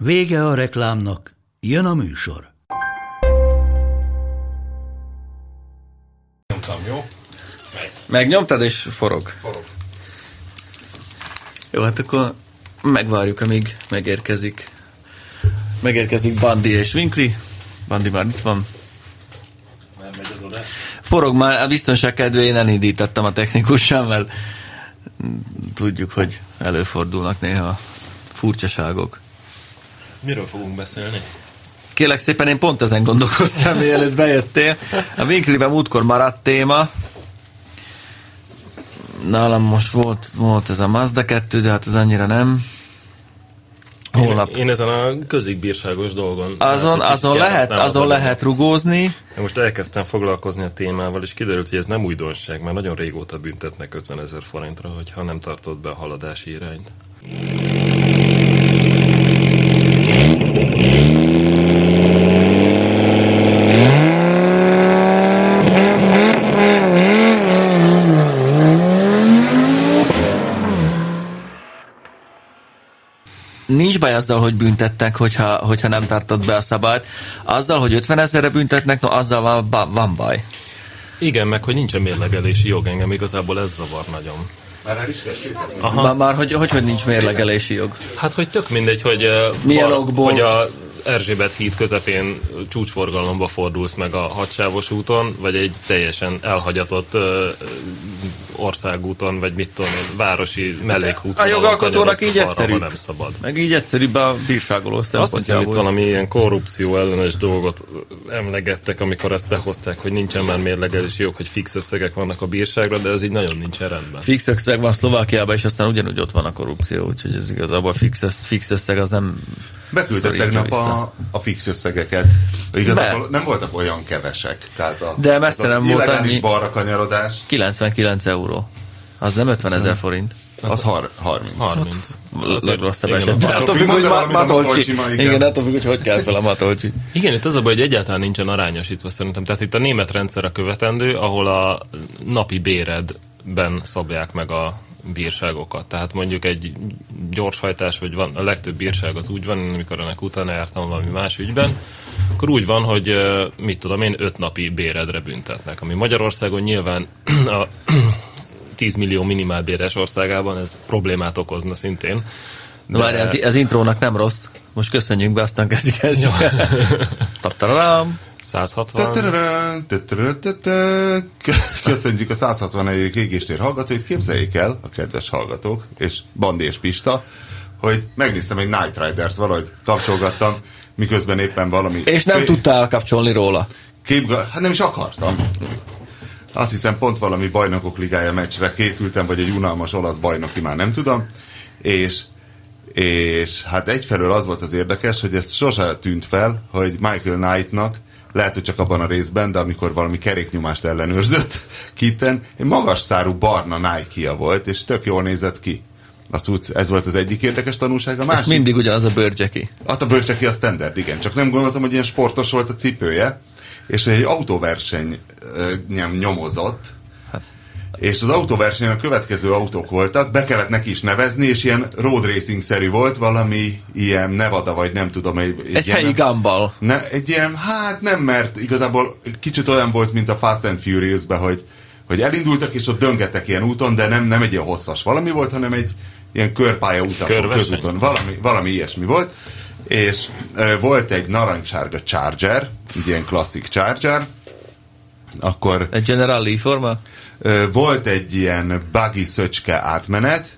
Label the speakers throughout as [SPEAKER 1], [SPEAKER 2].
[SPEAKER 1] Vége a reklámnak, jön a műsor.
[SPEAKER 2] Nyomtam, jó?
[SPEAKER 3] Megnyomtad és forog.
[SPEAKER 2] Forog.
[SPEAKER 3] Jó, hát akkor megvárjuk, amíg megérkezik. Megérkezik Bandi és Winkli. Bandi már itt van.
[SPEAKER 2] Nem megy az adás.
[SPEAKER 3] Forog már, a biztonság kedvéért én elindítettem a technikussal, mert tudjuk, hogy előfordulnak néha furcsaságok.
[SPEAKER 2] Miről fogunk beszélni?
[SPEAKER 3] Kélek szépen, én pont ezen gondolkoztam, mielőtt bejöttél. A Winkliben múltkor maradt téma. Nálam most volt, volt ez a Mazda 2, de hát ez annyira nem. Holnap.
[SPEAKER 2] Én, én ezen a közigbírságos dolgon.
[SPEAKER 3] Azon,
[SPEAKER 2] Hát, egy
[SPEAKER 3] azon,
[SPEAKER 2] kicsit
[SPEAKER 3] lehet,
[SPEAKER 2] jártam
[SPEAKER 3] azon
[SPEAKER 2] az előbb.
[SPEAKER 3] lehet rugózni.
[SPEAKER 2] Én most elkezdtem foglalkozni a témával, és kiderült, hogy ez nem újdonság, mert nagyon régóta büntetnek 50 ezer forintra, hogyha nem tartod be a haladási irányt.
[SPEAKER 3] Nincs baj azzal, hogy büntettek, hogyha, hogyha nem tartod be a szabályt. Azzal, hogy 50 ezerre büntetnek, no azzal van, ba- van baj.
[SPEAKER 2] Igen, meg hogy nincsen mérlegelési jog, engem igazából ez zavar nagyon.
[SPEAKER 3] Aha. Már, már hogy, hogy, hogy nincs mérlegelési jog.
[SPEAKER 2] Hát, hogy tök mindegy, hogy, eh,
[SPEAKER 3] Milyen
[SPEAKER 2] val-
[SPEAKER 3] okból?
[SPEAKER 2] hogy a Erzsébet híd közepén csúcsforgalomba fordulsz meg a hadsávos úton, vagy egy teljesen elhagyatott ö, országúton, vagy mit tudom én, városi mellékúton.
[SPEAKER 3] A jogalkotónak
[SPEAKER 2] ahol kanyarodsz,
[SPEAKER 3] így
[SPEAKER 2] balra,
[SPEAKER 3] egyszerűbb.
[SPEAKER 2] ha nem szabad.
[SPEAKER 3] Meg így egyszerűbb a bírságoló
[SPEAKER 2] Azt hiszem, itt
[SPEAKER 3] szempontjából.
[SPEAKER 2] valami ilyen korrupció ellenes dolgot emlegettek, amikor ezt behozták, hogy nincsen már mérlegelési jog, hogy fix összegek vannak a bírságra, de ez így nagyon nincsen rendben.
[SPEAKER 3] Fix összeg van Szlovákiában, és aztán ugyanúgy ott van a korrupció, úgyhogy ez igazából fix, össz- fix összeg az nem...
[SPEAKER 4] Beküldte
[SPEAKER 3] szorítja
[SPEAKER 4] tegnap
[SPEAKER 3] vissza.
[SPEAKER 4] a, a fix összegeket. Igazából nem voltak olyan kevesek. Tehát a,
[SPEAKER 3] De messze
[SPEAKER 4] ez az
[SPEAKER 3] nem volt
[SPEAKER 4] illegális
[SPEAKER 3] annyi.
[SPEAKER 4] balra kanyarodás,
[SPEAKER 3] 99 euró. Az nem 50 ezer forint.
[SPEAKER 4] az har- 30.
[SPEAKER 2] 30.
[SPEAKER 3] A legrosszabb
[SPEAKER 2] igen,
[SPEAKER 3] esetben.
[SPEAKER 4] Attól
[SPEAKER 3] Attól
[SPEAKER 4] függ,
[SPEAKER 3] függ, hogy
[SPEAKER 4] mondd el,
[SPEAKER 3] ma-
[SPEAKER 4] amit a
[SPEAKER 3] matolcsi.
[SPEAKER 4] matolcsi ma, igen.
[SPEAKER 3] Igen, attól függ, hogy hogy kell fel a matolcsi.
[SPEAKER 2] Igen, itt az a baj, hogy egyáltalán nincsen arányosítva szerintem. Tehát itt a német rendszer a követendő, ahol a napi béredben szabják meg a bírságokat. Tehát mondjuk egy gyorshajtás, vagy van, a legtöbb bírság az úgy van, én amikor ennek utána jártam valami más ügyben, akkor úgy van, hogy ö, mit tudom én, öt napi béredre büntetnek, ami Magyarországon nyilván a 10 millió minimálbéres országában ez problémát okozna szintén.
[SPEAKER 3] Na várj, az, az intrónak nem rossz. Most köszönjünk be, aztán kezdjük kezdjük. Taptararám.
[SPEAKER 2] 160...
[SPEAKER 4] Tötörön, tötörön, tötörön. Köszönjük a 161. égéstér hallgatóit. Képzeljék el, a kedves hallgatók, és Bandi és Pista, hogy megnéztem egy Night Rider-t, valahogy kapcsolgattam, miközben éppen valami...
[SPEAKER 3] És nem
[SPEAKER 4] Ké-
[SPEAKER 3] tudtál kapcsolni róla.
[SPEAKER 4] Képga- hát nem is akartam. Azt hiszem pont valami bajnokok ligája meccsre készültem, vagy egy unalmas olasz bajnoki, már nem tudom. És, és hát egyfelől az volt az érdekes, hogy ez sose tűnt fel, hogy Michael Knightnak lehet, hogy csak abban a részben, de amikor valami keréknyomást ellenőrzött kitten, egy magas szárú barna nike volt, és tök jól nézett ki. A cucc, ez volt az egyik érdekes tanulság, a
[SPEAKER 3] És
[SPEAKER 4] másik...
[SPEAKER 3] mindig ugyanaz a bőrcseki.
[SPEAKER 4] Hát a bőrcseki a standard, igen. Csak nem gondoltam, hogy ilyen sportos volt a cipője, és hogy egy autóverseny ö, nyom- nyomozott, és az autóversenyen a következő autók voltak, be kellett neki is nevezni, és ilyen road racing-szerű volt, valami ilyen Nevada, vagy nem tudom. Egy, egy,
[SPEAKER 3] Egy
[SPEAKER 4] ilyen,
[SPEAKER 3] helyi gambal.
[SPEAKER 4] ne, egy ilyen, hát nem, mert igazából kicsit olyan volt, mint a Fast and furious hogy, hogy elindultak, és ott döngettek ilyen úton, de nem, nem egy ilyen hosszas valami volt, hanem egy ilyen körpálya utakon,
[SPEAKER 2] Körverseny?
[SPEAKER 4] közúton, valami, valami ilyesmi volt, és ö, volt egy narancsárga charger, egy ilyen klasszik charger, akkor
[SPEAKER 3] Egy generali forma.
[SPEAKER 4] ö, volt egy ilyen buggy szöcske átmenet,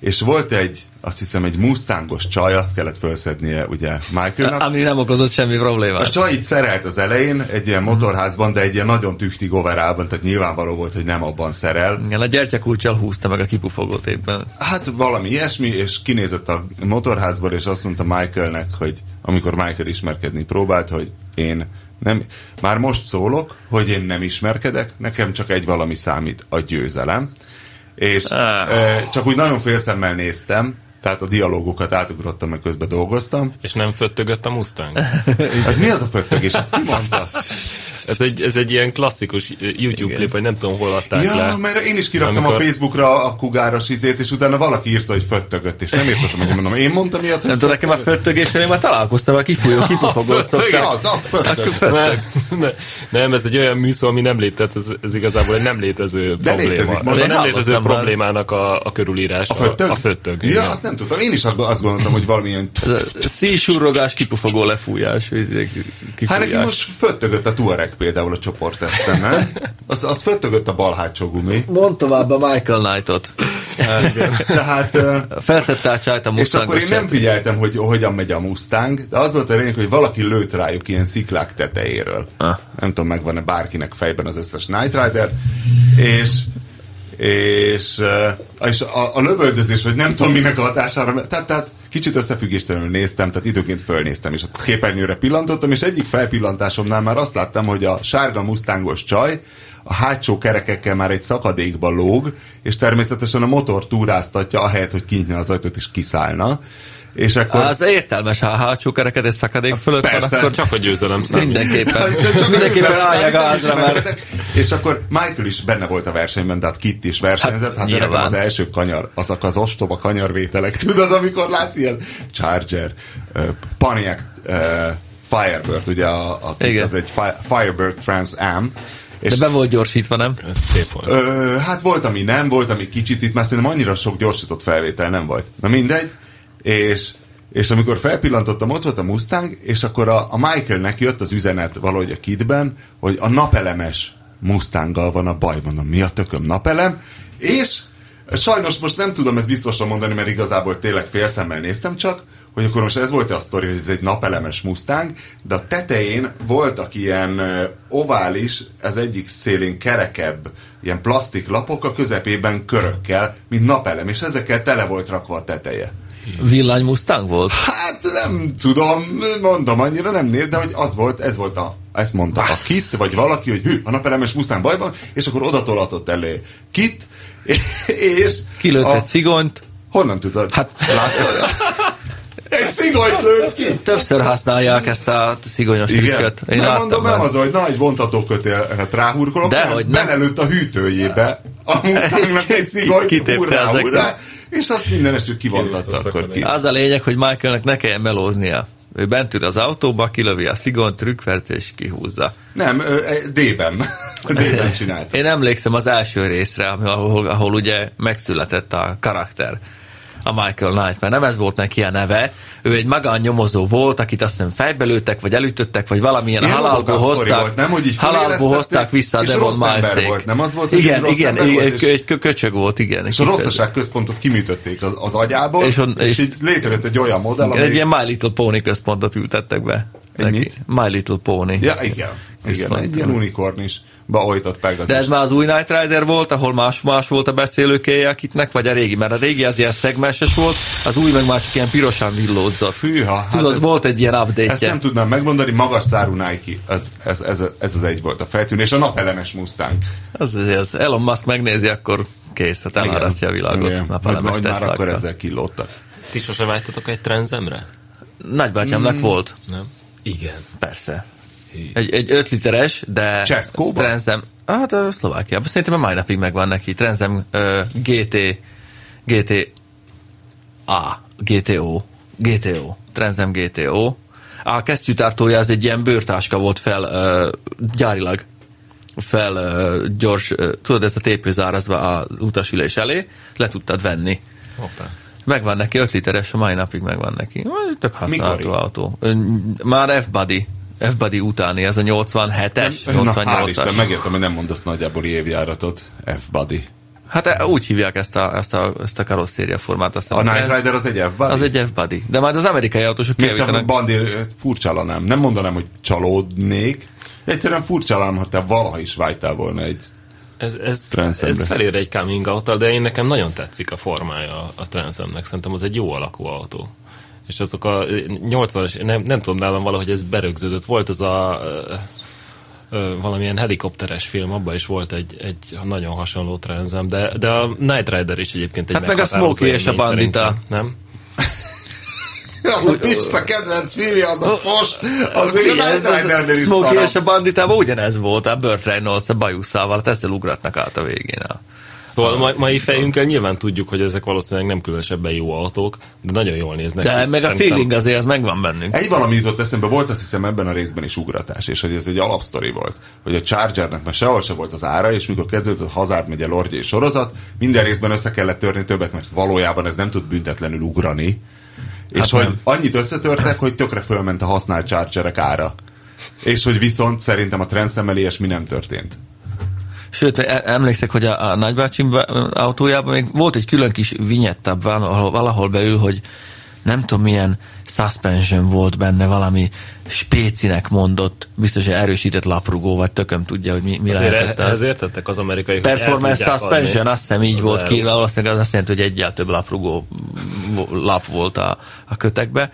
[SPEAKER 4] és volt egy, azt hiszem, egy mustangos csaj, azt kellett felszednie ugye Michaelnak.
[SPEAKER 3] Ami nem okozott semmi
[SPEAKER 4] A
[SPEAKER 3] problémát.
[SPEAKER 4] csaj itt szerelt az elején, egy ilyen motorházban, de egy ilyen nagyon tükti goverában, tehát nyilvánvaló volt, hogy nem abban szerel.
[SPEAKER 3] Igen, a gyertyakulcsal húzta meg a kipufogót éppen.
[SPEAKER 4] Hát valami ilyesmi, és kinézett a motorházból, és azt mondta Michaelnek, hogy amikor Michael ismerkedni próbált, hogy én nem, már most szólok, hogy én nem ismerkedek, nekem csak egy valami számít, a győzelem. És e, csak úgy nagyon félszemmel néztem, tehát a dialógokat átugrottam, meg közben dolgoztam.
[SPEAKER 2] És nem föttögött a Mustang?
[SPEAKER 4] Ez mi az a föttögés? Ezt ki mondta?
[SPEAKER 2] Ez egy, ez egy ilyen klasszikus eh, YouTube klip, vagy nem tudom, hol adták
[SPEAKER 4] Ja,
[SPEAKER 2] le.
[SPEAKER 4] mert én is kiraktam
[SPEAKER 2] Amikor-
[SPEAKER 4] a Facebookra a kugáros izét, és utána valaki írta, hogy föttögött, és nem értettem, hogy mondom, én mondtam ilyet,
[SPEAKER 3] Nem
[SPEAKER 4] hogy
[SPEAKER 3] tudom, nekem a föttögésre én már találkoztam, a kifújó, kipufogót
[SPEAKER 4] föttög.
[SPEAKER 3] szoktam.
[SPEAKER 4] Az, az föttög.
[SPEAKER 2] Ne, nem, ez egy olyan műszó, ami nem létezett, ez, ez igazából egy nem létező
[SPEAKER 4] De
[SPEAKER 2] probléma.
[SPEAKER 4] létezik,
[SPEAKER 2] ez a
[SPEAKER 4] most
[SPEAKER 2] nem létező
[SPEAKER 3] hallottam már.
[SPEAKER 2] problémának a, a körülírás.
[SPEAKER 4] A föttög?
[SPEAKER 2] A föttög,
[SPEAKER 4] Ja,
[SPEAKER 2] igen.
[SPEAKER 4] azt nem tudtam. Én is azt azt gondoltam, hogy valami ilyen...
[SPEAKER 3] Szísurrogás, kipufogó lefújás. izé,
[SPEAKER 4] Hát neki
[SPEAKER 3] Kifújás.
[SPEAKER 4] most föttögött a Tuareg például a csoporteszten, nem? Az, az föttögött a bal hátsó gumi.
[SPEAKER 3] Mondd tovább a Michael Knight-ot.
[SPEAKER 4] Tehát... eh,
[SPEAKER 3] Felszett tárcsájt a
[SPEAKER 4] És
[SPEAKER 3] mustangos
[SPEAKER 4] akkor én nem figyeltem, hogy hogyan megy a Mustang, de az volt a lényeg, hogy valaki lőtt rájuk ilyen sziklák tetejéről. Ah. Nem tudom, megvan-e bárkinek fejben az összes Night Rider, és és, eh, és a, a lövöldözés, vagy nem tudom minek a hatására, tehát, tehát kicsit összefüggéstelenül néztem, tehát időként fölnéztem, és a képernyőre pillantottam, és egyik felpillantásomnál már azt láttam, hogy a sárga mustangos csaj a hátsó kerekekkel már egy szakadékba lóg, és természetesen a motor túráztatja, ahelyett, hogy kinyitna az ajtót és kiszállna. És akkor...
[SPEAKER 3] Az értelmes, ha a hátsó kereked egy szakadék fölött van,
[SPEAKER 4] Persze.
[SPEAKER 3] akkor csak
[SPEAKER 2] Csak a győzelem számít.
[SPEAKER 3] mindenképpen,
[SPEAKER 4] Hiszen csak
[SPEAKER 3] mindenképpen
[SPEAKER 4] ők
[SPEAKER 3] állj a
[SPEAKER 4] számítanak,
[SPEAKER 3] gázra, mert
[SPEAKER 4] ismerkedek. És akkor Michael is benne volt a versenyben, de hát Kitt is versenyzett. Hát, hát
[SPEAKER 3] nyilván.
[SPEAKER 4] az első kanyar, azok az ostoba kanyarvételek, tudod, amikor látsz ilyen Charger, uh, Pontiac, uh, Firebird, ugye a, a Kitt
[SPEAKER 3] Igen.
[SPEAKER 4] az egy fi- Firebird Trans Am, és
[SPEAKER 3] de be volt gyorsítva, nem?
[SPEAKER 2] Ez szép volt.
[SPEAKER 4] Ö, hát volt, ami nem, volt, ami kicsit itt, már szerintem annyira sok gyorsított felvétel nem volt. Na mindegy, és, és amikor felpillantottam, ott volt a Mustang, és akkor a, a Michaelnek jött az üzenet valahogy a kitben, hogy a napelemes Mustanggal van a baj, mondom, mi a tököm napelem, és sajnos most nem tudom ezt biztosan mondani, mert igazából tényleg félszemmel néztem csak, hogy akkor most ez volt a sztori, hogy ez egy napelemes Mustang, de a tetején voltak ilyen ö, ovális, az egyik szélén kerekebb, ilyen plastik lapok, a közepében körökkel, mint napelem, és ezekkel tele volt rakva a teteje.
[SPEAKER 3] Villany Mustang volt?
[SPEAKER 4] Hát nem tudom, mondom, annyira nem néz, de hogy az volt, ez volt a, ezt mondta a Kit, vagy valaki, hogy hű, a napelemes Mustang bajban, és akkor odatolatott elé Kit, és...
[SPEAKER 3] Kilőtt
[SPEAKER 4] a-
[SPEAKER 3] egy cigonyt,
[SPEAKER 4] Honnan tudod?
[SPEAKER 3] Hát-
[SPEAKER 4] Láttad? Egy szigonyt lőtt ki!
[SPEAKER 3] többször használják ezt a szigonyos
[SPEAKER 4] Igen.
[SPEAKER 3] trükköt. Én
[SPEAKER 4] nem
[SPEAKER 3] láttam
[SPEAKER 4] mondom,
[SPEAKER 3] már.
[SPEAKER 4] nem az, hogy na, egy vontató kötélet hát ráhurkolok,
[SPEAKER 3] De
[SPEAKER 4] nem,
[SPEAKER 3] hogy nem.
[SPEAKER 4] belelőtt a hűtőjébe. A Mustangnak egy szigonyt,
[SPEAKER 3] kitépte
[SPEAKER 4] hurrá,
[SPEAKER 3] ezeknek.
[SPEAKER 4] hurrá, és azt minden estük kivontatta akkor ki.
[SPEAKER 3] Az a lényeg, hogy Michaelnek ne kelljen melóznia. Ő bent ül az autóba, kilövi a szigonyt, trükkverc és kihúzza.
[SPEAKER 4] Nem, ö, e, D-ben. D-ben csinálta.
[SPEAKER 3] Én emlékszem az első részre, ami- ahol, ahol ugye megszületett a karakter, a Michael Knight, mert nem ez volt neki a neve, ő egy magánnyomozó volt, akit azt hiszem fejbe lőttek, vagy elütöttek, vagy valamilyen
[SPEAKER 4] Ilyen
[SPEAKER 3] halálból
[SPEAKER 4] Robocop sztori
[SPEAKER 3] hozták,
[SPEAKER 4] volt, nem? Hogy így
[SPEAKER 3] halálból
[SPEAKER 4] felélesztették,
[SPEAKER 3] hozták vissza a
[SPEAKER 4] és
[SPEAKER 3] Devon
[SPEAKER 4] rossz ember
[SPEAKER 3] miles
[SPEAKER 4] volt, nem? Az volt, hogy
[SPEAKER 3] igen,
[SPEAKER 4] rossz
[SPEAKER 3] igen,
[SPEAKER 4] ember
[SPEAKER 3] igen,
[SPEAKER 4] volt,
[SPEAKER 3] egy,
[SPEAKER 4] és-
[SPEAKER 3] egy kö- köcsög volt, igen.
[SPEAKER 4] És a rosszaságközpontot kiműtötték az, az agyából, és,
[SPEAKER 3] És on-
[SPEAKER 4] és
[SPEAKER 3] és-
[SPEAKER 4] így létrejött egy olyan modell,
[SPEAKER 3] Igen, egy
[SPEAKER 4] amelyik
[SPEAKER 3] ilyen My Little Pony központot ültettek be.
[SPEAKER 4] Egy
[SPEAKER 3] neki.
[SPEAKER 4] mit?
[SPEAKER 3] My Little Pony.
[SPEAKER 4] Ja, igen. Igen,
[SPEAKER 3] Központ.
[SPEAKER 4] egy ilyen unikorn is. Beojtott Pegasus.
[SPEAKER 3] De ez már az új Night Rider volt, ahol más-más volt a beszélőkéje akitnek, vagy a régi, mert a régi az ilyen szegmenses volt, az új meg már csak ilyen pirosan villódzott.
[SPEAKER 4] Hűha, hát
[SPEAKER 3] Tudod,
[SPEAKER 4] ez-
[SPEAKER 3] volt egy ilyen
[SPEAKER 4] Ezt
[SPEAKER 3] update
[SPEAKER 4] nem tudnám megmondani, magas szárú Nike, ez, ez, ez, ez az egy volt a feltűnés, a napelemes Mustang.
[SPEAKER 3] az, az, az Elon Musk megnézi, akkor kész, hát elárasztja a világot.
[SPEAKER 4] Hogy,
[SPEAKER 3] Napelemes
[SPEAKER 4] hogy már akkor
[SPEAKER 3] Tesla-kkal.
[SPEAKER 4] ezzel killódtak.
[SPEAKER 2] Ti sose vágytatok egy trenzemre?
[SPEAKER 3] Nagybátyámnak
[SPEAKER 4] Mm.
[SPEAKER 3] volt,
[SPEAKER 2] Nem? Igen.
[SPEAKER 3] persze.
[SPEAKER 2] Hű.
[SPEAKER 3] Egy, egy 5 literes, de...
[SPEAKER 4] Cseszkóba?
[SPEAKER 3] Trenzem, hát ö, Szlovákiában. Szerintem a mai napig megvan neki. Trenzem ö, GT... GT... A. GTO. GTO. Trenzem GTO. A kesztyűtartója az egy ilyen bőrtáska volt fel ö, gyárilag fel ö, gyors, ö, tudod, ezt a tépőzárazva az utasülés elé, le tudtad venni.
[SPEAKER 2] Hoppá.
[SPEAKER 3] Megvan neki, 5 literes, a mai napig megvan neki. Tök használható
[SPEAKER 4] Mikori?
[SPEAKER 3] autó. Ön- Már F-Buddy. F-Buddy utáni, ez a 87-es,
[SPEAKER 4] Na, hál' Isten,
[SPEAKER 3] 88-as.
[SPEAKER 4] megértem, hogy nem mondasz nagyjából évjáratot. F-Buddy.
[SPEAKER 3] Hát e, úgy hívják ezt a, ezt a, ezt a karosszéria formát. Azt
[SPEAKER 4] A Night Rider az egy F-Buddy?
[SPEAKER 3] Az egy F-Buddy. De már az amerikai autósok
[SPEAKER 4] Miért te
[SPEAKER 3] kijavítanak.
[SPEAKER 4] bandér, furcsálanám. Nem mondanám, hogy csalódnék. Egyszerűen furcsálanám, ha te valaha is vágytál volna egy...
[SPEAKER 2] Ez, ez,
[SPEAKER 4] Transzemre.
[SPEAKER 2] ez felér egy coming out de én nekem nagyon tetszik a formája a transzemnek. Szerintem az egy jó alakú autó. és azok a 80-as, nem, nem tudom nálam valahogy ez berögződött. Volt az a ö, ö, valamilyen helikopteres film, abban is volt egy, egy nagyon hasonló trenzem, de, de a Night Rider is egyébként egy
[SPEAKER 3] Hát meg a
[SPEAKER 2] meghatározó
[SPEAKER 3] Smokey és a
[SPEAKER 2] élmény
[SPEAKER 3] Bandita.
[SPEAKER 2] szerintem, Nem?
[SPEAKER 4] Az a Pista kedvenc filmje, az a fos, az még a Night Rider-nél is
[SPEAKER 3] Szóval Smokey és a
[SPEAKER 4] szarabb.
[SPEAKER 3] banditában ugyanez volt, a Burt Reynolds a bajusszával, hát ezzel ugratnak át a végén. A...
[SPEAKER 2] Szóval mai, mai fejünkkel nyilván tudjuk, hogy ezek valószínűleg nem különösebben jó autók, de nagyon jól néznek
[SPEAKER 3] De
[SPEAKER 2] ki,
[SPEAKER 3] meg a
[SPEAKER 2] szerintem.
[SPEAKER 3] feeling azért az megvan bennünk.
[SPEAKER 4] Egy valami jutott eszembe, volt azt hiszem ebben a részben is ugratás, és hogy ez egy alapsztori volt, hogy a Chargernek már sehol se volt az ára, és mikor kezdődött a Hazard megye lordjai sorozat, minden részben össze kellett törni többet, mert valójában ez nem tud büntetlenül ugrani. És hát hogy nem. annyit összetörtek, hogy tökre fölment a használt Chargerek ára. És hogy viszont szerintem a trendszemmel ilyesmi nem történt.
[SPEAKER 3] Sőt, e- emlékszek, hogy a, a nagybácsim be- autójában még volt egy külön kis vinyettabb valahol, valahol belül, hogy nem tudom milyen suspension volt benne, valami spécinek mondott, biztos, hogy erősített laprugó, vagy tököm tudja, hogy mi, mi
[SPEAKER 2] Ezért,
[SPEAKER 3] lehetett. az.
[SPEAKER 2] ezért tettek az amerikai, hogy el
[SPEAKER 3] Performance
[SPEAKER 2] tudják adni
[SPEAKER 3] suspension, azt hiszem így
[SPEAKER 2] az
[SPEAKER 3] volt
[SPEAKER 2] áru.
[SPEAKER 3] ki, valószínűleg az azt jelenti, hogy egyel több laprugó vo- lap volt a, a kötekbe.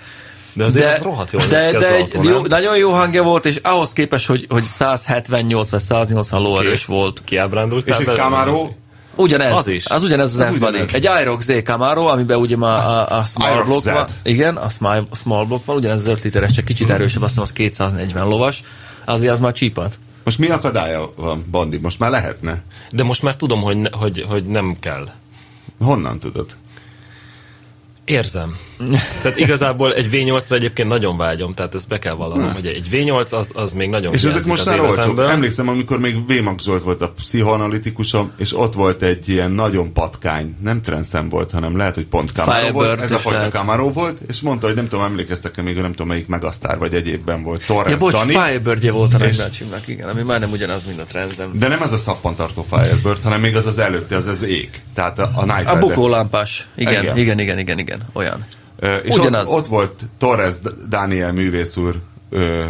[SPEAKER 2] De azért az rohadt jól néz ki
[SPEAKER 3] de,
[SPEAKER 2] az
[SPEAKER 3] de egy
[SPEAKER 2] autó, nem?
[SPEAKER 3] jó, nagyon jó hangja volt, és ahhoz képest, hogy, hogy 178 vagy 180 lóerős
[SPEAKER 2] Kész.
[SPEAKER 3] volt.
[SPEAKER 2] Kiábrándult.
[SPEAKER 4] és itt Camaro,
[SPEAKER 3] Ugyanez.
[SPEAKER 2] Az is.
[SPEAKER 3] Az ugyanez az,
[SPEAKER 4] Az
[SPEAKER 3] az
[SPEAKER 4] ugyanez.
[SPEAKER 3] Egy Aerox Z Camaro, amiben ugye ma a, a small
[SPEAKER 4] Aerox
[SPEAKER 3] block
[SPEAKER 4] Z.
[SPEAKER 3] van. Igen, a small, small block van, ugyanez az 5 literes, csak
[SPEAKER 2] Mhm.
[SPEAKER 3] kicsit erősebb, azt hiszem az 240 lovas. Azért az már csípat.
[SPEAKER 4] most mi akadálya van, Bandi? Most már lehetne.
[SPEAKER 2] De most már tudom, hogy, ne, hogy, hogy nem kell.
[SPEAKER 4] Honnan tudod?
[SPEAKER 2] Érzem. Tehát igazából egy V8-ra egyébként nagyon vágyom, tehát ezt be kell vallanom, hogy egy V8 az, az még nagyon
[SPEAKER 4] És ezek
[SPEAKER 2] hiányzik
[SPEAKER 4] most
[SPEAKER 2] az
[SPEAKER 4] már olcsók.
[SPEAKER 2] életemből.
[SPEAKER 4] Emlékszem, amikor még Vémak Zsolt volt a pszichoanalitikusom, és ott volt egy ilyen nagyon patkány, nem Trenszem volt, hanem lehet, hogy pont Camaro
[SPEAKER 3] Firebird
[SPEAKER 4] volt, ez a
[SPEAKER 3] is
[SPEAKER 4] fajta
[SPEAKER 3] lehet.
[SPEAKER 4] Camaro volt, és mondta, hogy nem tudom, emlékeztek-e még, nem tudom, melyik megasztár vagy egyébben volt, Torres
[SPEAKER 3] Ja, bocs,
[SPEAKER 4] Dani,
[SPEAKER 3] Firebird-je volt a nagybácsimnak, igen, ami majdnem ugyanaz, mint a trenzem.
[SPEAKER 4] de nem ez a szappantartó Firebird, hanem még az az előtti, az az ég. Tehát a, a Night
[SPEAKER 3] A
[SPEAKER 4] Rider.
[SPEAKER 3] bukólámpás. Igen,
[SPEAKER 4] Igen.
[SPEAKER 3] igen, igen, igen, igen, igen, olyan.
[SPEAKER 4] Ö, És
[SPEAKER 3] Ugyanaz.
[SPEAKER 4] ott, ott volt Torres D- Dániel művész úr ö,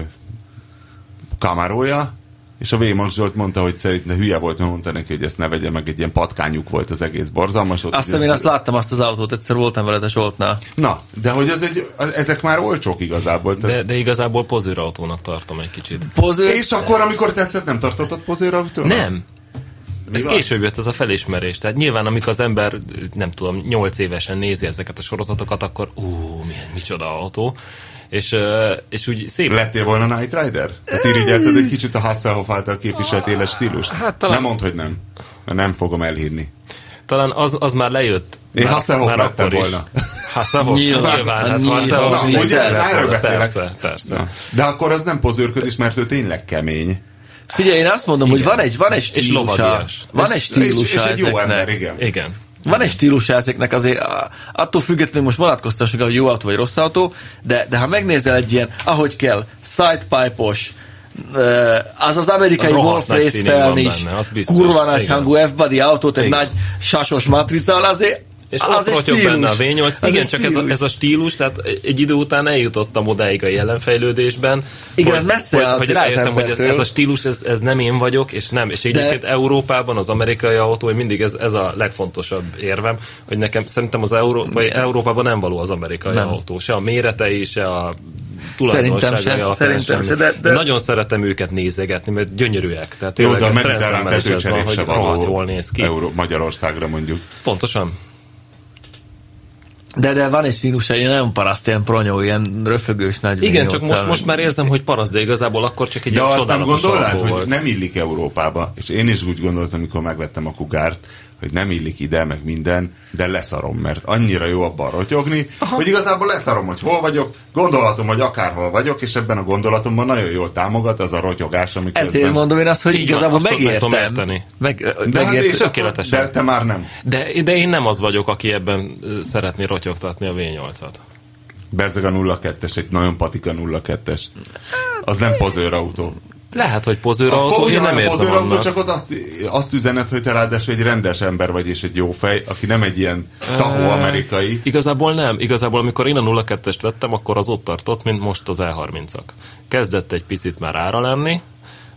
[SPEAKER 4] kamerója, és a Vémak Zsolt mondta, hogy szerinte hülye volt, mert mondta neki, hogy ezt ne vegye meg, egy ilyen patkányuk volt az egész borzalmas. Ott
[SPEAKER 3] Azt hiszem, én azt láttam azt az autót, egyszer voltam veled a Zsoltnál.
[SPEAKER 4] Na, de hogy ez egy, az, ezek már olcsók igazából. Tehát...
[SPEAKER 2] De, de igazából pozőrautónak tartom egy kicsit.
[SPEAKER 3] Poző,
[SPEAKER 4] De... És akkor, amikor tetszett, nem tartottad pozéravtól?
[SPEAKER 2] Nem,
[SPEAKER 4] Mi
[SPEAKER 2] Ez
[SPEAKER 4] van?
[SPEAKER 2] később jött ez a felismerés. Tehát nyilván, amikor az ember, nem tudom, nyolc évesen nézi ezeket a sorozatokat, akkor ú, milyen, micsoda autó. És, ö, és úgy szép
[SPEAKER 4] Lettél volna Night Rider? Hát irigyelted egy kicsit a Hasselhoff által képviselt éles stílust?
[SPEAKER 2] Hát talán-
[SPEAKER 4] Nem mondd, hogy nem. Mert nem fogom elhinni.
[SPEAKER 2] Talán az, az már lejött.
[SPEAKER 4] Én
[SPEAKER 2] Már-
[SPEAKER 4] Hasselhoff
[SPEAKER 2] már
[SPEAKER 4] lettem
[SPEAKER 2] akkor is.
[SPEAKER 4] volna.
[SPEAKER 2] Hasselhoff?
[SPEAKER 3] Nyilván,
[SPEAKER 2] Nyilván, hát
[SPEAKER 3] nyilván.
[SPEAKER 2] Hasselhoff.
[SPEAKER 4] Na,
[SPEAKER 3] Persze,
[SPEAKER 4] ugye,
[SPEAKER 2] persze,
[SPEAKER 4] erről beszélek.
[SPEAKER 2] Persze, persze.
[SPEAKER 4] Na. De akkor az nem pozőrködés, mert ő tényleg kemény.
[SPEAKER 3] Figyelj, én azt mondom, hogy van egy, van egy
[SPEAKER 2] És
[SPEAKER 3] stílusa.
[SPEAKER 2] lovagias.
[SPEAKER 3] Van
[SPEAKER 4] És-
[SPEAKER 3] egy stílusa
[SPEAKER 4] És, és egy jó
[SPEAKER 3] ezeknek.
[SPEAKER 4] ember, igen.
[SPEAKER 2] Igen.
[SPEAKER 3] Van egy stílusa ezeknek azért, á, attól függetlenül most vonatkoztassuk, hogy jó autó vagy rossz autó, de, de ha megnézel egy ilyen, ahogy kell, sidepipe-os, ö, az az amerikai
[SPEAKER 2] Rohadt
[SPEAKER 3] Wolf
[SPEAKER 2] nagy
[SPEAKER 3] Race
[SPEAKER 2] feeling van
[SPEAKER 3] felnis,
[SPEAKER 2] benne, az biztos.
[SPEAKER 3] kurva nagy
[SPEAKER 2] Igen.
[SPEAKER 3] hangú F-body autót, egy
[SPEAKER 2] Igen.
[SPEAKER 3] nagy sasos matricával, azért
[SPEAKER 2] És
[SPEAKER 3] Ah, az
[SPEAKER 2] ott
[SPEAKER 3] egy
[SPEAKER 2] rotyog
[SPEAKER 3] stílus.
[SPEAKER 2] benne a V8.
[SPEAKER 3] Az
[SPEAKER 2] Igen,
[SPEAKER 3] egy
[SPEAKER 2] csak ez a,
[SPEAKER 3] stílus.
[SPEAKER 2] ez a stílus, tehát egy idő után eljutottam odáig a jelenfejlődésben.
[SPEAKER 3] Igen,
[SPEAKER 2] hogy-
[SPEAKER 3] ez messze
[SPEAKER 2] hogy,
[SPEAKER 3] áll
[SPEAKER 2] hogy
[SPEAKER 3] egy
[SPEAKER 2] rájöttem, hogy ez,
[SPEAKER 3] rázembertől.
[SPEAKER 2] ez a stílus, ez, ez nem én vagyok, és nem. És egyébként
[SPEAKER 3] De-
[SPEAKER 2] Európában az amerikai autó, hogy mindig ez, ez a legfontosabb érvem, hogy nekem szerintem az európai, Európában nem való az amerikai
[SPEAKER 3] Nem.
[SPEAKER 2] autó. Se a méretei, se a
[SPEAKER 3] Szerintem
[SPEAKER 2] tulajdonságai
[SPEAKER 3] sem,
[SPEAKER 2] alapján
[SPEAKER 3] szerintem
[SPEAKER 2] semmi.
[SPEAKER 3] se, de- de-
[SPEAKER 2] Nagyon szeretem őket nézegetni, mert gyönyörűek. Tehát
[SPEAKER 4] Jó,
[SPEAKER 2] tényleg
[SPEAKER 4] de a
[SPEAKER 2] ez
[SPEAKER 4] mediterrán
[SPEAKER 2] trendszemmel is ez van,
[SPEAKER 4] tetőcserék
[SPEAKER 2] hogy
[SPEAKER 4] se
[SPEAKER 2] rohadt
[SPEAKER 4] való
[SPEAKER 2] jól néz ki.
[SPEAKER 4] Euró- Magyarországra mondjuk.
[SPEAKER 2] Pontosan.
[SPEAKER 3] De, de van egy stílusa, ilyen nagyon paraszt, ilyen pronyó, ilyen röfögős nagy
[SPEAKER 2] Igen,
[SPEAKER 3] V8-al,
[SPEAKER 2] csak most, most már érzem, hogy paraszt, de igazából akkor csak egy
[SPEAKER 4] De
[SPEAKER 2] ilyen
[SPEAKER 4] azt nem
[SPEAKER 2] csodálatos
[SPEAKER 4] gondolnád,
[SPEAKER 2] autó
[SPEAKER 4] hogy
[SPEAKER 2] volt.
[SPEAKER 4] nem illik Európába, és én is úgy gondoltam, amikor megvettem a kugárt, hogy nem illik ide, meg minden, de leszarom, mert annyira jó abban rotyogni, hogy igazából leszarom, hogy hol vagyok, gondolatom, hogy akárhol vagyok, és ebben a gondolatomban nagyon jól támogat az a rotyogás, amikor...
[SPEAKER 3] Ezért mondom én azt, hogy
[SPEAKER 2] Így van,
[SPEAKER 3] igazából
[SPEAKER 2] abszolút meg tudom
[SPEAKER 3] megértem.
[SPEAKER 2] érteni.
[SPEAKER 3] Meg,
[SPEAKER 4] de, hát és
[SPEAKER 3] megértem.
[SPEAKER 4] akkor,
[SPEAKER 2] tökéletesen.
[SPEAKER 4] de te már nem.
[SPEAKER 2] De, de én nem az vagyok, aki ebben ö, szeretné rotyogtatni a V8-at.
[SPEAKER 4] Bezzeg a 02-es, egy nagyon patika 02-es. Az nem pozőrautó.
[SPEAKER 2] Lehet, hogy
[SPEAKER 4] Az
[SPEAKER 2] pozőrautó, én
[SPEAKER 4] ugyanolyan
[SPEAKER 2] nem érzem
[SPEAKER 4] pozőrautó,
[SPEAKER 2] annak.
[SPEAKER 4] csak ott azt, azt üzenet, hogy te ráadásul egy rendes ember vagy, és egy jó fej, aki nem egy ilyen tahó amerikai.
[SPEAKER 2] Igazából nem. Igazából amikor én a 02-est E vettem, akkor az ott tartott, mint most az E30-ak. Kezdett egy picit már ára lenni,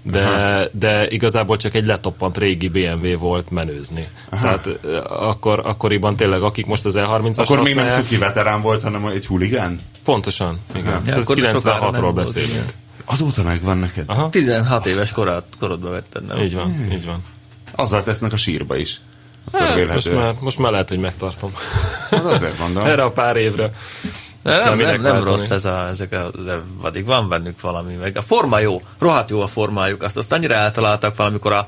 [SPEAKER 2] de, de igazából csak egy letoppant régi BMW volt menőzni. Aha. Tehát ö, akkor, akkoriban tényleg, akik most az E30-as
[SPEAKER 4] Akkor még nem
[SPEAKER 2] használják-
[SPEAKER 4] cuki veterán volt, hanem egy huligán?
[SPEAKER 2] Pontosan, igen.
[SPEAKER 3] De
[SPEAKER 2] Ez
[SPEAKER 3] akkor sokára nem
[SPEAKER 2] 96-ról
[SPEAKER 3] volt
[SPEAKER 2] beszélünk.
[SPEAKER 4] Azóta megvan neked?
[SPEAKER 2] Aha.
[SPEAKER 3] 16 éves korát, korodba vetted, nem?
[SPEAKER 2] Így van,
[SPEAKER 4] Hmm.
[SPEAKER 2] így van.
[SPEAKER 4] Azzal tesznek a sírba is. Akkor
[SPEAKER 2] Hát, most,
[SPEAKER 4] vélhetően.
[SPEAKER 2] már, most már lehet, hogy megtartom.
[SPEAKER 4] Hát azért mondom.
[SPEAKER 2] Erre a pár évre.
[SPEAKER 3] Nem,
[SPEAKER 2] Aztán
[SPEAKER 3] nem,
[SPEAKER 2] minek
[SPEAKER 3] nem, nem
[SPEAKER 2] váltani?
[SPEAKER 3] rossz ez a, ezek a, vadik, van bennük valami meg. A forma jó, rohadt jó a formájuk, azt, azt annyira eltaláltak valamikor a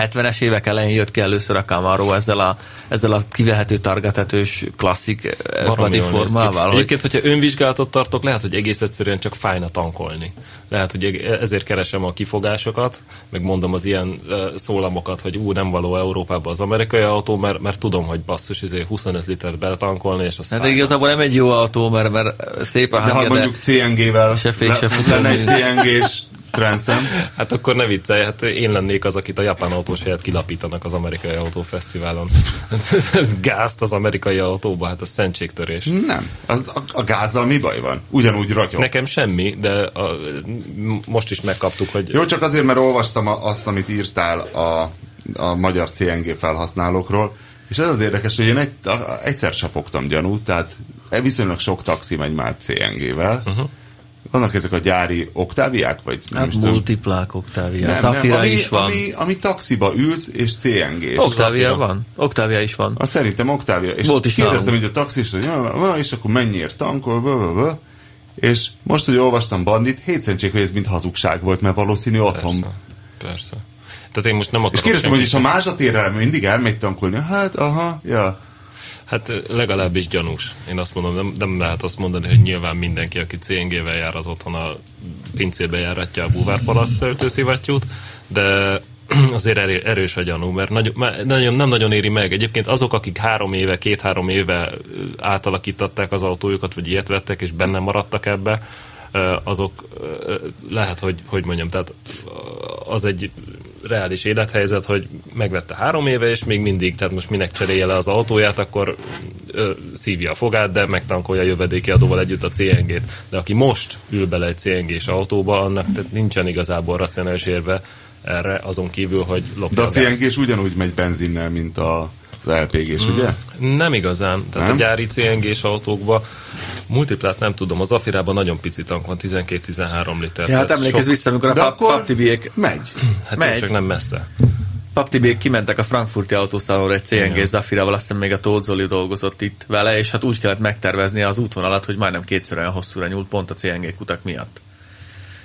[SPEAKER 3] 70-es évek elején jött ki először a Camaro ezzel a, ezzel a kivehető targatetős klasszik
[SPEAKER 2] Baromi
[SPEAKER 3] vadi
[SPEAKER 2] jól néz ki.
[SPEAKER 3] formával. Hogy,
[SPEAKER 2] Egyébként, hogyha önvizsgálatot tartok, lehet, hogy egész egyszerűen csak fájna tankolni. Lehet, hogy eg- ezért keresem a kifogásokat, meg mondom az ilyen ö, szólamokat, hogy ú, nem való Európában az amerikai autó, mert, mert tudom, hogy basszus, izé 25 litert beletankolni, és azt
[SPEAKER 3] hát igazából nem egy jó autó, mert, mert szép a
[SPEAKER 4] De ha
[SPEAKER 3] hangja, de,
[SPEAKER 4] mondjuk CNG-vel
[SPEAKER 3] Se fék, se fut.
[SPEAKER 4] lenne egy CNG-s transzem,
[SPEAKER 2] Hát akkor ne viccelj, hát én lennék az, akit a japán autós helyett kilapítanak az amerikai autófesztiválon. ez, ez gázt az amerikai autóba, hát ez szentségtörés.
[SPEAKER 4] Nem. Az, a, a gázzal mi baj van? Ugyanúgy ratyog.
[SPEAKER 2] Nekem semmi, de a, m- most is megkaptuk, hogy
[SPEAKER 4] Jó, csak azért, mert olvastam a- azt, amit írtál a, a magyar CNG felhasználókról, és ez az érdekes, hogy én egy, a- egyszer se fogtam gyanút, tehát e viszonylag sok taxi megy már CNG-vel. Uh-huh. Vannak ezek a gyári oktáviák, vagy nem
[SPEAKER 3] hát
[SPEAKER 4] is tudom.
[SPEAKER 3] multiplák Octavia,
[SPEAKER 4] Nem, nem,
[SPEAKER 3] Zafira
[SPEAKER 4] ami,
[SPEAKER 3] is van.
[SPEAKER 4] Ami, ami taxiba ülsz, és CNG-s.
[SPEAKER 3] Octavia
[SPEAKER 2] Zafira.
[SPEAKER 3] van, Octavia is van.
[SPEAKER 4] Azt szerintem Oktávia. És
[SPEAKER 3] Volt is
[SPEAKER 4] kérdeztem
[SPEAKER 3] nálunk.
[SPEAKER 4] így a taxist, hogy ja, ja, és akkor mennyiért tankol, blah, blah, blah. És most, hogy olvastam Bandit, hétszentség, hogy ez mind hazugság volt, mert valószínű otthon.
[SPEAKER 2] Persze. Persze. Tehát én most nem akarok...
[SPEAKER 4] És kérdeztem, hogy
[SPEAKER 2] senkit-
[SPEAKER 4] és a mázsatérre mindig elmegy tankolni? Hát, aha, ja.
[SPEAKER 2] Hát legalábbis gyanús. Én azt mondom, nem, nem lehet azt mondani, hogy nyilván mindenki, aki CNG-vel jár, az otthon a pincébe járatja a búvárpalasz töltőszivattyút, de azért erő- erős a gyanú, mert nagyon, már nagyon, nem nagyon éri meg. Egyébként azok, akik három éve, két-három éve ö, átalakították az autójukat, vagy ilyet vettek, és benne maradtak ebbe, ö, azok ö, lehet, hogy, hogy mondjam, tehát az egy reális élethelyzet, hogy megvette három éve, és még mindig, tehát most minek cserélje le az autóját, akkor ö, szívja a fogát, de megtankolja a jövedéki adóval együtt a CNG-t. De aki most ül bele egy CNG-s autóba, annak tehát nincsen igazából racionális érve erre, azon kívül, hogy lopta
[SPEAKER 4] De a
[SPEAKER 2] gázt.
[SPEAKER 4] cng is ugyanúgy megy benzinnel, mint a, az LPG-s, ugye?
[SPEAKER 3] Hmm.
[SPEAKER 2] Nem igazán. Tehát
[SPEAKER 4] Nem?
[SPEAKER 2] nem? a gyári CNG-s autókban multiplát nem tudom, az Afirában nagyon pici tank van, 12-13 liter.
[SPEAKER 3] Ja, hát
[SPEAKER 2] Tehát
[SPEAKER 3] emlékezz
[SPEAKER 2] sok-
[SPEAKER 3] vissza, amikor a
[SPEAKER 4] De
[SPEAKER 3] pap,
[SPEAKER 4] akkor
[SPEAKER 3] paptibiek
[SPEAKER 4] megy.
[SPEAKER 2] Hát
[SPEAKER 3] Megy.
[SPEAKER 2] jó, csak nem messze.
[SPEAKER 3] Paptibék kimentek a frankfurti autószalonra egy CNG Zafirával, azt hiszem még a Tóth Zoli dolgozott itt vele, és hát úgy kellett megtervezni az útvonalat, hogy majdnem kétszer olyan hosszúra nyúlt, pont a CNG kutak miatt.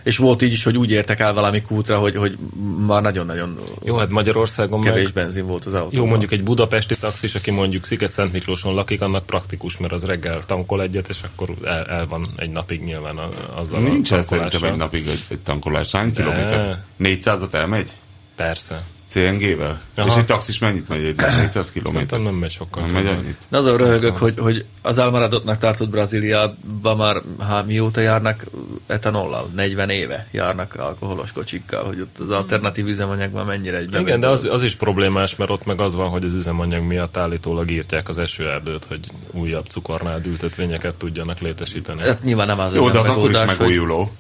[SPEAKER 3] És volt így is, hogy úgy értek el valami kútra, hogy, hogy már nagyon-nagyon
[SPEAKER 2] Jó, hát Magyarországon
[SPEAKER 3] kevés
[SPEAKER 2] meg
[SPEAKER 3] benzin volt az autó.
[SPEAKER 2] Jó, mondjuk egy budapesti taxis, aki mondjuk Sziget-Szent Miklóson lakik, annak praktikus, mert az reggel tankol egyet, és akkor el, el van egy napig nyilván a- azzal
[SPEAKER 4] Nincsen
[SPEAKER 2] a
[SPEAKER 4] szerintem
[SPEAKER 2] tankolással.
[SPEAKER 4] egy napig egy, egy tankolás. Hány kilométer? 400-at elmegy?
[SPEAKER 2] Persze.
[SPEAKER 4] CNG-vel?
[SPEAKER 2] Aha.
[SPEAKER 4] És egy taxis mennyit megy? Egy 400 kilométer?
[SPEAKER 2] Szerintem nem megy sokkal.
[SPEAKER 4] Nem megy
[SPEAKER 2] többet.
[SPEAKER 4] annyit?
[SPEAKER 3] De
[SPEAKER 2] Hát
[SPEAKER 3] azon röhögök, hogy, hogy az elmaradottnak tartott Brazíliában már hát mióta járnak etanollal? 40 éve járnak alkoholos kocsikkal, hogy ott az alternatív üzemanyag már mennyire egy
[SPEAKER 2] Igen,
[SPEAKER 3] bevett
[SPEAKER 2] de az, az is problémás, mert ott meg az van, hogy az üzemanyag miatt állítólag írtják az esőerdőt, hogy újabb cukornád ültetvényeket tudjanak létesíteni.
[SPEAKER 3] Hát nyilván nem az
[SPEAKER 4] Jó, de
[SPEAKER 3] lenne
[SPEAKER 4] az akkor is
[SPEAKER 3] megoldás, hogy-
[SPEAKER 4] megújuló.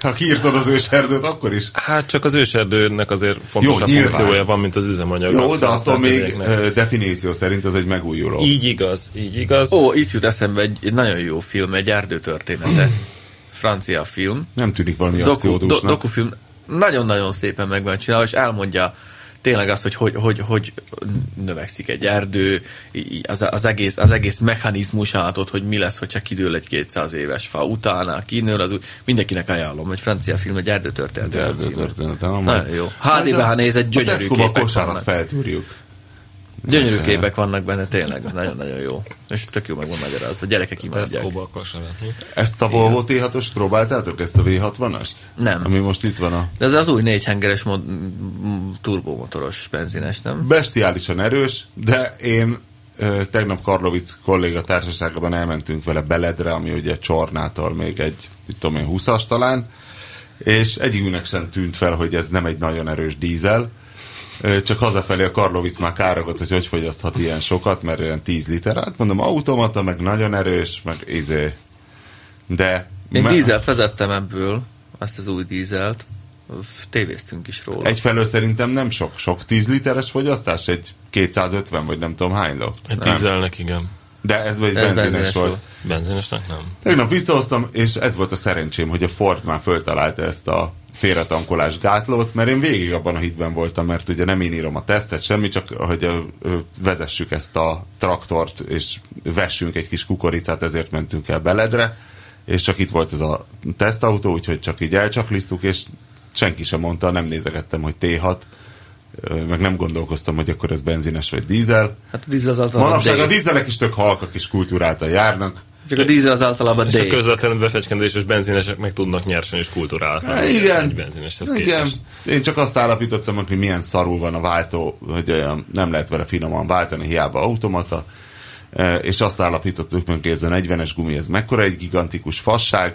[SPEAKER 4] Ha kiírtad az őserdőt, akkor is.
[SPEAKER 2] Hát csak az őserdőnek azért fontosabb
[SPEAKER 4] nyilván.
[SPEAKER 2] funkciója van, mint az üzemanyag.
[SPEAKER 4] Jó, de attól még
[SPEAKER 2] Feltételeknek.
[SPEAKER 4] ö, definíció szerint az egy megújuló.
[SPEAKER 2] Így igaz, így igaz.
[SPEAKER 3] Ó, itt jut eszembe egy, egy nagyon jó film, egy erdő története. Francia film.
[SPEAKER 4] Nem tűnik valami
[SPEAKER 3] Doku, do,
[SPEAKER 4] akciódúsnak.
[SPEAKER 3] dokufilm. Nagyon-nagyon szépen meg van csinálva, és elmondja tényleg azt, hogy hogy, hogy, hogy növekszik egy erdő, í- í- az, az, egész, az egész mechanizmus átod, hogy mi lesz, hogyha kidől egy 200 éves fa utána, kinől, az úgy, mindenkinek ajánlom, hogy francia film, egy erdő történet.
[SPEAKER 4] Erdő története. nem?
[SPEAKER 3] Nagyon jó.
[SPEAKER 4] Hát
[SPEAKER 3] HD-ben,
[SPEAKER 4] a-
[SPEAKER 3] ha nézed,
[SPEAKER 4] A
[SPEAKER 3] gyönyörű
[SPEAKER 4] Tesco-ba
[SPEAKER 3] képek
[SPEAKER 4] kosárat
[SPEAKER 3] vannak.
[SPEAKER 4] feltűrjük.
[SPEAKER 3] Gyönyörű képek vannak benne, tényleg, nagyon-nagyon jó. És tök jó meg van magyarázva, gyerekek imádják.
[SPEAKER 2] Tesco-ba akar se venni.
[SPEAKER 4] Ezt a Volvo T6-os próbáltátok? Ezt a V60-ast?
[SPEAKER 3] Nem.
[SPEAKER 4] Ami most itt van a...
[SPEAKER 3] De ez az új négyhengeres mod- m- turbomotoros benzines, nem?
[SPEAKER 4] Bestiálisan erős, de én ö, tegnap Karlovic kolléga társaságában elmentünk vele Beledre, ami ugye Csornától még egy, mit tudom én, 20-as talán, és egyikünknek sem tűnt fel, hogy ez nem egy nagyon erős dízel, Ö, csak hazafelé a Karlovic már károgott, hogy hogy fogyaszthat ilyen sokat, mert olyan 10 liter. Hát mondom, automata, meg nagyon erős, meg izé. De...
[SPEAKER 3] Én
[SPEAKER 4] me-
[SPEAKER 3] dízelt vezettem ebből, azt az új dízelt. f- tévéztünk is róla.
[SPEAKER 4] Egyfelől szerintem nem sok, sok 10 literes fogyasztás, egy 250 vagy nem tudom hány ló.
[SPEAKER 2] Egy dízelnek, igen.
[SPEAKER 4] De ez vagy
[SPEAKER 3] Ez
[SPEAKER 4] benzines,
[SPEAKER 3] benzines
[SPEAKER 4] volt.
[SPEAKER 3] volt.
[SPEAKER 2] Benzinesnek nem.
[SPEAKER 4] Tegnap visszahoztam, és ez volt a szerencsém, hogy a Ford már föltalálta ezt a félretankolás gátlót, mert én végig abban a hitben voltam, mert ugye nem én írom a tesztet, semmi, csak hogy ö, ö, vezessük ezt a traktort, és vessünk egy kis kukoricát, ezért mentünk el Beledre, és csak itt volt ez a tesztautó, úgyhogy csak így elcsaklisztuk, és senki sem mondta, nem nézegettem, hogy T6, ö, meg nem gondolkoztam, hogy akkor ez benzines vagy dízel.
[SPEAKER 3] Hát a dízel az általában
[SPEAKER 4] Manapság a
[SPEAKER 3] D.
[SPEAKER 4] dízelek is tök halkak és kultúráltan járnak,
[SPEAKER 3] Csak a dízel az általában
[SPEAKER 2] És a
[SPEAKER 3] D.
[SPEAKER 2] közvetlen befecskendéses benzinesek meg tudnak nyersen és kulturáltan.
[SPEAKER 4] Hát igen.
[SPEAKER 2] Egy benzineshez
[SPEAKER 4] Igen.
[SPEAKER 2] képest.
[SPEAKER 4] Én csak azt állapítottam, meg, hogy milyen szarul van a váltó, hogy olyan nem lehet vele finoman váltani, hiába automata. E, És azt állapítottuk meg, hogy ez a 40-es gumi, ez mekkora egy gigantikus fasság,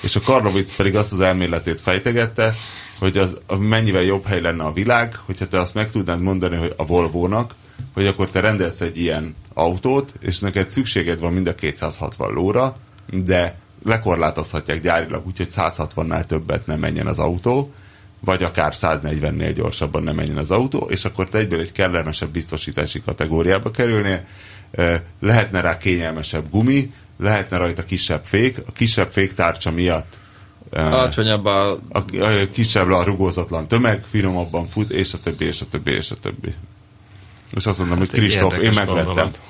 [SPEAKER 4] és a Karlovic pedig azt az elméletét fejtegette, hogy az mennyivel jobb hely lenne a világ, hogyha te azt meg tudnád mondani hogy a Volvónak, hogy akkor te rendelsz egy ilyen autót, és neked szükséged van mind a 260 lóra, de lekorlátozhatják gyárilag, úgyhogy 160-nál többet nem menjen az autó, vagy akár 140-nél gyorsabban nem menjen az autó, és akkor te egyből egy kellemesebb biztosítási kategóriába kerülnél, Ö, lehetne rá kényelmesebb gumi, lehetne rajta kisebb fék, a kisebb féktárcsa miatt
[SPEAKER 3] Alacsonyabb a
[SPEAKER 4] a, a kisebb a rugózatlan tömeg, finomabban fut, és a többi, és a többi, és a többi. És azt mondom, hogy
[SPEAKER 2] Hát egy
[SPEAKER 4] Kristóf, én
[SPEAKER 2] érdekes
[SPEAKER 4] megvettem.
[SPEAKER 2] gondolat.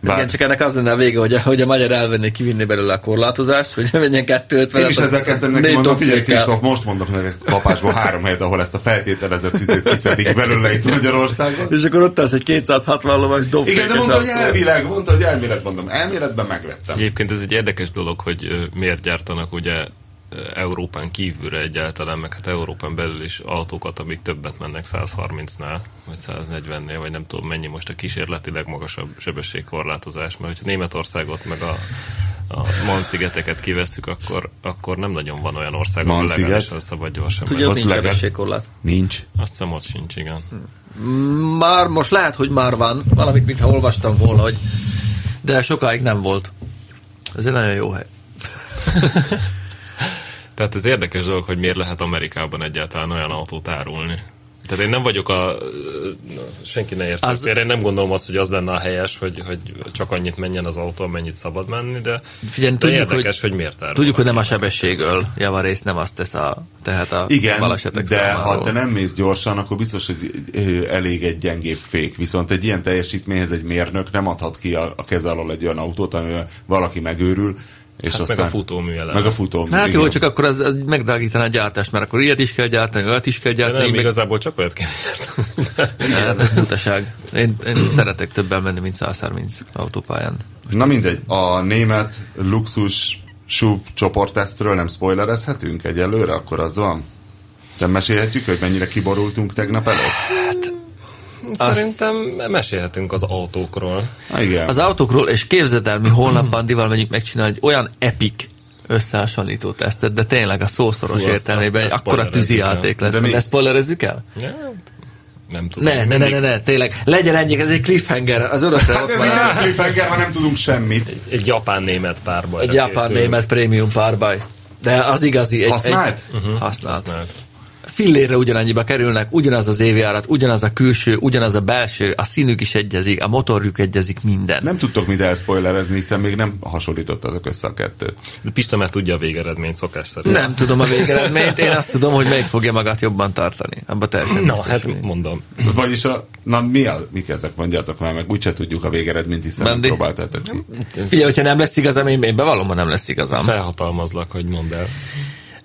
[SPEAKER 4] Bár,
[SPEAKER 3] Igen, csak ennek az lenne a vége, hogy a, hogy a magyar elvenné kivinni belőle a korlátozást, hogy menjen 250
[SPEAKER 4] Én is ezzel kezdtem neki mondom, figyelj Kristóf, most mondok neked kapásból három helyet, ahol ezt a feltételezett tüzét kiszedik belőle itt Magyarországon.
[SPEAKER 3] És akkor ott állsz egy 260 lovas dob.
[SPEAKER 4] Igen, de mondta, hogy elvileg, mondta, hogy elmélet, mondom, elméletben megvettem.
[SPEAKER 2] Egyébként ez egy érdekes dolog, hogy ö, miért gyártanak ugye ö, Európán kívülre egyáltalán, meg hát Európán belül is autókat, amik többet mennek 130-nál, vagy 140-nél, vagy nem tudom mennyi most a kísérletileg magasabb sebességkorlátozás, mert hogyha Németországot meg a a Mann-szigeteket kivesszük, akkor, akkor nem nagyon van olyan ország, ahol
[SPEAKER 4] Mann-sziget?
[SPEAKER 2] legalábbis szabad gyorsan
[SPEAKER 3] Tudja,
[SPEAKER 2] menni.
[SPEAKER 3] ott
[SPEAKER 4] Ott
[SPEAKER 3] nincs
[SPEAKER 4] legalább-
[SPEAKER 3] sebességkorlát.
[SPEAKER 4] Nincs.
[SPEAKER 2] Azt hiszem, ott sincs, igen.
[SPEAKER 3] Már most lehet, hogy már van, valamit, mintha olvastam volna, hogy de sokáig nem volt. Ez egy nagyon jó hely.
[SPEAKER 2] Tehát ez érdekes dolog, hogy miért lehet Amerikában egyáltalán olyan autót árulni. Tehát én nem vagyok a... Senki ne értsek
[SPEAKER 3] Az-
[SPEAKER 2] az... Én nem gondolom azt, hogy az lenne a helyes, hogy, hogy csak annyit menjen az autó, amennyit szabad menni, de,
[SPEAKER 3] Figyelj,
[SPEAKER 2] de
[SPEAKER 3] tudjuk,
[SPEAKER 2] érdekes, hogy, hogy miért árul.
[SPEAKER 3] Tudjuk, hogy nem a sebességöl javarészt nem azt tesz a, tehát a
[SPEAKER 4] Igen,
[SPEAKER 3] balesetek
[SPEAKER 4] de ha
[SPEAKER 3] számáról.
[SPEAKER 4] te nem mész gyorsan, akkor biztos, hogy ö, elég egy gyengébb fék. Viszont egy ilyen teljesítményhez egy mérnök nem adhat ki a, a keze alól egy olyan autót, amivel valaki megőrül, és
[SPEAKER 2] Hát
[SPEAKER 4] aztán...
[SPEAKER 2] meg a futómű elem.
[SPEAKER 4] Meg a futó.
[SPEAKER 3] Hát jó, csak akkor az, az megdrágítaná a gyártást, mert akkor ilyet is kell gyártani, olyat is kell
[SPEAKER 2] De
[SPEAKER 3] gyártani.
[SPEAKER 2] nem,
[SPEAKER 3] meg-
[SPEAKER 2] igazából csak olyat kell gyártani.
[SPEAKER 3] Hát ez butaság. Én, én szeretek többen menni, mint 130 autópályán.
[SPEAKER 4] Na mindegy, a német luxus SUV csoporttesztről nem spoilerezhetünk egyelőre, akkor az van. Nem mesélhetjük, hogy mennyire kiborultunk tegnap előtt?
[SPEAKER 2] Szerintem mesélhetünk az autókról.
[SPEAKER 4] Na igen.
[SPEAKER 3] Az autókról, és képzeld el, mi holnap Bandival megyünk megcsinálni egy olyan epic összehasonlító tesztet, de tényleg a szószoros
[SPEAKER 2] Hú, azt-
[SPEAKER 3] értelmében
[SPEAKER 2] azt-
[SPEAKER 3] egy
[SPEAKER 2] azt
[SPEAKER 3] akkora tűzi
[SPEAKER 2] spoilerezzük el.
[SPEAKER 3] játék lesz.
[SPEAKER 4] De
[SPEAKER 3] De
[SPEAKER 4] mi-
[SPEAKER 3] mi? Ezt spoilerezzük el?
[SPEAKER 2] Ja, hát nem tudom.
[SPEAKER 3] Ne, ne, ne, ne, ne, tényleg. Legyen ennyi, ez egy cliffhanger, az örökre
[SPEAKER 4] Hát
[SPEAKER 3] ott
[SPEAKER 4] ez
[SPEAKER 3] van.
[SPEAKER 4] így nem cliffhanger, ha nem tudunk semmit.
[SPEAKER 2] Egy japán-német párbaj.
[SPEAKER 3] Egy japán-német prémium párbaj. De az igazi. Egy,
[SPEAKER 4] Használt?
[SPEAKER 3] Egy, uh-huh. Használt.
[SPEAKER 2] Hát,
[SPEAKER 3] Fillérre ugyanannyiba kerülnek, ugyanaz az évjárat, ugyanaz a külső, ugyanaz a belső, a színük is egyezik, a motorjuk egyezik, minden.
[SPEAKER 4] Nem tudtok mit elspoilerezni, hiszen még nem hasonlítottatok össze a kettőt.
[SPEAKER 2] Pista már tudja a végeredményt szokás szerint.
[SPEAKER 3] Nem tudom a végeredményt, én azt tudom, hogy melyik fogja magát jobban tartani. Abba teljesen
[SPEAKER 2] Na,
[SPEAKER 3] no, hát,
[SPEAKER 2] hát mondom.
[SPEAKER 4] Vagyis a, na mi, a, mik ezek, mondjátok már meg, úgyse tudjuk a végeredményt, hiszen nem
[SPEAKER 3] Bandi?
[SPEAKER 4] próbáltátok ki.
[SPEAKER 3] Figyelj, hogyha nem lesz igazam, én, én bevallom, ha nem lesz igazam.
[SPEAKER 2] Felhatalmazlak, hogy mondd el.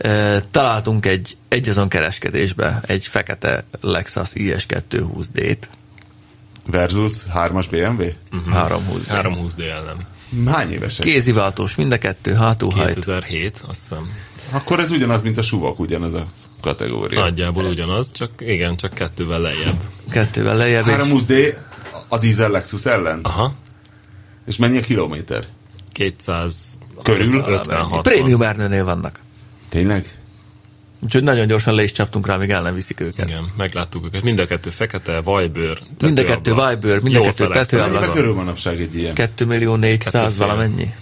[SPEAKER 3] Ö, Találtunk egy egyazon kereskedésbe egy fekete Lexus IS220D-t.
[SPEAKER 4] Versus 3-as BMW?
[SPEAKER 3] Mhm. 320
[SPEAKER 2] 320 DL nem.
[SPEAKER 4] Hány évesek?
[SPEAKER 3] Kéziváltós mind a kettő, hátulhajt.
[SPEAKER 2] 2007, azt hiszem.
[SPEAKER 4] Akkor ez ugyanaz, mint a suvak, ugyanaz a kategória.
[SPEAKER 2] Nagyjából ugyanaz, csak igen, csak kettővel lejjebb.
[SPEAKER 3] Kettővel lejjebb. és-
[SPEAKER 4] 320D a dízel Lexus ellen?
[SPEAKER 2] Aha.
[SPEAKER 4] És mennyi a kilométer?
[SPEAKER 2] 200
[SPEAKER 4] Körül?
[SPEAKER 2] 56.
[SPEAKER 3] Prémium ernőnél vannak.
[SPEAKER 4] Tényleg?
[SPEAKER 3] Úgyhogy nagyon gyorsan le is csaptunk rá, míg el nem viszik őket. Igen.
[SPEAKER 2] Igen, megláttuk őket. Mind a kettő fekete, vajbőr. tetőablak.
[SPEAKER 3] Mind a kettő vajbőr, mind a
[SPEAKER 2] Jól
[SPEAKER 3] kettő
[SPEAKER 2] felejtettem.
[SPEAKER 3] tetőablak.
[SPEAKER 4] Mennyibe
[SPEAKER 3] Ablagon.
[SPEAKER 4] körül manapság egy ilyen?
[SPEAKER 3] 2 millió 400
[SPEAKER 2] Kettő fél.
[SPEAKER 3] valamennyi.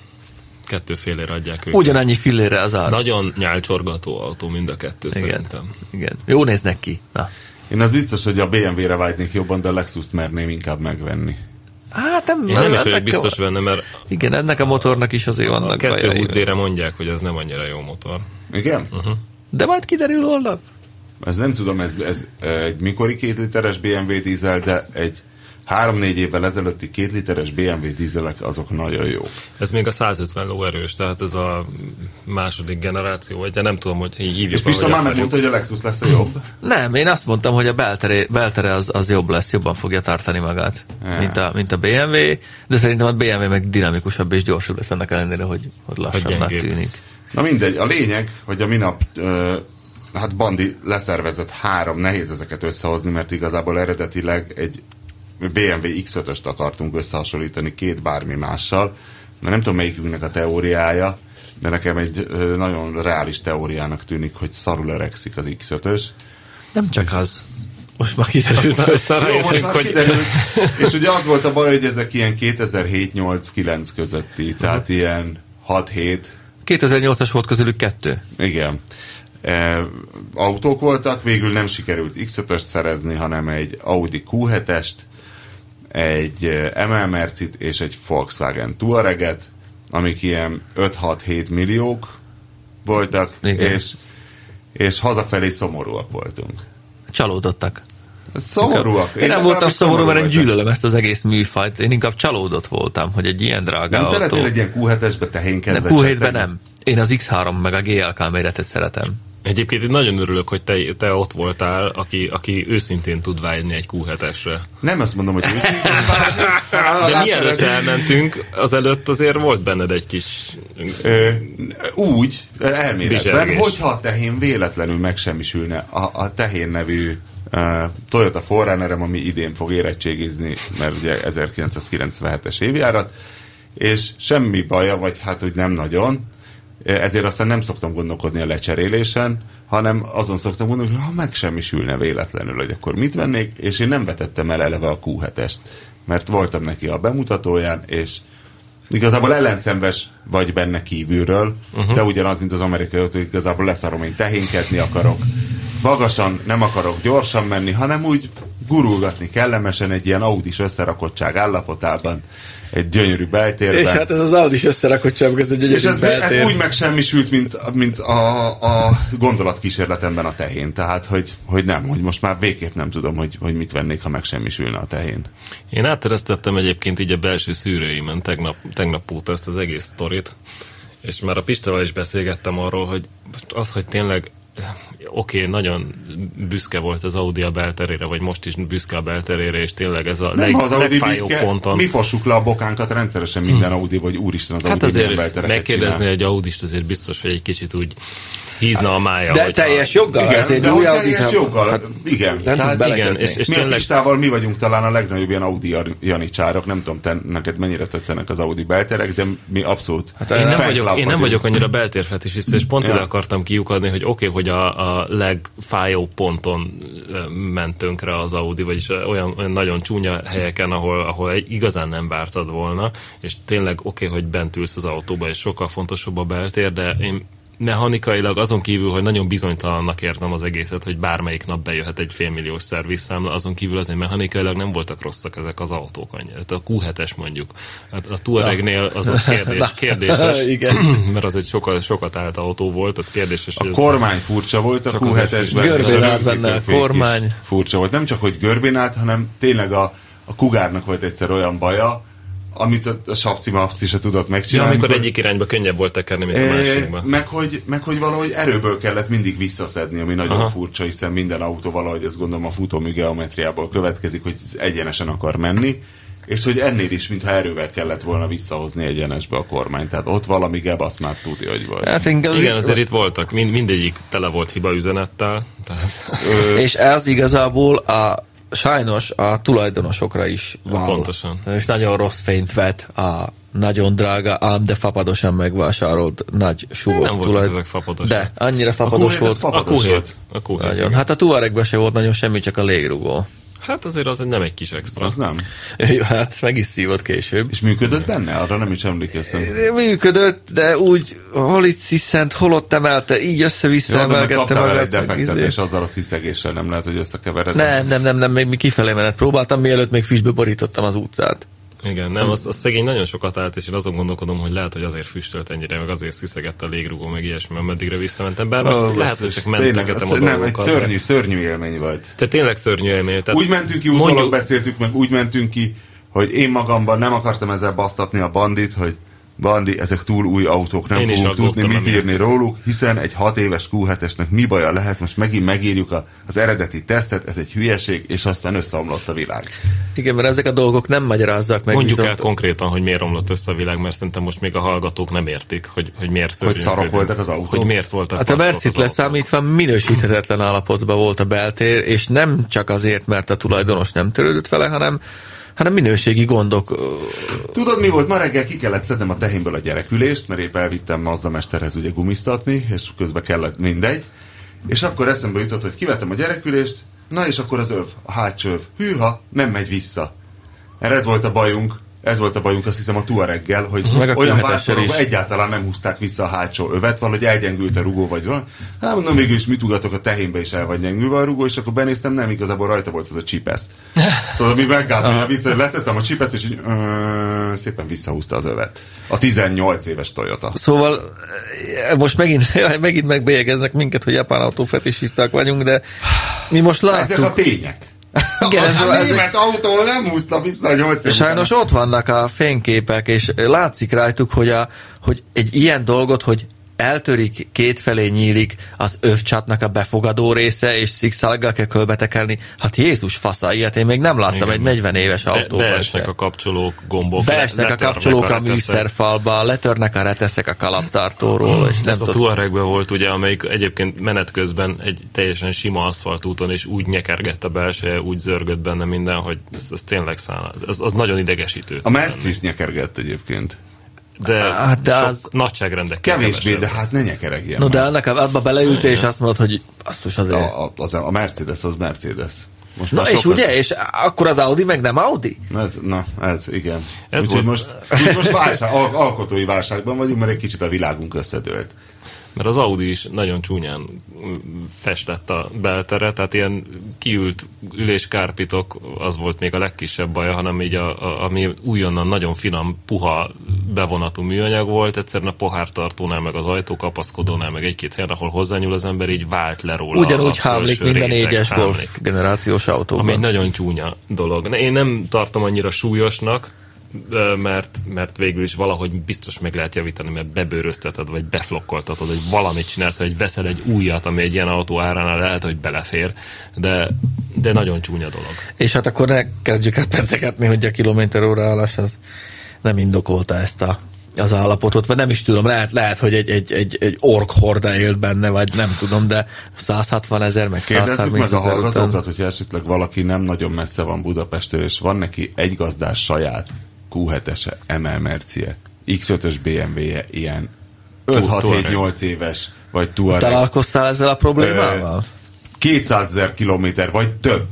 [SPEAKER 2] kettő félére adják őket.
[SPEAKER 3] Ugyanannyi fillére az ára.
[SPEAKER 2] Nagyon nyálcsorgató autó mind a kettő Igen.
[SPEAKER 3] igen,
[SPEAKER 2] szerintem.
[SPEAKER 3] igen. Jó néznek ki. Na.
[SPEAKER 4] Én az biztos, hogy a BMW-re vágynék jobban, de a Lexus-t merném inkább megvenni.
[SPEAKER 3] Hát nem,
[SPEAKER 2] Én nem is
[SPEAKER 3] ennek
[SPEAKER 2] vagyok biztos
[SPEAKER 3] jó-
[SPEAKER 2] benne, mert
[SPEAKER 3] Igen, ennek a motornak is azért
[SPEAKER 2] a
[SPEAKER 3] vannak bajai.
[SPEAKER 2] 220D-re mondják, hogy ez nem annyira jó motor.
[SPEAKER 4] Igen? Uh-huh.
[SPEAKER 3] De majd kiderül holnap.
[SPEAKER 4] Ez nem tudom, ez, ez egy mikori két literes BMW dízel, de egy három-négy évvel ezelőtti két literes BMW dízelek azok nagyon jók.
[SPEAKER 2] Ez még a 150 lóerős, tehát ez a második generáció, vagy de nem tudom, hogy így hívjuk.
[SPEAKER 4] És Pista
[SPEAKER 2] ahogy
[SPEAKER 4] már
[SPEAKER 2] akarjuk.
[SPEAKER 4] megmondta, hogy a Lexus lesz a jobb.
[SPEAKER 3] Nem, én azt mondtam, hogy a beltere, beltere az, az jobb lesz, jobban fogja tartani magát, mint a, mint a BMW, de szerintem a BMW meg dinamikusabb és gyorsabb lesz ennek ellenére, hogy, hogy lassabbnak
[SPEAKER 2] gyengébb.
[SPEAKER 3] tűnik.
[SPEAKER 4] Na mindegy, a lényeg, hogy a minap ö, hát Bandi leszervezett három, nehéz ezeket összehozni, mert igazából eredetileg egy BMW X5-öst akartunk összehasonlítani két bármi mással, mert nem tudom melyikünknek a teóriája, de nekem egy ö, nagyon reális teóriának tűnik, hogy szarul öregszik az X5-ös.
[SPEAKER 3] Nem csak az. Most már kiderült.
[SPEAKER 2] Aztán, aztán
[SPEAKER 4] Jó, most
[SPEAKER 2] rájöttünk,
[SPEAKER 4] már
[SPEAKER 2] hogy
[SPEAKER 4] kiderült. És ugye az volt a baj, hogy ezek ilyen 2007-8-9 közötti, tehát ilyen 6-7
[SPEAKER 3] 2008-as volt közülük kettő.
[SPEAKER 4] Igen. E, autók voltak, végül nem sikerült X5-öst szerezni, hanem egy Audi Q7-est, egy eh, ML Mercit és egy Volkswagen Touareget, amik ilyen 5-6-7 milliók voltak,
[SPEAKER 3] Igen.
[SPEAKER 4] és, és hazafelé szomorúak voltunk.
[SPEAKER 3] Csalódottak.
[SPEAKER 4] Szomorúak.
[SPEAKER 3] Én, én nem voltam
[SPEAKER 4] legalábbis
[SPEAKER 3] szomorú, mert én
[SPEAKER 4] voltam.
[SPEAKER 3] gyűlölöm ezt az egész műfajt. Én inkább csalódott voltam, hogy egy ilyen drága
[SPEAKER 4] Nem
[SPEAKER 3] autó.
[SPEAKER 4] szeretnél egy ilyen Q7-esbe
[SPEAKER 3] De
[SPEAKER 4] tehénkedve?
[SPEAKER 3] Q7-ben nem. Én az X3 meg a GLK méretet szeretem.
[SPEAKER 2] Egyébként én nagyon örülök, hogy te, te ott voltál, aki, aki őszintén tud vágyni egy Q7-esre.
[SPEAKER 4] Nem azt mondom, hogy őszintén vágyni, hanem
[SPEAKER 2] De
[SPEAKER 4] alá
[SPEAKER 2] mielőtt
[SPEAKER 4] szeretném.
[SPEAKER 2] elmentünk, azelőtt azért volt benned egy kis...
[SPEAKER 4] Ö, úgy, elméletben,
[SPEAKER 2] Viselgés.
[SPEAKER 4] hogyha a tehén véletlenül megsemmisülne, a, a tehén nevű uh, Toyota Forerunnerem, ami idén fog érettségizni, mert ugye 1997-es évjárat, és semmi baja, vagy hát úgy nem nagyon, ezért aztán nem szoktam gondolkodni a lecserélésen, hanem azon szoktam gondolni, hogy ha megsemmisülne véletlenül, hogy akkor mit vennék, és én nem vetettem el eleve a Q7-est, mert voltam neki a bemutatóján, és igazából ellenszenves vagy benne kívülről, uh-huh. de ugyanaz, mint az amerikai autó, igazából leszarom, én tehénkedni akarok, magasan nem akarok gyorsan menni, hanem úgy gurulgatni kellemesen egy ilyen audis összerakottság állapotában, egy gyönyörű beltérben.
[SPEAKER 5] És hát ez az Audi is összerakottság, ez egy
[SPEAKER 4] És
[SPEAKER 5] egyedi
[SPEAKER 4] ez, ez
[SPEAKER 5] beltér.
[SPEAKER 4] úgy megsemmisült, mint, mint a, a gondolatkísérletemben a tehén. Tehát, hogy, hogy nem, hogy most már végképp nem tudom, hogy, hogy mit vennék, ha megsemmisülne a tehén.
[SPEAKER 2] Én átteresztettem egyébként így a belső szűrőimen tegnap, tegnap óta ezt az egész sztorit, és már a Pistával is beszélgettem arról, hogy most az, hogy tényleg oké, okay, nagyon büszke volt az Audi a belterére, vagy most is büszke a belterére, és tényleg ez a
[SPEAKER 4] Nem
[SPEAKER 2] leg,
[SPEAKER 4] ha az Audi
[SPEAKER 2] legfájóbb
[SPEAKER 4] büszke,
[SPEAKER 2] ponton. Hm.
[SPEAKER 4] mi fossuk le a bokánkat rendszeresen minden Audi, vagy úristen az
[SPEAKER 2] Hát
[SPEAKER 4] Audi milyen
[SPEAKER 2] azért
[SPEAKER 4] beltereket
[SPEAKER 2] megkérdezni
[SPEAKER 4] csinál.
[SPEAKER 2] egy audist azért biztos, hogy egy kicsit úgy hízna a mája.
[SPEAKER 5] De
[SPEAKER 2] hogyha-
[SPEAKER 5] teljes joggal,
[SPEAKER 4] Igen,
[SPEAKER 5] ez egy
[SPEAKER 4] de
[SPEAKER 5] új
[SPEAKER 4] hogy
[SPEAKER 5] Audi. hát-
[SPEAKER 4] teljes joggal, igen.
[SPEAKER 5] nem tudsz bele-
[SPEAKER 2] Hát Igen, és, és
[SPEAKER 4] mi a
[SPEAKER 2] tényleg
[SPEAKER 4] Pistával mi vagyunk talán a legnagyobb ilyen Audi jar- janicsárok, nem tudom, te, neked mennyire tetszenek az Audi belterek, de mi abszolút hát,
[SPEAKER 2] Én nem, vagyok, én nem vagyok annyira beltérfetisista, és pont
[SPEAKER 4] Ja.
[SPEAKER 2] ja. ide akartam kiukadni, hogy oké, okay, hogy a, a legfájóbb ponton ö, ment tönkre az Audi, vagyis ö, olyan, olyan nagyon csúnya helyeken, ahol, ahol egy- igazán nem vártad volna, és tényleg oké, okay, hogy bent ülsz az autóba, és sokkal fontosabb a beltér, de én mechanikailag azon kívül, hogy nagyon bizonytalannak értem az egészet, hogy bármelyik nap bejöhet egy félmilliós szervizszámla, azon kívül azért mechanikailag nem voltak rosszak ezek az autók annyira. Tehát a Q7-es mondjuk. Hát a Touaregnél az a kérdés, kérdéses,
[SPEAKER 5] Igen.
[SPEAKER 2] mert az egy sokat, sokat állt autó volt, az kérdéses, hogy
[SPEAKER 4] A
[SPEAKER 2] ez-
[SPEAKER 4] kormány furcsa volt a
[SPEAKER 2] Csak az
[SPEAKER 4] Q7-esben.
[SPEAKER 3] egy- Görbén
[SPEAKER 4] és
[SPEAKER 3] állt benne a
[SPEAKER 4] rögzítőfék is
[SPEAKER 3] kormány.
[SPEAKER 4] Furcsa volt. Nem csak, hogy görbén állt, hanem tényleg a, a kugárnak volt egyszer olyan baja, amit a, a sapcima azt is se tudott
[SPEAKER 2] ja,
[SPEAKER 4] megcsinálni.
[SPEAKER 2] amikor egyik irányba könnyebb volt tekerni, mint a
[SPEAKER 4] E,
[SPEAKER 2] másikba.
[SPEAKER 4] meg, hogy, meg hogy valahogy erőből kellett mindig visszaszedni, ami nagyon Aha. furcsa, hiszen minden autó valahogy, ezt gondolom a futómű geometriából következik, hogy egyenesen akar menni, és hogy ennél is, mintha erővel kellett volna visszahozni egyenesbe a kormány. Tehát ott valami gebasz már tudja, hogy volt.
[SPEAKER 3] Hát inkább
[SPEAKER 2] Igen, azért itt voltak, mind, mindegyik tele volt hiba üzenettel. Tehát,
[SPEAKER 3] És ez igazából a, sajnos a tulajdonosokra is vál.
[SPEAKER 2] Pontosan.
[SPEAKER 3] És nagyon rossz fényt vet a nagyon drága, ám de fapadosan megvásárolt nagy súgok
[SPEAKER 2] Nem voltak ezek fapadosak.
[SPEAKER 3] De, annyira
[SPEAKER 4] Hú,
[SPEAKER 3] fapados
[SPEAKER 4] ez
[SPEAKER 3] volt.
[SPEAKER 4] fapados
[SPEAKER 2] a Q7.
[SPEAKER 4] volt.
[SPEAKER 2] A Q7.
[SPEAKER 3] Nagyon. Hát a Tuaregben se volt nagyon semmi, csak a légrugó.
[SPEAKER 2] Hát azért az egy- nem egy kis extra.
[SPEAKER 4] Az nem.
[SPEAKER 3] Jó, hát meg is szívott később.
[SPEAKER 4] És működött benne? Arra nem is emlékeztem.
[SPEAKER 3] Működött, de úgy hol itt sziszent, hol ott emelte, így össze-vissza
[SPEAKER 4] Jó, de meg
[SPEAKER 3] emelgette
[SPEAKER 4] kaptál vele egy
[SPEAKER 3] magát, meg
[SPEAKER 4] defektet,
[SPEAKER 3] izé.
[SPEAKER 4] és azzal a sziszegéssel nem lehet, hogy összekevered.
[SPEAKER 3] Nem, nem, nem, nem, még mi kifelé menet próbáltam, mielőtt még füstbe borítottam az utcát.
[SPEAKER 2] Igen, nem, az, az szegény nagyon sokat állt, és én azon gondolkodom, hogy lehet, hogy azért füstölt ennyire, meg azért sziszegett a légrugó, meg ilyesmi, mert meddigre visszamentem. Bár most
[SPEAKER 4] Ó,
[SPEAKER 2] lehet, hogy
[SPEAKER 4] basszus,
[SPEAKER 2] csak
[SPEAKER 4] tényleg,
[SPEAKER 2] mentegetem a
[SPEAKER 4] az- nem, egy
[SPEAKER 2] dolgokat.
[SPEAKER 4] szörnyű, szörnyű élmény volt.
[SPEAKER 2] Te tényleg szörnyű élmény. Tehát
[SPEAKER 4] Úgy mentünk ki,
[SPEAKER 2] mondjuk-
[SPEAKER 4] utólag beszéltük meg, úgy mentünk ki, hogy én magamban nem akartam ezzel basztatni a bandit, hogy Bandi, ezek túl új autók, nem
[SPEAKER 2] Én is
[SPEAKER 4] fogunk
[SPEAKER 2] aggódtam
[SPEAKER 4] tudni mit
[SPEAKER 2] emiatt.
[SPEAKER 4] írni róluk, hiszen egy 6 éves Q7-esnek mi baja lehet, most megint megírjuk a, az eredeti tesztet, ez egy hülyeség, és aztán összeomlott a világ.
[SPEAKER 3] Igen, mert ezek a dolgok nem magyarázzák meg.
[SPEAKER 2] Mondjuk el
[SPEAKER 3] viszont,
[SPEAKER 2] konkrétan, hogy miért romlott össze a világ, mert szerintem most még a hallgatók nem értik, hogy, hogy miért szörnyűködünk.
[SPEAKER 4] szarok voltak az autók.
[SPEAKER 2] Hogy miért voltak
[SPEAKER 3] Hát a
[SPEAKER 2] pacok
[SPEAKER 3] Mercit
[SPEAKER 2] az autók.
[SPEAKER 3] leszámítva minősíthetetlen állapotban volt a beltér, és nem csak azért, mert a tulajdonos nem törődött vele, hanem, hanem minőségi gondok. ö,
[SPEAKER 4] Tudod, mi volt? Ma reggel ki kellett szednem a tehénből a gyerekülést, mert épp elvittem Mazda mesterhez ugye gumiztatni, és közben kellett mindegy. És akkor eszembe jutott, hogy kivettem a gyerekülést, na és akkor az öv, a hátsó öv, hűha, nem megy vissza. Mert ez volt a bajunk, ez volt a bajunk, azt hiszem a Tuareggel, hogy
[SPEAKER 3] Meg a
[SPEAKER 4] olyan
[SPEAKER 3] Q7-essel
[SPEAKER 4] vásárokban
[SPEAKER 3] is.
[SPEAKER 4] egyáltalán nem húzták vissza a hátsó övet, valahogy elgyengült a rugó vagy valami. Hát mondom, végül is mit ugatok a tehénbe, és el vagy gyengülve a rugó, és akkor benéztem, nem igazából rajta volt az a csipeszt. Szóval mi meggátolja vissza, hogy leszettem a csipeszt, és így, ö, szépen visszahúzta az övet. A 18 éves Toyota.
[SPEAKER 3] Szóval eh, most megint, megint megbélyegeznek minket, hogy japán autófetisizták vagyunk, de mi most
[SPEAKER 4] Ezek
[SPEAKER 3] láttuk.
[SPEAKER 4] a tények.
[SPEAKER 3] Igen,
[SPEAKER 4] Igen,
[SPEAKER 3] ez-
[SPEAKER 4] a
[SPEAKER 3] ezek-
[SPEAKER 4] német autó nem húzta vissza a 8 év
[SPEAKER 3] Sajnos
[SPEAKER 4] után.
[SPEAKER 3] ott vannak a fényképek, és látszik rajtuk, hogy, a, hogy egy ilyen dolgot, hogy eltörik, kétfelé nyílik az övcsatnak a befogadó része, és szikszalaggal kell körbetekerni. Hát Jézus fasza, ilyet én még nem láttam
[SPEAKER 2] Igen.
[SPEAKER 3] egy 40 éves
[SPEAKER 2] Be-
[SPEAKER 3] autóban sem.
[SPEAKER 2] Beesnek a kapcsolók, gombok. le-
[SPEAKER 3] Beesnek a
[SPEAKER 2] letörnek
[SPEAKER 3] kapcsolók a
[SPEAKER 2] reteszek.
[SPEAKER 3] műszerfalba, letörnek a reteszek a kalaptartóról, és nem
[SPEAKER 2] Hm. Ez a
[SPEAKER 3] tudom.
[SPEAKER 2] Tuaregben volt ugye, amelyik egyébként menet közben egy teljesen sima aszfaltúton, és úgy nyekergett a belseje, úgy zörgött benne minden, hogy ez, ez tényleg száll. Az, az nagyon idegesítő.
[SPEAKER 4] A Merc is nyekergett egyébként.
[SPEAKER 2] De,
[SPEAKER 3] Hát, de
[SPEAKER 2] sok
[SPEAKER 3] az-
[SPEAKER 2] nagyságrendek.
[SPEAKER 4] Kevésbé, de hát ne nyekeregjen
[SPEAKER 3] No,
[SPEAKER 4] már.
[SPEAKER 3] de annak a, abba beleült, és azt mondod, hogy azt azért.
[SPEAKER 4] a, a, az, a Mercedes az Mercedes. Most
[SPEAKER 3] Na
[SPEAKER 4] már
[SPEAKER 3] és
[SPEAKER 4] sokat-
[SPEAKER 3] ugye, és akkor az Audi meg nem Audi?
[SPEAKER 4] Na ez, na, ez igen.
[SPEAKER 2] Ez
[SPEAKER 4] Ez Úgyhogy
[SPEAKER 2] volt.
[SPEAKER 4] most, úgy most válság, al- alkotói válságban vagyunk, mert egy kicsit a világunk összedőlt.
[SPEAKER 2] Mert az Audi is nagyon csúnyán mm, festett a beltere, tehát ilyen kiült üléskárpitok, az volt még a legkisebb baja, hanem így a, a, ami újonnan nagyon finom, puha bevonatú műanyag volt, egyszerűen a pohártartónál, meg az ajtókapaszkodónál, meg egy-két helyen, ahol hozzányúl az ember, így vált le róla.
[SPEAKER 3] Ugyanúgy
[SPEAKER 2] a felső
[SPEAKER 3] hámlik minden
[SPEAKER 2] réteg,
[SPEAKER 3] négyes
[SPEAKER 2] hámlik.
[SPEAKER 3] golf generációs
[SPEAKER 2] Ami egy
[SPEAKER 3] autóban.
[SPEAKER 2] nagyon csúnya dolog. Ne, Én nem tartom annyira súlyosnak, ö, mert, mert végül is valahogy biztos meg lehet javítani, mert bebőrözteted, vagy beflokkoltatod, vagy valamit csinálsz, vagy veszel egy újat, ami egy ilyen autó áránál lehet, hogy belefér, de, de nagyon csúnya dolog.
[SPEAKER 3] És hát akkor ne kezdjük el percegetni, hogy a kilométer óraállás az nem indokolta ezt a az állapotot, vagy nem is tudom, lehet, lehet hogy egy, egy, egy, egy ork horda élt benne, vagy nem tudom, de 160 ezer, meg
[SPEAKER 4] Kérdezzük
[SPEAKER 3] 130
[SPEAKER 4] meg a
[SPEAKER 3] ezer után.
[SPEAKER 4] hallgatókat, hogyha esetleg valaki nem nagyon messze van Budapestől, és van neki egy gazdás saját Q7-ese, ML Mercie, X5-ös BMW-je, ilyen 5-6-7-8 éves, vagy Touareg,
[SPEAKER 3] Találkoztál ezzel a problémával?
[SPEAKER 4] 200 ezer kilométer, vagy több,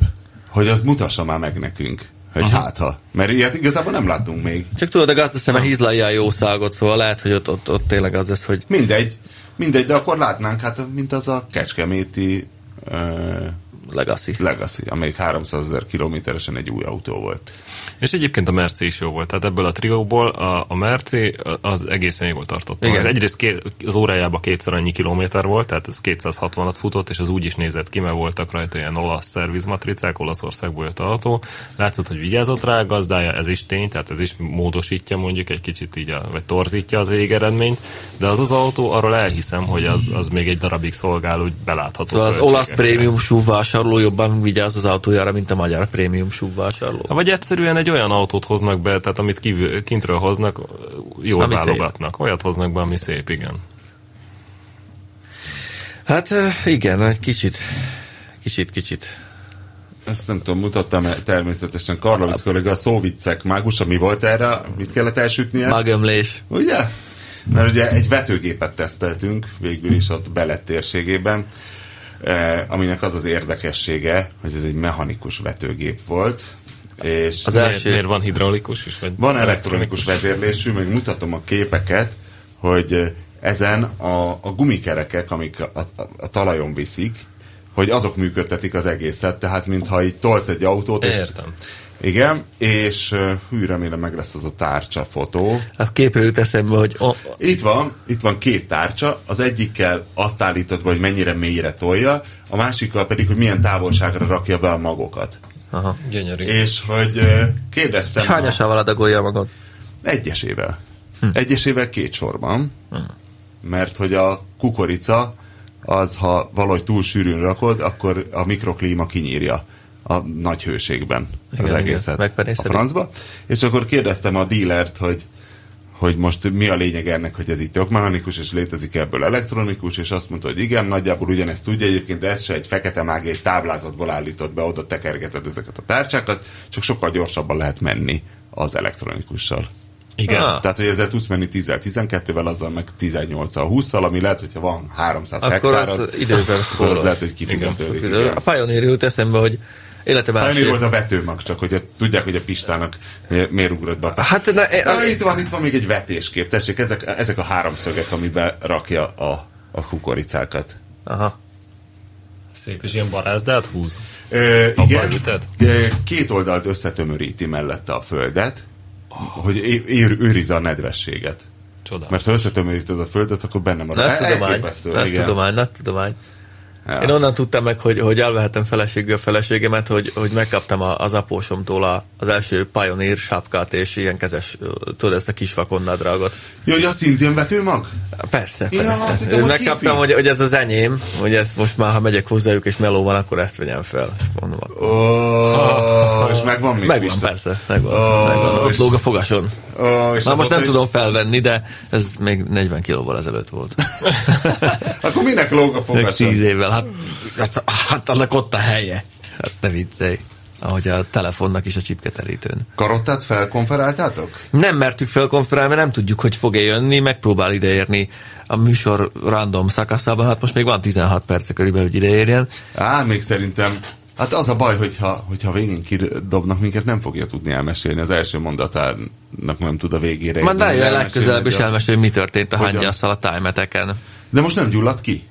[SPEAKER 4] hogy az mutassa már meg nekünk, hogy Aha. hát ha. Mert ilyet igazából nem láttunk még.
[SPEAKER 3] Csak tudod, a gazdaszeme hízlalja a jószágot, szóval lehet, hogy ott, ott, ott tényleg az lesz, hogy
[SPEAKER 4] Mindegy, mindegy, de akkor látnánk, hát mint az a kecskeméti uh,
[SPEAKER 3] legacy.
[SPEAKER 4] Legacy, amelyik 300 ezer kilométeresen egy új autó volt.
[SPEAKER 2] És egyébként a Merci is jó volt, tehát ebből a trióból a, a Merci az egészen jól tartott.
[SPEAKER 3] Igen.
[SPEAKER 2] Igen. Egyrészt ké, az órájában kétszer annyi kilométer volt, tehát ez 260-at futott, és az úgy is nézett ki, mert voltak rajta ilyen olasz szervizmatricák, Olaszországból jött a autó. Látszott, hogy vigyázott rá a gazdája, ez is tény, tehát ez is módosítja mondjuk egy kicsit így, a, vagy torzítja az végeredményt, de az az autó, arról elhiszem, hogy az, az még egy darabig szolgál, úgy belátható.
[SPEAKER 3] Szóval az olasz
[SPEAKER 2] költségekre.
[SPEAKER 3] prémium SUV vásárló jobban vigyáz az autójára, mint a magyar prémium SUV vásárló.
[SPEAKER 2] Ha Vagy egyszerűen egy olyan autót hoznak be, tehát amit kívül, kintről hoznak, jól
[SPEAKER 3] Ami
[SPEAKER 2] ami
[SPEAKER 3] szép.
[SPEAKER 2] válogatnak. Szép. Olyat hoznak be, ami szép, igen.
[SPEAKER 3] Hát eh, igen, egy kicsit, kicsit, kicsit.
[SPEAKER 4] Ezt nem tudom, mutattam -e természetesen Karlovic kollega a szóviccek mágusa, mi volt erre, mit kellett elsütnie?
[SPEAKER 3] Magömlés.
[SPEAKER 4] Ugye? Mert ugye egy vetőgépet teszteltünk végül is ott Belett térségében, eh, aminek az az érdekessége, hogy ez egy mechanikus vetőgép volt, és
[SPEAKER 3] Az
[SPEAKER 2] Miért,
[SPEAKER 3] első-
[SPEAKER 2] miért van hidraulikus is? Vagy
[SPEAKER 4] van elektronikus vezérlésű, még mutatom a képeket, hogy eh, ezen a, a gumikerekek, amik a, a, a talajon viszik, hogy azok működtetik az egészet, tehát mintha így tolsz egy autót, és,
[SPEAKER 2] Értem.
[SPEAKER 4] igen, és eh, hű, remélem meg lesz az a tárcsa fotó.
[SPEAKER 3] A képről jut eszembe, hogy o,
[SPEAKER 4] Itt van, itt van két tárcsa, az egyikkel azt állítod be, hogy mennyire mélyre tolja, a másikkal pedig, hogy milyen távolságra rakja be a magokat.
[SPEAKER 2] Gyönyörű.
[SPEAKER 4] És hogy ö, kérdeztem... a-
[SPEAKER 3] hányasával adagolja magad?
[SPEAKER 4] Egyesével. Hm. Egyesével két sorban, hm. mert hogy a kukorica az, ha valahogy túl sűrűn rakod, akkor a mikroklíma kinyírja a nagy hőségben igen, az
[SPEAKER 3] Igen, igen,
[SPEAKER 4] egészet a
[SPEAKER 3] megpenészedik.
[SPEAKER 4] francba. És akkor kérdeztem a dílert, hogy hogy most mi a lényeg ennek, hogy ez itt tök mechanikus, és létezik ebből elektronikus, és azt mondta, hogy igen, nagyjából ugyanezt tudja egyébként, de ez se egy fekete mágia, egy táblázatból állított be, oda tekergeted ezeket a tárcsákat, csak sokkal gyorsabban lehet menni az elektronikussal.
[SPEAKER 2] Igen.
[SPEAKER 3] Ah.
[SPEAKER 4] Tehát, hogy ezzel tudsz menni 10-el, 12-vel, azzal meg 18-al, 20-al, ami lehet, hogyha van 300
[SPEAKER 3] Akkor
[SPEAKER 4] hektárod,
[SPEAKER 3] az időben
[SPEAKER 4] akkor az
[SPEAKER 3] spórolt.
[SPEAKER 4] lehet, hogy kifizetődik. Igen.
[SPEAKER 3] A Pioneer jut eszembe, hogy életemben
[SPEAKER 4] Annyi
[SPEAKER 3] első...
[SPEAKER 4] volt a vetőmag, csak hogy tudják, hogy a Pistának mi- miért ugrott be.
[SPEAKER 3] Hát na,
[SPEAKER 4] Na,
[SPEAKER 3] e,
[SPEAKER 4] itt van, itt van még egy vetéskép. Tessék, ezek, ezek a háromszögek, amiben rakja a, a kukoricákat.
[SPEAKER 3] aha.
[SPEAKER 2] Szép, és ilyen barázdát húz.
[SPEAKER 4] Ö,
[SPEAKER 2] Abba
[SPEAKER 4] igen,
[SPEAKER 2] ülted?
[SPEAKER 4] Ö, két oldalt összetömöríti mellette a földet, hogy é- ér- őrizze a nedvességet.
[SPEAKER 2] Csodálatos.
[SPEAKER 4] Mert ha összetömöríted a földet, akkor benne marad.
[SPEAKER 3] Nagy tudomány,
[SPEAKER 4] E- Elképesztő,
[SPEAKER 3] nagy
[SPEAKER 4] igen.
[SPEAKER 3] tudomány, nagy tudomány.
[SPEAKER 4] Ja.
[SPEAKER 3] Én onnan tudtam meg, hogy, hogy elvehettem feleségül a feleségemet, hogy, hogy megkaptam a, az apósomtól a, az első Pioneer sápkát, és ilyen kezes, ö, tudod, ezt a kis vakonnadrágot.
[SPEAKER 4] Jó, hogy a szintén vetőmag?
[SPEAKER 3] Persze,
[SPEAKER 4] Ja, azt
[SPEAKER 3] persze.
[SPEAKER 4] hittem, hogy
[SPEAKER 3] megkaptam,
[SPEAKER 4] kifi.
[SPEAKER 3] hogy, hogy ez az enyém, hogy ezt most már, ha megyek hozzájuk, és meló van, akkor ezt vegyem fel. És mondom, akkor-
[SPEAKER 4] Oh, és megvan még
[SPEAKER 3] Megvan,
[SPEAKER 4] Pista?
[SPEAKER 3] persze, megvan.
[SPEAKER 4] Ó,
[SPEAKER 3] megvan. Ott
[SPEAKER 4] és-
[SPEAKER 3] lóg a fogason.
[SPEAKER 4] Ó, és
[SPEAKER 3] Na most
[SPEAKER 4] azóta
[SPEAKER 3] nem
[SPEAKER 4] is-
[SPEAKER 3] tudom felvenni, de ez még 40 kilóval ezelőtt volt.
[SPEAKER 4] Akkor minek lóg a
[SPEAKER 3] Még 10
[SPEAKER 4] fogasa?
[SPEAKER 3] évvel. Hát, hát, hát annak ott a helye. Hát ne viccelj. Ahogy a telefonnak is a csipketerítőn.
[SPEAKER 4] Karottát felkonferáltátok?
[SPEAKER 3] Nem mertük felkonferálni, mert nem tudjuk, hogy fog-e jönni, megpróbál ideérni a műsor random szakaszában, hát most még van 16 perce körülbelül, hogy ideérjen.
[SPEAKER 4] Á, még szerintem... Hát az a baj, hogyha, hogyha végén kidobnak minket, nem fogja tudni elmesélni. Az első mondatának nem tud a végére.
[SPEAKER 3] Már
[SPEAKER 4] érni,
[SPEAKER 3] ne jöjjön
[SPEAKER 4] elmesélni,
[SPEAKER 3] legközelebb, és
[SPEAKER 4] hogy a-
[SPEAKER 3] elmesél, hogy mi történt a
[SPEAKER 4] Hogyan?
[SPEAKER 3] hányjásszal a time
[SPEAKER 4] De most nem gyulladt ki?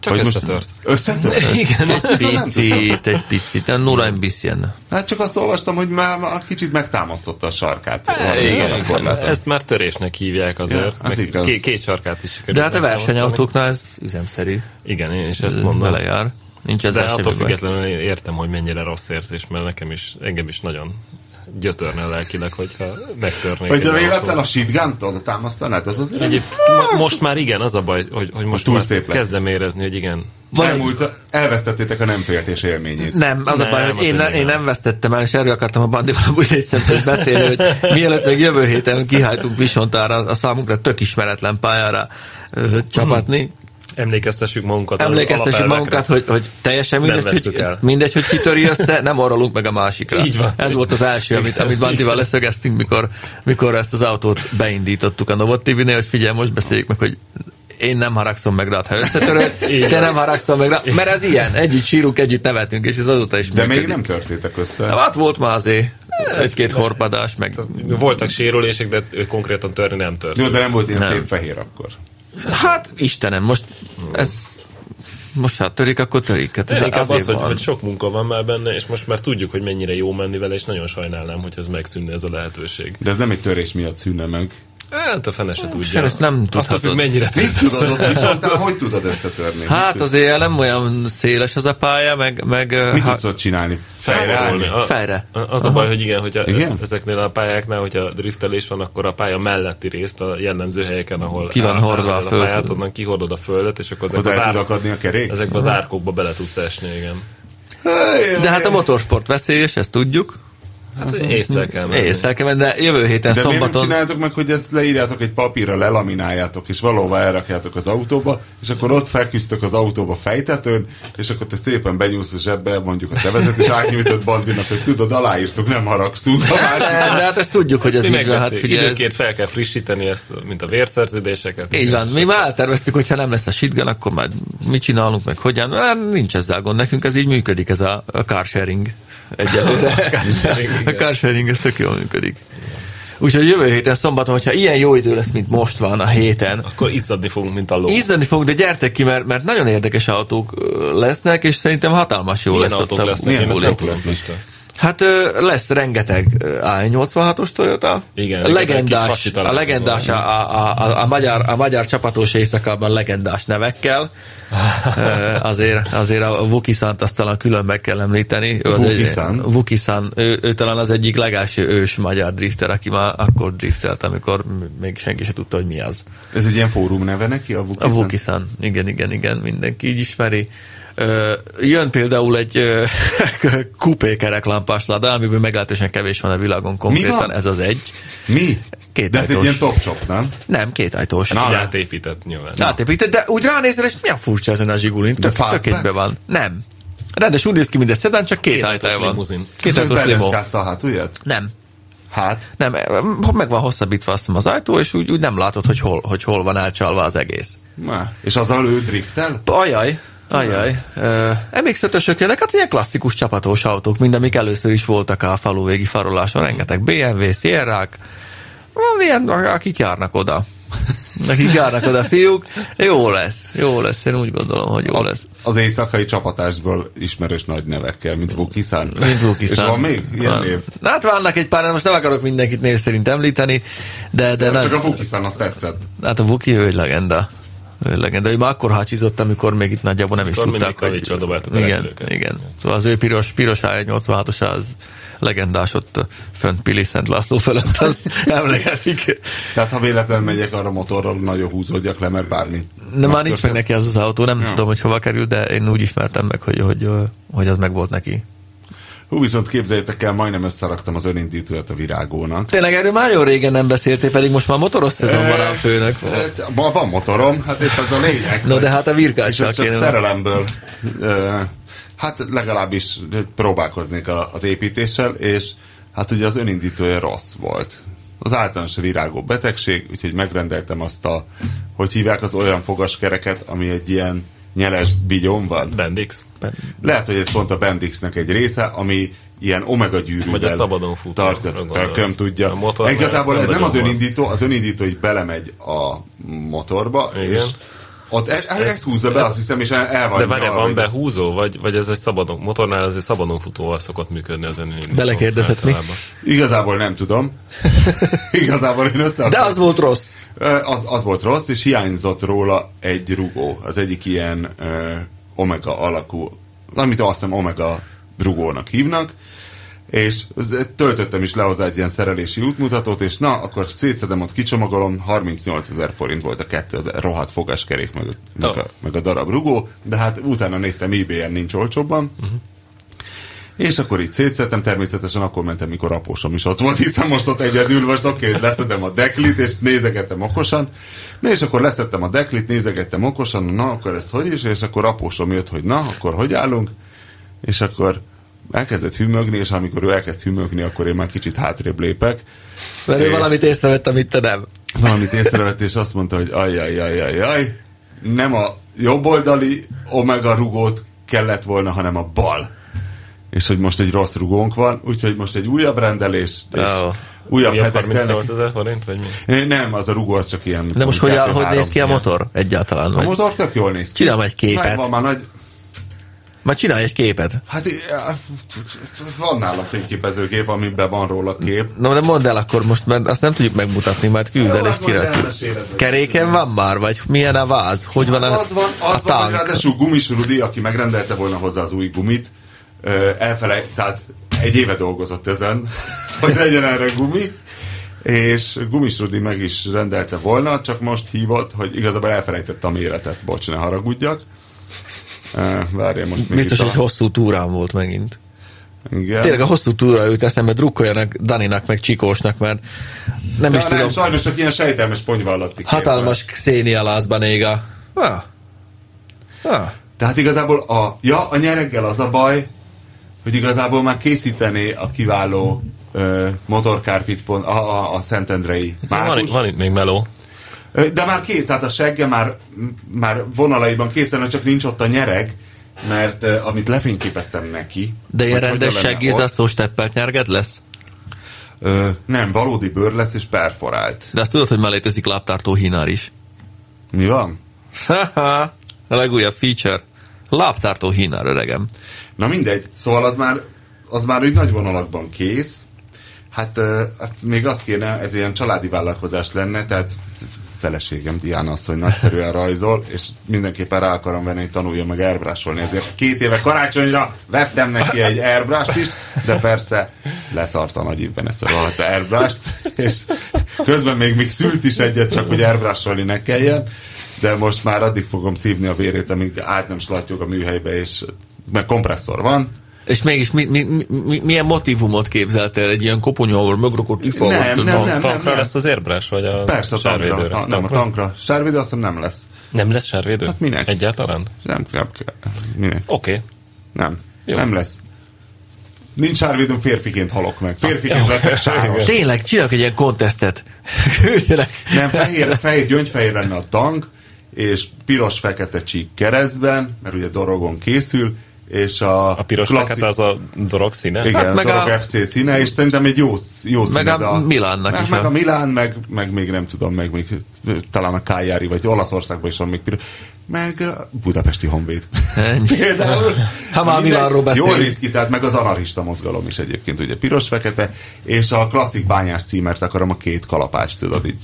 [SPEAKER 2] Csak
[SPEAKER 4] Vagy most-
[SPEAKER 2] összetört.
[SPEAKER 4] Összetört?
[SPEAKER 3] Igen,
[SPEAKER 4] Azt
[SPEAKER 3] egy
[SPEAKER 4] viszont nem
[SPEAKER 3] picit, egy picit, a nulla ambicien.
[SPEAKER 4] Hát csak azt olvastam, hogy már már kicsit megtámasztotta a sarkát. Valami hát szabadkorláton.
[SPEAKER 2] Ezt már törésnek hívják azért.
[SPEAKER 4] Ja, az
[SPEAKER 2] Meg
[SPEAKER 4] igaz.
[SPEAKER 2] Két, két sarkát is sikerült.
[SPEAKER 3] De hát a
[SPEAKER 2] megtámasztani.
[SPEAKER 3] versenyautóknál ez üzemszerű.
[SPEAKER 2] Igen, én is ezt
[SPEAKER 3] Ez
[SPEAKER 2] mondom.
[SPEAKER 3] belejár. Nincs
[SPEAKER 2] De
[SPEAKER 3] ezzel
[SPEAKER 2] attól
[SPEAKER 3] semmi baj.
[SPEAKER 2] függetlenül én értem, hogy mennyire rossz érzés, mert nekem is, engem is nagyon gyötörne lelkileg, hogyha megtörnék.
[SPEAKER 4] Hogyha
[SPEAKER 2] egy
[SPEAKER 4] véletlen
[SPEAKER 2] autót.
[SPEAKER 4] a shitgun-t oda támasztanád, az azért
[SPEAKER 2] Egyéb, mo- most már igen, az a baj, hogy, hogy most
[SPEAKER 4] túl
[SPEAKER 2] már
[SPEAKER 4] szép lett.
[SPEAKER 2] kezdem érezni, hogy igen.
[SPEAKER 3] Van egy-
[SPEAKER 4] elmúlt, elvesztettétek a nem féltés élményét.
[SPEAKER 3] Nem, az nem, a
[SPEAKER 2] Nem,
[SPEAKER 3] baj, hogy én,
[SPEAKER 2] azért
[SPEAKER 3] ne, én
[SPEAKER 2] nem.
[SPEAKER 3] nem vesztettem el, és erről akartam a Bandival amúgy egy szemtől beszélni, hogy mielőtt még jövő héten kihajtunk Visontára, a számunkra tök ismeretlen pályára ö, csapatni.
[SPEAKER 2] Emlékeztessük magunkat. az
[SPEAKER 3] Emlékeztessük
[SPEAKER 2] Hmm. alapelvekre.
[SPEAKER 3] magunkat, hogy, hogy teljesen
[SPEAKER 2] Nem
[SPEAKER 3] mindegy,
[SPEAKER 2] vesszük
[SPEAKER 3] hogy,
[SPEAKER 2] el.
[SPEAKER 3] mindegy, hogy kitöri össze, nem orralunk meg a másikra.
[SPEAKER 2] Így van.
[SPEAKER 3] Ez volt az első, amit, amit Bandival leszögeztünk, mikor, mikor ezt az autót beindítottuk a Novot TV-nél, hogy figyelj, most beszéljük meg, hogy én nem haragszom meg rád, ha összetöröd,
[SPEAKER 2] Így
[SPEAKER 3] te
[SPEAKER 2] van.
[SPEAKER 3] nem haragszom meg rád, mert ez ilyen, együtt sírunk, együtt nevetünk, és ez azóta is
[SPEAKER 4] De
[SPEAKER 3] működik.
[SPEAKER 4] még nem törtétek
[SPEAKER 3] Na,
[SPEAKER 4] össze.
[SPEAKER 3] hát volt már azért egy-két horpadás, meg
[SPEAKER 2] Voltak sérülések, de ő konkrétan törni nem tört.
[SPEAKER 4] Jó, de nem volt ilyen szép fehér akkor.
[SPEAKER 3] hát Istenem, most ez most hát törik, akkor törik. Hát ez
[SPEAKER 2] De inkább
[SPEAKER 3] azért
[SPEAKER 2] az, hogy,
[SPEAKER 3] van.
[SPEAKER 2] hogy sok munka van már benne, és most már tudjuk, hogy mennyire jó menni vele, és nagyon sajnálnám, hogy ez megszűnne ez a lehetőség.
[SPEAKER 4] De ez nem egy törés miatt szűnne meg.
[SPEAKER 2] Hát a fene se tudja.
[SPEAKER 3] ezt nem
[SPEAKER 2] Attól
[SPEAKER 3] tudhatod.
[SPEAKER 2] függ, mennyire
[SPEAKER 4] Mit
[SPEAKER 2] tudsz.
[SPEAKER 4] tudod ott viszont, hogy tudod összetörni?
[SPEAKER 3] Hát
[SPEAKER 4] Mit tud-
[SPEAKER 3] azért nem olyan széles az a pálya, meg, meg hát-
[SPEAKER 4] Mit
[SPEAKER 3] ha,
[SPEAKER 4] tudsz ott csinálni? Fejre
[SPEAKER 2] Felrólni.
[SPEAKER 4] állni?
[SPEAKER 2] A-
[SPEAKER 3] Fejre.
[SPEAKER 2] a- Az a baj, hogy igen, hogy
[SPEAKER 4] Igen?
[SPEAKER 2] ezeknél a pályáknál, hogyha driftelés van, akkor a pálya melletti részt a jellemző helyeken, ahol
[SPEAKER 3] Ki van
[SPEAKER 2] áll-
[SPEAKER 3] hordva
[SPEAKER 2] áll
[SPEAKER 3] a föld.
[SPEAKER 2] pályát, onnan kihordod a földet, és akkor ezek
[SPEAKER 4] Oda
[SPEAKER 2] az,
[SPEAKER 4] el tud
[SPEAKER 2] ár...
[SPEAKER 4] akadni a kerék?
[SPEAKER 2] ezekbe az árkokba bele tudsz esni, igen.
[SPEAKER 4] Hey,
[SPEAKER 3] hát de hát a motorsport veszélyes, ezt tudjuk.
[SPEAKER 2] Hát észre kell menni.
[SPEAKER 3] Észre kell menni, de jövő héten
[SPEAKER 4] De miért nem
[SPEAKER 3] szombaton...
[SPEAKER 4] csináljátok meg, hogy ezt leírjátok egy papírra, lelamináljátok, és valóban elrakjátok az autóba, és akkor ott feküztök az autóba fejtetőn, és akkor te szépen benyúlsz a zsebbe, mondjuk a tevezet, és átnyújtod Bandinak, hogy tudod, aláírtuk, nem haragszunk. A másik
[SPEAKER 3] De, de hát ezt tudjuk, hogy ez
[SPEAKER 2] Ezt mi
[SPEAKER 3] így van. Hát
[SPEAKER 2] megveszik.
[SPEAKER 3] figyelj, ez-
[SPEAKER 2] Időként fel kell frissíteni ezt, mint a vérszerződéseket.
[SPEAKER 3] Így van, mi már elterveztük, hogy ha nem lesz a shitgun, akkor már mit csinálunk, meg hogyan. Már nincs ezzel gond, nekünk ez így működik, ez a, a carsharing egyelőre.
[SPEAKER 2] carsharing,
[SPEAKER 3] a
[SPEAKER 2] igen.
[SPEAKER 3] carsharing, ez tök jól működik. Úgyhogy jövő héten szombaton, hogyha ilyen jó idő lesz, mint most van a héten,
[SPEAKER 2] Akkor izzadni fogunk, mint a ló.
[SPEAKER 3] ízleni fogunk, de gyertek ki, mert, mert nagyon érdekes autók ö, lesznek, és szerintem hatalmas jó
[SPEAKER 2] Milyen
[SPEAKER 3] lesz
[SPEAKER 2] autók
[SPEAKER 3] ott a
[SPEAKER 2] lesznek? Én
[SPEAKER 4] milyen
[SPEAKER 2] ezt
[SPEAKER 3] buli.
[SPEAKER 2] nem
[SPEAKER 4] autók
[SPEAKER 2] tudom
[SPEAKER 4] lesznek?
[SPEAKER 2] Pista.
[SPEAKER 3] Hát ö, lesz rengeteg ö, A86-os Toyota.
[SPEAKER 2] Igen,
[SPEAKER 3] a
[SPEAKER 2] ez egy kis
[SPEAKER 3] legendás,
[SPEAKER 2] hacsi
[SPEAKER 3] a,
[SPEAKER 2] találkozó.
[SPEAKER 3] legendás a, a, a, a, magyar, a magyar csapatos éjszakában legendás nevekkel. Ö, azért, azért a Vukisant azt talán külön meg kell említeni. Ő az egy-
[SPEAKER 4] Vukisan?
[SPEAKER 3] Vukisan, ő, ő talán az egyik legelső ős magyar drifter, aki már akkor driftelt, amikor m- még senki se tudta, hogy mi az.
[SPEAKER 4] Ez egy ilyen fórum neve neki, a
[SPEAKER 3] A
[SPEAKER 4] Vukisan?
[SPEAKER 3] Vukisan, igen, igen, igen, mindenki így ismeri. Ö, jön például egy ö, kupékereklámpás láda, amiből meglehetősen kevés van a világon konkrétan,
[SPEAKER 4] van?
[SPEAKER 3] ez az egy.
[SPEAKER 4] Mi?
[SPEAKER 3] Két
[SPEAKER 4] De ez egy
[SPEAKER 3] ajtós.
[SPEAKER 4] ilyen top chop, nem?
[SPEAKER 3] Nem, két ajtós.
[SPEAKER 4] Na,
[SPEAKER 2] Így átépített nyilván.
[SPEAKER 3] Átépített, de úgy ránézel, és milyen furcsa ezen a zsigulin, tök,
[SPEAKER 4] fastback?
[SPEAKER 3] tök észbe van. Nem. Rendes úgy néz ki, mint egy szedán, csak két,
[SPEAKER 2] Két ajtós
[SPEAKER 3] ajtája van.
[SPEAKER 2] limuzin.
[SPEAKER 3] Két
[SPEAKER 4] Csak
[SPEAKER 3] ajtós limó.
[SPEAKER 4] beleszkázta a hátulját?
[SPEAKER 3] Nem.
[SPEAKER 4] Hát,
[SPEAKER 3] Nem, meg van hosszabbítva azt hiszem az ajtó, és úgy, úgy nem látod, hogy hol, hogy hol van elcsalva az egész.
[SPEAKER 4] na. És azzal ő driftel?
[SPEAKER 3] Ajaj, ajaj. Ö, MX-5-ösök jönnek, hát ilyen klasszikus csapatós autók, mint amik először is voltak a faluvégi faroláson, rengeteg BMW, Sierra-k, van ilyen, akik járnak oda. Akik járnak oda, fiúk. Jó lesz, jó lesz, én úgy gondolom, hogy jó lesz.
[SPEAKER 4] Az éjszakai csapatásból ismerős nagy nevekkel, mint Vukisan.
[SPEAKER 3] Mint Vukisán.
[SPEAKER 4] És van még ilyen
[SPEAKER 3] Van.
[SPEAKER 4] név?
[SPEAKER 3] Na, Hát vannak egy pár, most nem akarok mindenkit név szerint említeni, de, de nem.
[SPEAKER 4] Csak a Vukisan, azt tetszett.
[SPEAKER 3] Hát a Vuki ő egy legenda. Ő egy legenda. Ő már akkor hácsizott, amikor még itt nagyjából nem is
[SPEAKER 2] Amikor
[SPEAKER 3] tudták,
[SPEAKER 2] mindig
[SPEAKER 3] hogy...
[SPEAKER 2] kavicsra dobáltuk a
[SPEAKER 3] igen,
[SPEAKER 2] repülőket.
[SPEAKER 3] igen. Szóval az ő piros, piros A186-os az legendás ott fönt Pili Szent László felett, az emlegetik.
[SPEAKER 4] Tehát ha véletlenül megyek arra motorral, nagyon húzódjak le, mert bármi.
[SPEAKER 3] De már nincs
[SPEAKER 4] történt.
[SPEAKER 3] meg neki az az autó, nem tudom, hogy hova kerül, de én úgy ismertem meg, hogy, hogy, ö, hogy az meg volt neki.
[SPEAKER 4] Hú, viszont képzeljétek el, majdnem összeraktam az önindítőt a virágónak.
[SPEAKER 3] Tényleg erről már nagyon régen nem beszéltél, pedig most már motoros szezon van a főnök.
[SPEAKER 4] Hát, ma van motorom, hát itt ez a lényeg.
[SPEAKER 3] Na de hát a
[SPEAKER 4] És ez
[SPEAKER 3] virkáccsal
[SPEAKER 4] csak
[SPEAKER 3] kéne.
[SPEAKER 4] szerelemből. ö, Hát legalábbis próbálkoznék a- az építéssel, és hát ugye az önindítója rossz volt. Az általános virágó betegség, úgyhogy megrendeltem azt a, hogy hívják az olyan fogaskereket, ami egy ilyen nyeles bigyón van.
[SPEAKER 2] Bendix.
[SPEAKER 4] Lehet, hogy ez pont a Bendixnek egy része, ami ilyen omega gyűrűvel
[SPEAKER 2] Vagy a szabadon futó,
[SPEAKER 4] tartja,
[SPEAKER 2] arra gondolsz.
[SPEAKER 4] tököm tudja.
[SPEAKER 2] A motor mellett
[SPEAKER 4] Igazából
[SPEAKER 2] nem
[SPEAKER 4] ez nem az
[SPEAKER 2] nagyon van.
[SPEAKER 4] önindító, az önindító, hogy belemegy a motorba,
[SPEAKER 2] Igen.
[SPEAKER 4] és ott ez, ez, ez húzza be, azt hiszem, és el, el van
[SPEAKER 2] De várjál,
[SPEAKER 4] nyalva,
[SPEAKER 2] van
[SPEAKER 4] hogy-
[SPEAKER 2] behúzó, vagy, vagy ez egy szabadon, motornál azért szabadon futóval szokott működni az önindító.
[SPEAKER 3] Belekérdezett mi?
[SPEAKER 2] általában.
[SPEAKER 4] Igazából nem tudom. Igazából én össze
[SPEAKER 3] De az volt rossz.
[SPEAKER 4] Ö, az, az volt rossz, és hiányzott róla egy rugó. Az egyik ilyen ö, omega alakú, amit azt hiszem omega rugónak hívnak, és z- töltöttem is le hozzá egy ilyen szerelési útmutatót, és na, akkor szétszedem ott, kicsomagolom, 38 ezer forint volt a kettő ezer rohadt fogáskerék meg, meg, a,
[SPEAKER 2] Ó.
[SPEAKER 4] meg a darab rugó, de hát utána néztem, ebay-en nincs olcsóbban, és akkor így szétszedtem, természetesen akkor mentem, mikor apósom is ott volt, hiszen most ott egyedül, most oké, okay, leszedem a deklit, és nézegettem okosan. Na és akkor leszedtem a deklit, nézegettem okosan, na akkor ez hogy is, és akkor apósom jött, hogy na, akkor hogy állunk, és akkor elkezdett hűmögni, és amikor ő elkezd hűmögni, akkor én már kicsit hátrébb lépek.
[SPEAKER 3] Mert ő
[SPEAKER 4] És-
[SPEAKER 3] valamit észrevett, amit te nem.
[SPEAKER 4] Valamit észrevett, és azt mondta, hogy ajaj, ajaj, ajaj, nem a jobboldali omega rugót kellett volna, hanem a bal és hogy most egy rossz rugónk van, úgyhogy most egy újabb rendelés, és
[SPEAKER 3] Ó.
[SPEAKER 4] újabb
[SPEAKER 2] Mi a
[SPEAKER 4] hetek telnek.
[SPEAKER 2] 38 ezer forint, vagy mi?
[SPEAKER 4] É, Nem, az a rugó az csak ilyen...
[SPEAKER 3] De most hogy, áll, hogy
[SPEAKER 4] kettő-három.
[SPEAKER 3] néz ki a motor egyáltalán?
[SPEAKER 4] A
[SPEAKER 3] Vagy?
[SPEAKER 4] motor tök jól néz ki.
[SPEAKER 3] Csinálom egy képet.
[SPEAKER 4] Megvan már nagy...
[SPEAKER 3] Már csinálj egy képet.
[SPEAKER 4] Hát eh, van nálam fényképezőgép, amiben van róla kép.
[SPEAKER 3] Na, de mondd el akkor most, mert azt nem tudjuk megmutatni, majd küld el
[SPEAKER 4] Jó,
[SPEAKER 3] és
[SPEAKER 4] hát majd
[SPEAKER 3] kirakjuk.
[SPEAKER 4] elmeséled, hogy-
[SPEAKER 3] Keréken van már, vagy milyen a váz? Hogy van a,
[SPEAKER 4] Az van, az
[SPEAKER 3] a
[SPEAKER 4] van hogy
[SPEAKER 3] tank?
[SPEAKER 4] ráadásul gumis Rudi, aki megrendelte volna hozzá az új gumit, ö, elfele, tehát egy éve dolgozott ezen, hogy legyen erre gumi, és Gumis Rudi meg is rendelte volna, csak most hívott, hogy igazából elfelejtette a méretet, bocs, ne haragudjak. Ö, Várjál, most még
[SPEAKER 3] Biztos,
[SPEAKER 4] itt a-
[SPEAKER 3] hogy hosszú túrán volt megint.
[SPEAKER 4] Igen.
[SPEAKER 3] Tényleg a hosszú túra jut eszembe, drukkoljanak Daninak, meg Csikósnak, mert nem
[SPEAKER 4] Ja,
[SPEAKER 3] is
[SPEAKER 4] nem,
[SPEAKER 3] tudom.
[SPEAKER 4] sajnos csak ilyen sejtelmes ponyvallatti képben.
[SPEAKER 3] Hatalmas Xenia Lászban ég a... Ah. Ah.
[SPEAKER 4] Tehát igazából a, ja, a nyereggel az a baj, hogy igazából már készítené a kiváló ö, motorkárpit pont, a, a, a Szentendrei
[SPEAKER 3] Hát,
[SPEAKER 2] Van,
[SPEAKER 4] mágus.
[SPEAKER 2] itt- van itt még meló.
[SPEAKER 4] Ö, De már két, tehát a segge már, m- már vonalaiban készen, csak nincs ott a nyereg, mert ö, amit lefényképeztem neki.
[SPEAKER 3] De ilyen
[SPEAKER 4] hogy hogyan
[SPEAKER 3] rendes
[SPEAKER 4] lenne ott,
[SPEAKER 3] seggizasztós teppelt nyerged lesz?
[SPEAKER 4] ö, Nem, valódi bőr lesz és perforált.
[SPEAKER 3] De azt tudod, hogy már létezik láptartó hínár is.
[SPEAKER 4] Mi van?
[SPEAKER 3] Haha, a legújabb feature. Láptartó hínár, öregem.
[SPEAKER 4] Na mindegy, szóval az már, az már úgy nagy vonalakban kész. Hát ö, hát még azt kéne, ez ilyen családi vállalkozás lenne, tehát feleségem Diana azt, hogy nagyszerűen rajzol, és mindenképpen rá akarom venni, hogy tanuljon meg airbrusolni. Ezért két éve karácsonyra vettem neki egy airbrush is, de persze leszart a nagy évben ezt a rohadt airbrush és közben még, még szült is egyet, csak hogy airbrusolni ne kelljen, de most már addig fogom szívni a vérét, amíg át nem slatyog a műhelybe, és mert kompresszor van,
[SPEAKER 3] És mégis mi, mi, mi, mi, milyen motivumot képzeltél egy ilyen koponyóval, mögrokot, ifalval?
[SPEAKER 4] Nem,
[SPEAKER 3] tudom.
[SPEAKER 4] nem,
[SPEAKER 2] Nem,
[SPEAKER 4] nem,
[SPEAKER 2] tankra
[SPEAKER 4] nem.
[SPEAKER 2] lesz az érbrás, vagy a
[SPEAKER 4] Persze a tankra,
[SPEAKER 2] sárvédőre?
[SPEAKER 4] ta, nem a
[SPEAKER 2] Tankra?
[SPEAKER 4] tankra. Sárvédő azt hiszem nem lesz.
[SPEAKER 2] Nem lesz sárvédő? Hát
[SPEAKER 4] minek?
[SPEAKER 2] Egyáltalán?
[SPEAKER 4] Nem, nem, kell. minek?
[SPEAKER 2] Oké.
[SPEAKER 4] nem,
[SPEAKER 2] Jó.
[SPEAKER 4] nem lesz. Nincs sárvédőm, férfiként halok meg. Férfiként leszek sáros.
[SPEAKER 3] Tényleg, csinálok egy ilyen kontesztet. Küldjenek.
[SPEAKER 4] Nem, fehér, fehér, gyöngyfehér lenne a tank, és piros-fekete csík keresztben, mert ugye dorogon készül, és a,
[SPEAKER 2] A piros
[SPEAKER 4] klasszik-
[SPEAKER 2] fekete az a dorog színe?
[SPEAKER 4] Igen,
[SPEAKER 3] Hát
[SPEAKER 4] hát
[SPEAKER 3] meg
[SPEAKER 4] meg dorog
[SPEAKER 3] a-
[SPEAKER 4] a... FC színe, és szerintem egy jó, jó szín
[SPEAKER 3] Meg
[SPEAKER 4] ez
[SPEAKER 3] a
[SPEAKER 4] a...
[SPEAKER 3] Milánnak
[SPEAKER 4] meg,
[SPEAKER 3] is
[SPEAKER 4] Meg
[SPEAKER 3] a-
[SPEAKER 4] a Milán, meg, meg még nem tudom, meg még talán a Cagliari, vagy Olaszországban is van még piros. Meg a Budapesti Honvéd.
[SPEAKER 3] Ennyi.
[SPEAKER 4] Például.
[SPEAKER 3] Ha már
[SPEAKER 4] Mindegy,
[SPEAKER 3] Milánról beszélünk.
[SPEAKER 4] Jól néz ki, tehát meg az anarchista mozgalom is egyébként, ugye piros-fekete, és a klasszik bányász címert akarom a két kalapács, tudod így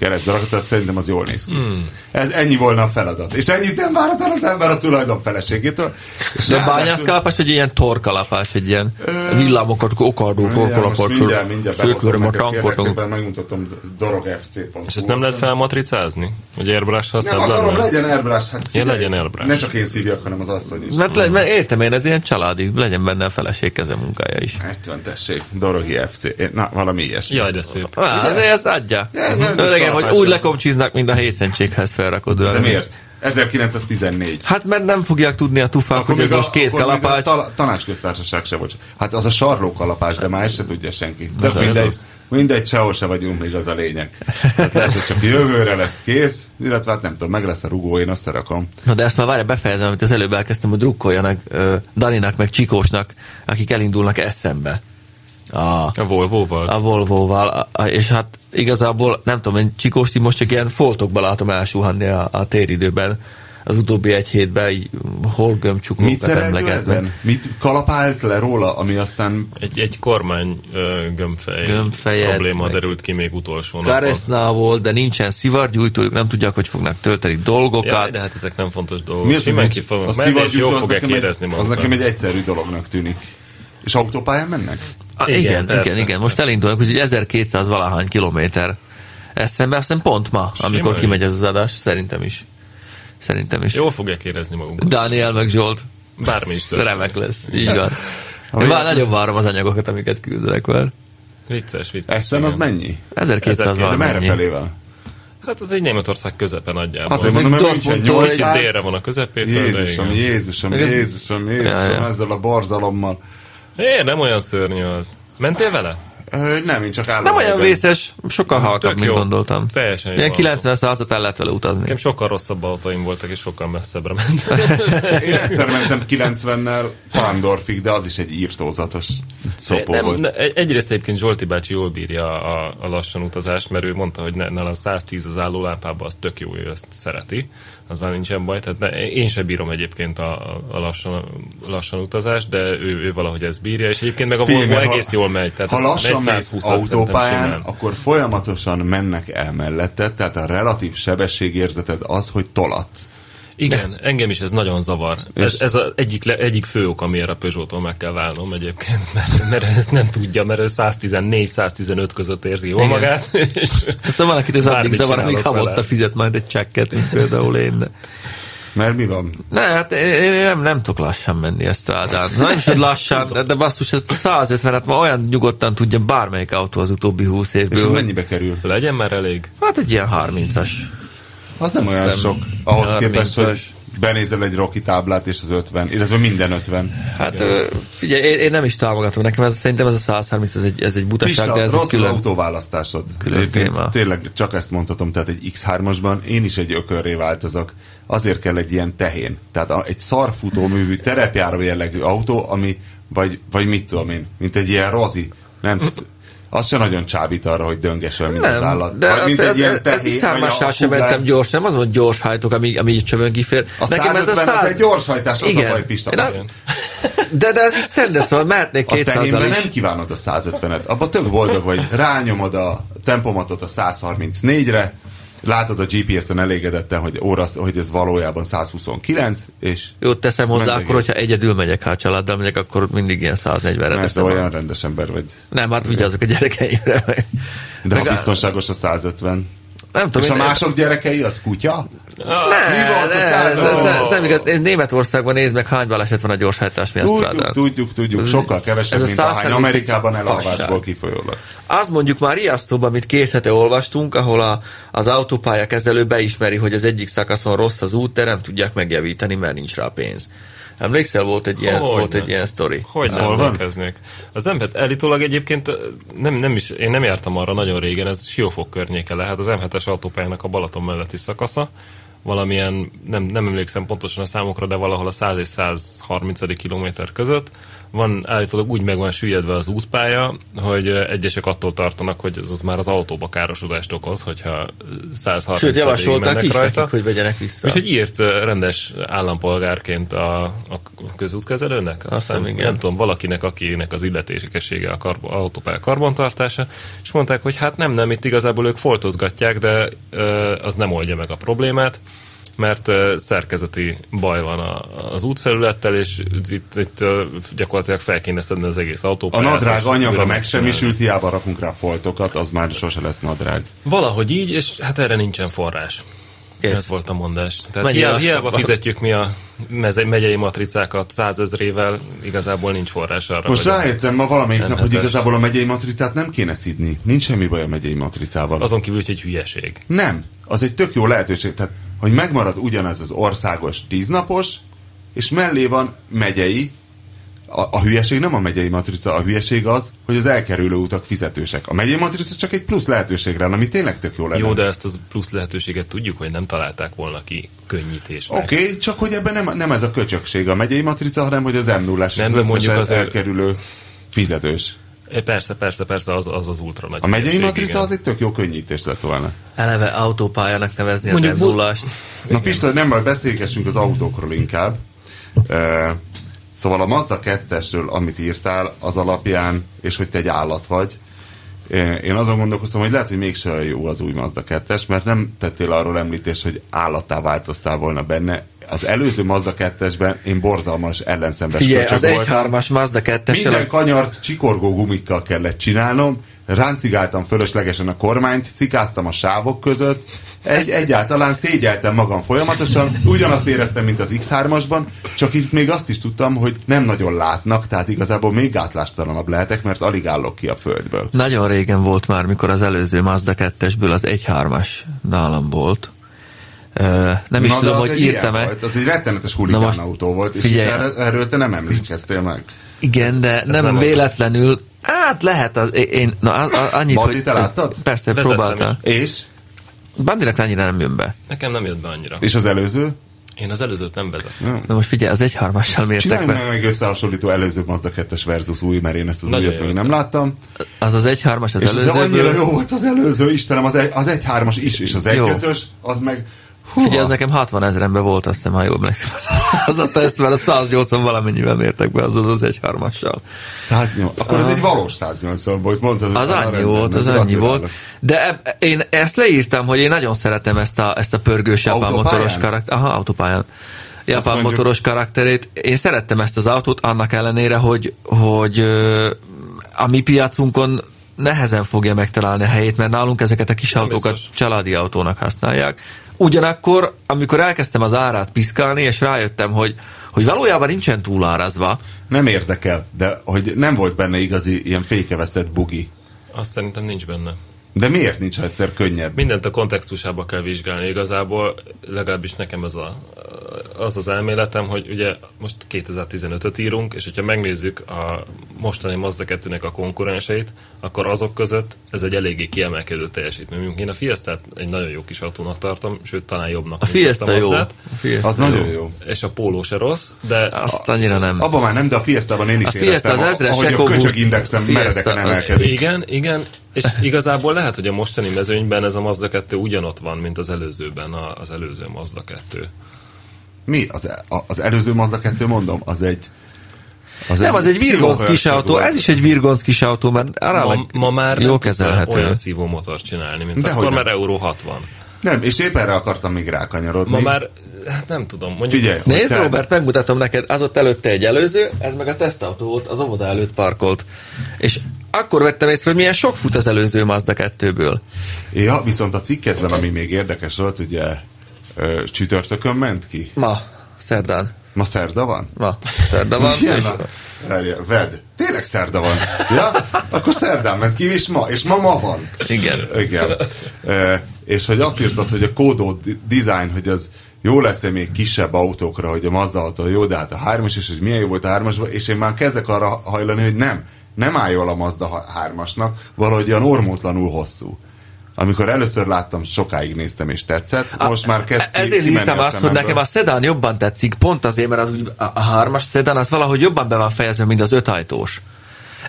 [SPEAKER 4] keresztbe rakott, tehát szerintem az jól néz ki. Hmm. Ez ennyi volna a feladat. És ennyit nem várat el az ember a tulajdon feleségétől. És
[SPEAKER 3] De
[SPEAKER 4] ráadásul-
[SPEAKER 3] bányászkalapás, vagy ilyen torkalapás, egy ilyen villámokat okardó,
[SPEAKER 4] Mindjárt, most
[SPEAKER 3] korkolapot,
[SPEAKER 4] mindjárt, mindjárt behozom
[SPEAKER 3] fölköröm a
[SPEAKER 4] neked, kérlek
[SPEAKER 3] tankotunk.
[SPEAKER 4] szépen, megmutatom dorog fc.hu.
[SPEAKER 2] És ezt nem lehet felmatricázni? Hogy airbrush
[SPEAKER 4] Nem
[SPEAKER 2] használt
[SPEAKER 4] akarom,
[SPEAKER 2] lenne?
[SPEAKER 4] legyen airbrush. Hát figyelj,
[SPEAKER 2] legyen airbrush.
[SPEAKER 4] Ne csak én szívjak, hanem az asszony is.
[SPEAKER 3] Mert, le, mert értem én, ez ilyen családi, legyen benne a feleség keze munkája is.
[SPEAKER 4] Hát van, tessék, dorogi FC. Na, valami ilyesmi.
[SPEAKER 2] Jaj, de szép.
[SPEAKER 3] Á, azért ez adja.
[SPEAKER 4] Ja, nem is
[SPEAKER 3] Öregem, hogy
[SPEAKER 4] kalapács
[SPEAKER 3] úgy
[SPEAKER 4] nem.
[SPEAKER 3] lekomcsiznak, mint a hétszentséghez felrakod.
[SPEAKER 4] De miért? 1914.
[SPEAKER 3] Hát mert nem fogják tudni a tufák, hogy ez
[SPEAKER 4] még a-
[SPEAKER 3] most két
[SPEAKER 4] akkor még A
[SPEAKER 3] kalapács.
[SPEAKER 4] tal- tanácsköztársaság se volt. Hát az a sarló kalapács, de már ezt se tudja senki. De
[SPEAKER 3] az
[SPEAKER 4] mindegy,
[SPEAKER 3] az.
[SPEAKER 4] mindegy, sehol se vagyunk, még az a lényeg. Tehát lehet, hogy csak jövőre lesz kész, illetve hát nem tudom, meg lesz a rugó, én azt rakom.
[SPEAKER 3] Na de ezt már várj, befejezem, amit az előbb elkezdtem, hogy drukkoljanak ö, Daninak, meg Csikósnak, akik elindulnak eszembe. A,
[SPEAKER 2] A Volvo-val?
[SPEAKER 3] a Volvo-val, a- a- és hát igazából nem tudom, én Csikóst így most csak ilyen foltokba látom elsuhanni a, a téridőben az utóbbi egy hétben, így hol
[SPEAKER 4] Mit
[SPEAKER 3] gömcsukrókat
[SPEAKER 4] szerelt
[SPEAKER 3] emlegetnek.
[SPEAKER 4] ezen? Mit kalapált le róla, ami aztán...
[SPEAKER 2] Egy, egy kormány ö, gömbfej
[SPEAKER 3] Gömbfejet,
[SPEAKER 2] probléma
[SPEAKER 3] meg-
[SPEAKER 2] derült ki még utolsó napon.
[SPEAKER 3] Karesznál volt, de nincsen szivargyújtójuk, nem tudják, hogy fognak tölteni dolgokat.
[SPEAKER 2] Jaj,
[SPEAKER 3] Ja,
[SPEAKER 2] de
[SPEAKER 3] de...
[SPEAKER 2] hát ezek nem fontos dolgok.
[SPEAKER 4] Mi az,
[SPEAKER 2] Simán
[SPEAKER 4] hogy
[SPEAKER 2] ki fognak
[SPEAKER 4] a
[SPEAKER 2] menni, és
[SPEAKER 4] szivattyú,
[SPEAKER 2] jól
[SPEAKER 4] az
[SPEAKER 2] fogják
[SPEAKER 4] nekem egy-
[SPEAKER 2] érezni
[SPEAKER 4] Az
[SPEAKER 2] magukat.
[SPEAKER 4] nekem egy egyszerű dolognak tűnik. És autópályán mennek?
[SPEAKER 3] ah, igen,
[SPEAKER 2] igen,
[SPEAKER 3] igen,
[SPEAKER 2] persze,
[SPEAKER 3] igen, igen. Most elindulnak, úgyhogy 1200 valahány kilométer. Eszembe, azt hiszem pont ma, amikor
[SPEAKER 2] így.
[SPEAKER 3] kimegy ez az adás, szerintem is. Szerintem is. Jó.
[SPEAKER 2] Jól fogják érezni magukat.
[SPEAKER 3] Daniel meg Zsolt.
[SPEAKER 2] Bármi is történik.
[SPEAKER 3] Remek lesz, így van.
[SPEAKER 4] Ami-
[SPEAKER 3] Már nagyon várom az anyagokat, amiket küldenek már.
[SPEAKER 2] Vicces, vicces.
[SPEAKER 4] Eszen
[SPEAKER 2] igen.
[SPEAKER 4] az mennyi?
[SPEAKER 3] 1200
[SPEAKER 2] De
[SPEAKER 4] De merre
[SPEAKER 3] valamennyi.
[SPEAKER 4] felével?
[SPEAKER 2] Hát az egy Németország közepe nagyjából.
[SPEAKER 4] Azért mondom, mert nincs egy
[SPEAKER 3] Dortmundtól egy-
[SPEAKER 2] Kicsit
[SPEAKER 4] 800...
[SPEAKER 2] délre van a közepétől,
[SPEAKER 4] Jézusom,
[SPEAKER 2] de igen.
[SPEAKER 4] Jézusom,
[SPEAKER 3] Meg ez-
[SPEAKER 4] Jézusom,
[SPEAKER 3] Ja,
[SPEAKER 4] Jézusom,
[SPEAKER 3] ja.
[SPEAKER 4] ezzel a borzalommal.
[SPEAKER 2] É, nem olyan szörnyű az. Mentél vele?
[SPEAKER 4] Ö, Nem, én csak állom.
[SPEAKER 3] Nem olyan vészes, sokkal halkabb,
[SPEAKER 2] Tök
[SPEAKER 3] mint
[SPEAKER 2] jó.
[SPEAKER 3] gondoltam.
[SPEAKER 2] Teljesen jó
[SPEAKER 3] Ilyen
[SPEAKER 2] autó.
[SPEAKER 3] 90 at el lehet vele utazni.
[SPEAKER 2] Nekem sokkal rosszabb autóim voltak, és sokkal messzebbre ment.
[SPEAKER 4] Én egyszer mentem 90-nel Pandorfig, de az is egy írtózatos szopó
[SPEAKER 2] nem,
[SPEAKER 4] volt.
[SPEAKER 2] ne, egy- egyrészt egyébként Zsolti bácsi jól bírja a, a lassan utazást, mert ő mondta, hogy ne, ne a 110 az álló lámpában, az tök jó, ő ezt szereti, azzal nincsen baj. Tehát ne, én sem bírom egyébként a, a lassan, lassan utazást, de ő, ő valahogy ezt bírja, és egyébként meg a
[SPEAKER 4] Figyelj,
[SPEAKER 2] Volvo
[SPEAKER 4] mert
[SPEAKER 2] egész jól megy. Tehát
[SPEAKER 4] ha lassan
[SPEAKER 2] megy
[SPEAKER 4] mész
[SPEAKER 2] 120-at
[SPEAKER 4] autópályán,
[SPEAKER 2] szerintem simán.
[SPEAKER 4] akkor folyamatosan mennek el mellette, tehát a relatív sebességérzeted az, hogy tolatsz.
[SPEAKER 2] Igen, engem is ez nagyon zavar. Ez, ez az egyik, le- egyik fő ok, amiért a Peugeot-tól meg kell válnom egyébként, mert, mert ezt nem tudja, mert ő 114-115 között érzi jól
[SPEAKER 3] Igen.
[SPEAKER 2] magát. és-
[SPEAKER 3] Aztán valakit ez addig
[SPEAKER 2] Bármit
[SPEAKER 3] zavar, amíg
[SPEAKER 2] csinálok vele.
[SPEAKER 3] havonta fizet majd egy csekket, mint például én. De.
[SPEAKER 4] Mert mi van?
[SPEAKER 3] Ne, hát én én nem, nem tudok lassan menni ezt rádán. Na, nem is, hogy lassan, de, de basszus, ezt a 150-et ma olyan nyugodtan tudja bármelyik autó az utóbbi 20 évből.
[SPEAKER 4] És ez
[SPEAKER 3] hogy-
[SPEAKER 4] mennyibe kerül?
[SPEAKER 2] Legyen már elég.
[SPEAKER 3] Hát egy ilyen 30-as.
[SPEAKER 4] Az nem olyan
[SPEAKER 3] hiszem,
[SPEAKER 4] sok. Ahhoz képest,
[SPEAKER 3] 30-as.
[SPEAKER 4] hogy benézel egy Rocky táblát, és az 50, illetve minden 50.
[SPEAKER 3] Hát ö, figyelj, én, én, nem is támogatom. Nekem ez, szerintem ez a 130, ez egy, ez egy butaság, de
[SPEAKER 4] Pista,
[SPEAKER 3] ez
[SPEAKER 4] rossz
[SPEAKER 3] egy
[SPEAKER 4] külön,
[SPEAKER 3] külön...
[SPEAKER 4] autóválasztásod.
[SPEAKER 3] külön
[SPEAKER 4] Egyébként
[SPEAKER 3] téma.
[SPEAKER 4] Tényleg csak ezt mondhatom, tehát egy X3-asban én is egy ökörré változok. Azért kell egy ilyen tehén. Tehát a- egy szarfutó művű terepjáró jellegű autó, ami, vagy, vagy mit tudom én, mint egy ilyen rozi. Nem, az se nagyon csábít arra, hogy dönges vagy, mint az állat.
[SPEAKER 3] Mm. Nem, de hát
[SPEAKER 4] vagy mint
[SPEAKER 3] ez,
[SPEAKER 4] egy ilyen
[SPEAKER 3] ez, ez
[SPEAKER 4] tehén, vagy a
[SPEAKER 3] szármassal sem
[SPEAKER 4] kublák.
[SPEAKER 3] mentem gyors, nem az, hogy gyors hajtok, ami, ami így csövön kifér.
[SPEAKER 4] A 150 az egy gyors hajtás, az
[SPEAKER 3] Igen.
[SPEAKER 4] a baj, Pista.
[SPEAKER 3] Én azt-
[SPEAKER 4] basszony.
[SPEAKER 3] De, de ez így standard, szóval mehetnék
[SPEAKER 4] A
[SPEAKER 3] 200
[SPEAKER 4] tehénben
[SPEAKER 3] is.
[SPEAKER 4] nem kívánod a 150-et. Abba tök boldog vagy. Rányomod a tempomatot a 134-re, látod a GPS-en elégedetten, hogy, óra, hogy ez valójában 129, és
[SPEAKER 3] Jót teszem hozzá,
[SPEAKER 4] Mentek
[SPEAKER 3] akkor,
[SPEAKER 4] is.
[SPEAKER 3] hogyha egyedül megyek, ha a családdal megyek, akkor mindig ilyen 140-re
[SPEAKER 4] mert te
[SPEAKER 3] teszem.
[SPEAKER 4] olyan rendes ember vagy.
[SPEAKER 3] Nem, hát vigyázzok a gyerekeimre.
[SPEAKER 4] De
[SPEAKER 3] Meg
[SPEAKER 4] ha
[SPEAKER 3] a-
[SPEAKER 4] biztonságos a 150.
[SPEAKER 3] Nem tudom,
[SPEAKER 4] És a
[SPEAKER 3] én-
[SPEAKER 4] mások gyerekei, az kutya?
[SPEAKER 3] Ne,
[SPEAKER 4] Mi volt a
[SPEAKER 3] ne, ez,
[SPEAKER 4] század?
[SPEAKER 3] ez, nem- ez, nem igaz. Én Németországban nézd meg, hány baleset van a gyorshajtás miatt
[SPEAKER 4] Tudjuk,
[SPEAKER 3] strádán.
[SPEAKER 4] tudjuk, tudjuk. Sokkal kevesebb,
[SPEAKER 3] ez a
[SPEAKER 4] mint ahány
[SPEAKER 3] 130
[SPEAKER 4] Amerikában elalvásból
[SPEAKER 3] fasság.
[SPEAKER 4] kifolyólag.
[SPEAKER 3] Az mondjuk már riasztóban, amit két hete olvastunk, ahol a, az autópálya kezelő beismeri, hogy az egyik szakaszon rossz az út, de nem tudják megjavítani, mert nincs rá pénz. Emlékszel, volt egy ilyen,
[SPEAKER 2] Hogyne.
[SPEAKER 3] volt egy ilyen sztori.
[SPEAKER 2] Hogy nem
[SPEAKER 4] Hol van?
[SPEAKER 2] emlékeznék? Az M7 elítólag egyébként nem, nem is, én nem jártam arra nagyon régen, ez Siófok környéke lehet, az M7-es autópályának a Balaton melletti szakasza, valamilyen, nem, nem emlékszem pontosan a számokra, de valahol a 100 és 130. kilométer között van állítólag úgy meg van süllyedve az útpálya, hogy ö, egyesek attól tartanak, hogy ez az már az autóba károsodást okoz, hogyha 130
[SPEAKER 3] Sőt, javasolták is
[SPEAKER 2] rajta.
[SPEAKER 3] nekik, hogy vegyenek vissza.
[SPEAKER 2] És hogy írt ö, rendes állampolgárként a, a közútkezelőnek? Aztán,
[SPEAKER 3] hiszem, igen.
[SPEAKER 2] Nem tudom, valakinek, akinek az illetékessége a karb- autópálya karbantartása, és mondták, hogy hát nem, nem, itt igazából ők foltozgatják, de ö, az nem oldja meg a problémát, mert ö, szerkezeti baj van a, az útfelülettel, és itt, itt ö, gyakorlatilag fel kéne szedni az egész
[SPEAKER 4] A
[SPEAKER 2] autópályát.
[SPEAKER 4] nadrág
[SPEAKER 2] és
[SPEAKER 4] anyaga
[SPEAKER 2] újra
[SPEAKER 4] megsemmisült, hiába rakunk rá foltokat, az már sose lesz nadrág.
[SPEAKER 2] Valahogy így, és hát erre nincsen forrás.
[SPEAKER 3] Kész.
[SPEAKER 2] Kész. Ez volt a mondás. Tehát
[SPEAKER 3] Menjél
[SPEAKER 2] hiába,
[SPEAKER 3] lassabban.
[SPEAKER 2] hiába fizetjük mi a meze- megyei matricákat százezrével, igazából nincs forrás arra.
[SPEAKER 4] Most
[SPEAKER 2] hogy az-
[SPEAKER 4] rájöttem ma valamelyik nap, hogy
[SPEAKER 2] Rendhetes.
[SPEAKER 4] igazából a megyei matricát nem kéne szidni. Nincs semmi baj a megyei matricával.
[SPEAKER 2] Azon kívül, hogy egy hülyeség.
[SPEAKER 4] Nem, az egy tök jó lehetőség. Tehát, hogy megmarad ugyanaz az országos tíznapos, és mellé van megyei, a, a hülyeség nem a megyei matrica, a hülyeség az, hogy az elkerülő utak fizetősek. A megyei matrica csak egy plusz lehetőségre, ami tényleg tök jó lenne.
[SPEAKER 2] Jó, de ezt az plusz lehetőséget tudjuk, hogy nem találták volna ki könnyítésnek.
[SPEAKER 4] Oké, okay, csak hogy ebben nem, nem ez a köcsökség a megyei matrica, hanem hogy az M0-as és
[SPEAKER 2] Nem,
[SPEAKER 4] az
[SPEAKER 2] de mondjuk
[SPEAKER 4] összes
[SPEAKER 2] az-
[SPEAKER 4] elkerülő fizetős.
[SPEAKER 2] Okay. Eh, Persze, persze, persze, az az, az ultra nagy
[SPEAKER 4] A megyei
[SPEAKER 2] hülyeség,
[SPEAKER 4] matrica
[SPEAKER 2] igen.
[SPEAKER 4] az egy tök jó könnyítés lett volna.
[SPEAKER 3] Eleve autópályának nevezni az
[SPEAKER 2] Mondjuk
[SPEAKER 3] m
[SPEAKER 2] bu-
[SPEAKER 3] 0
[SPEAKER 4] Na Pista, nem baj, beszélgessünk az autókról inkább. Uh, szóval a Mazda 2-esről, amit írtál, az alapján, és hogy te egy állat vagy, eh, én azon gondolkoztam, hogy lehet, hogy mégse olyan jó az új Mazda 2-es, mert nem tettél arról említést, hogy állattá változtál volna benne. Az előző Mazda 2-esben én borzalmas ellenszembes
[SPEAKER 3] Figyelj,
[SPEAKER 4] köcsög
[SPEAKER 3] az
[SPEAKER 4] voltam.
[SPEAKER 3] 1-3-as Mazda 2-essel
[SPEAKER 4] Minden
[SPEAKER 3] az
[SPEAKER 4] kanyart csikorgó gumikkal kellett csinálnom, ráncigáltam fölöslegesen a kormányt, cikáztam a sávok között, egy, egyáltalán szégyeltem magam folyamatosan, ugyanazt éreztem, mint az X3-asban, csak itt még azt is tudtam, hogy nem nagyon látnak, tehát igazából még gátlástalanabb lehetek, mert alig állok ki a földből.
[SPEAKER 3] Nagyon régen volt már, mikor az előző Mazda 2-esből az 1-3-as nálam volt. Ö, Nem is
[SPEAKER 4] de
[SPEAKER 3] tudom,
[SPEAKER 4] az
[SPEAKER 3] hogy
[SPEAKER 4] egy ilyen
[SPEAKER 3] írtam-e.
[SPEAKER 4] volt, Az egy rettenetes huligán
[SPEAKER 3] Na most
[SPEAKER 4] autó volt, és
[SPEAKER 3] figyelj.
[SPEAKER 4] erre- erről te nem emlékeztél meg.
[SPEAKER 3] Igen, de nem,
[SPEAKER 2] nem az.
[SPEAKER 3] véletlenül. Hát lehet, az, én, na, a- a- annyit,
[SPEAKER 4] Bandi, te
[SPEAKER 3] ez-
[SPEAKER 4] láttad?
[SPEAKER 3] Persze,
[SPEAKER 2] Vezettem
[SPEAKER 3] próbáltam.
[SPEAKER 4] És?
[SPEAKER 3] Bandinak annyira nem jön be.
[SPEAKER 2] Nekem nem jött be annyira.
[SPEAKER 4] És az előző?
[SPEAKER 2] Én az előzőt nem vezet.
[SPEAKER 4] Hm.
[SPEAKER 3] Na most figyelj, az 1-3-assal mértek
[SPEAKER 4] Csináljunk
[SPEAKER 3] be.
[SPEAKER 4] meg összehasonlító előző Mazda 2-es versus új, mert én ezt az
[SPEAKER 2] Nagyon
[SPEAKER 4] újat
[SPEAKER 2] jó
[SPEAKER 4] még nem láttam.
[SPEAKER 3] Az az 1-3-as az
[SPEAKER 4] És az annyira
[SPEAKER 3] előzőből.
[SPEAKER 4] jó volt az előző, Istenem, az, egy, az egy hármas is, és az egy
[SPEAKER 3] Jó.
[SPEAKER 4] ötös, az meg...
[SPEAKER 3] Figyelj, az
[SPEAKER 4] Húha!
[SPEAKER 3] nekem 60 ezerembe volt, azt hiszem, ha jól emlékszem. Az a teszt, mert a 180 valamennyivel mértek be, az az az 1-3-assal.
[SPEAKER 4] 108. Akkor ez egy valós 180 volt, mondtad. hogy
[SPEAKER 3] Az
[SPEAKER 4] már
[SPEAKER 3] annyi
[SPEAKER 4] rendben,
[SPEAKER 3] volt, az
[SPEAKER 4] mert
[SPEAKER 3] annyi
[SPEAKER 4] gratulálok.
[SPEAKER 3] volt. De eb- én ezt leírtam, hogy én nagyon szeretem ezt a, ezt a pörgős japán
[SPEAKER 4] Autópályán?
[SPEAKER 3] motoros karakter. Aha, autópályán. Japán
[SPEAKER 4] mondjuk-
[SPEAKER 3] motoros karakterét. Én szerettem ezt az autót, annak ellenére, hogy, hogy ö, a mi piacunkon nehezen fogja megtalálni a helyét, mert nálunk ezeket a kis autókat
[SPEAKER 2] biztos.
[SPEAKER 3] családi autónak használják. Ugyanakkor, amikor elkezdtem az árát piszkálni, és rájöttem, hogy, hogy valójában nincsen túlárazva,
[SPEAKER 4] Nem érdekel, de hogy nem volt benne igazi ilyen fékevesztett bugi.
[SPEAKER 2] Azt szerintem nincs benne.
[SPEAKER 4] De miért nincs, ha egyszer könnyebb?
[SPEAKER 2] Mindent a kontextusába kell vizsgálni igazából, legalábbis nekem ez a, az az elméletem, hogy ugye most 2015-öt írunk, és hogyha megnézzük a mostani Mazda 2 a konkurenseit, akkor azok között ez egy eléggé kiemelkedő teljesítmény. Mondjuk Én a fiesta egy nagyon jó kis autónak tartom, sőt talán jobbnak,
[SPEAKER 3] a Fiesta jó. A
[SPEAKER 2] Mazdát,
[SPEAKER 3] Fiesta
[SPEAKER 4] Az nagyon jó.
[SPEAKER 2] és a Póló se rossz, de
[SPEAKER 3] Azt annyira nem.
[SPEAKER 4] Abban már nem, de a Fiesta-ban én is
[SPEAKER 3] A Fiesta
[SPEAKER 4] éreztem,
[SPEAKER 3] az ezres
[SPEAKER 4] ahogy a
[SPEAKER 3] EcoBoost.
[SPEAKER 4] köcsögindexem
[SPEAKER 3] Fiesta
[SPEAKER 4] meredeken
[SPEAKER 3] az-
[SPEAKER 4] emelkedik.
[SPEAKER 2] Igen, igen, és igazából lehet, hogy a mostani mezőnyben ez a Mazda 2 ugyanott van, mint az előzőben, a- az előző Mazda 2.
[SPEAKER 4] Mi? Az, e- a- az előző Mazda 2, mondom, az egy... Az
[SPEAKER 3] Nem, az egy virgonc
[SPEAKER 4] pszichohörcsög
[SPEAKER 3] kis autó,
[SPEAKER 4] volt.
[SPEAKER 3] ez is egy virgonc kis autó, mert arra
[SPEAKER 2] Ma, ma már
[SPEAKER 3] jó
[SPEAKER 2] nem tudsz már
[SPEAKER 3] kezelhető.
[SPEAKER 2] olyan szívó motort csinálni, mint
[SPEAKER 4] Dehogy
[SPEAKER 2] akkor,
[SPEAKER 4] nem.
[SPEAKER 2] mert Euró 60.
[SPEAKER 4] Nem, és épp erre akartam még rákanyarodni.
[SPEAKER 2] Ma már, hát nem tudom, mondjuk...
[SPEAKER 4] Figyelj,
[SPEAKER 3] Nézd,
[SPEAKER 4] hogyha-
[SPEAKER 3] Robert, megmutatom neked, az ott előtte egy előző, ez meg a tesztautó volt, az óvoda előtt parkolt. És akkor vettem észre, hogy milyen sok fut az előző Mazda 2-ből.
[SPEAKER 4] Ja, viszont a cikketlen, ami még érdekes volt, ugye ö, csütörtökön ment ki.
[SPEAKER 3] Ma, szerdán.
[SPEAKER 4] Ma szerda van?
[SPEAKER 3] Ma, szerda van.
[SPEAKER 4] Milyen
[SPEAKER 3] és
[SPEAKER 4] nap? Várja, Ved. Tényleg szerda van. Ja? Akkor szerdán ment ki, és ma. És ma ma van.
[SPEAKER 3] Igen.
[SPEAKER 4] Igen. E, és hogy azt írtad, hogy a kódó di- design, hogy az jó lesz-e még kisebb autókra, hogy a Mazda autó jó, de hát a 3-as is, hogy milyen jó volt a 3 és én már kezdek arra hajlani, hogy nem, nem áll jól a Mazda 3-asnak, valahogy olyan ormótlanul hosszú. Amikor először láttam, sokáig néztem és tetszett, most már kezd ki-
[SPEAKER 3] Ezért
[SPEAKER 4] kimenni
[SPEAKER 3] írtam
[SPEAKER 4] a
[SPEAKER 3] azt, hogy
[SPEAKER 4] szememből.
[SPEAKER 3] nekem a szedán jobban tetszik, pont azért, mert az úgy, a a hármas szedán az valahogy jobban be van fejezve, mint az ötajtós.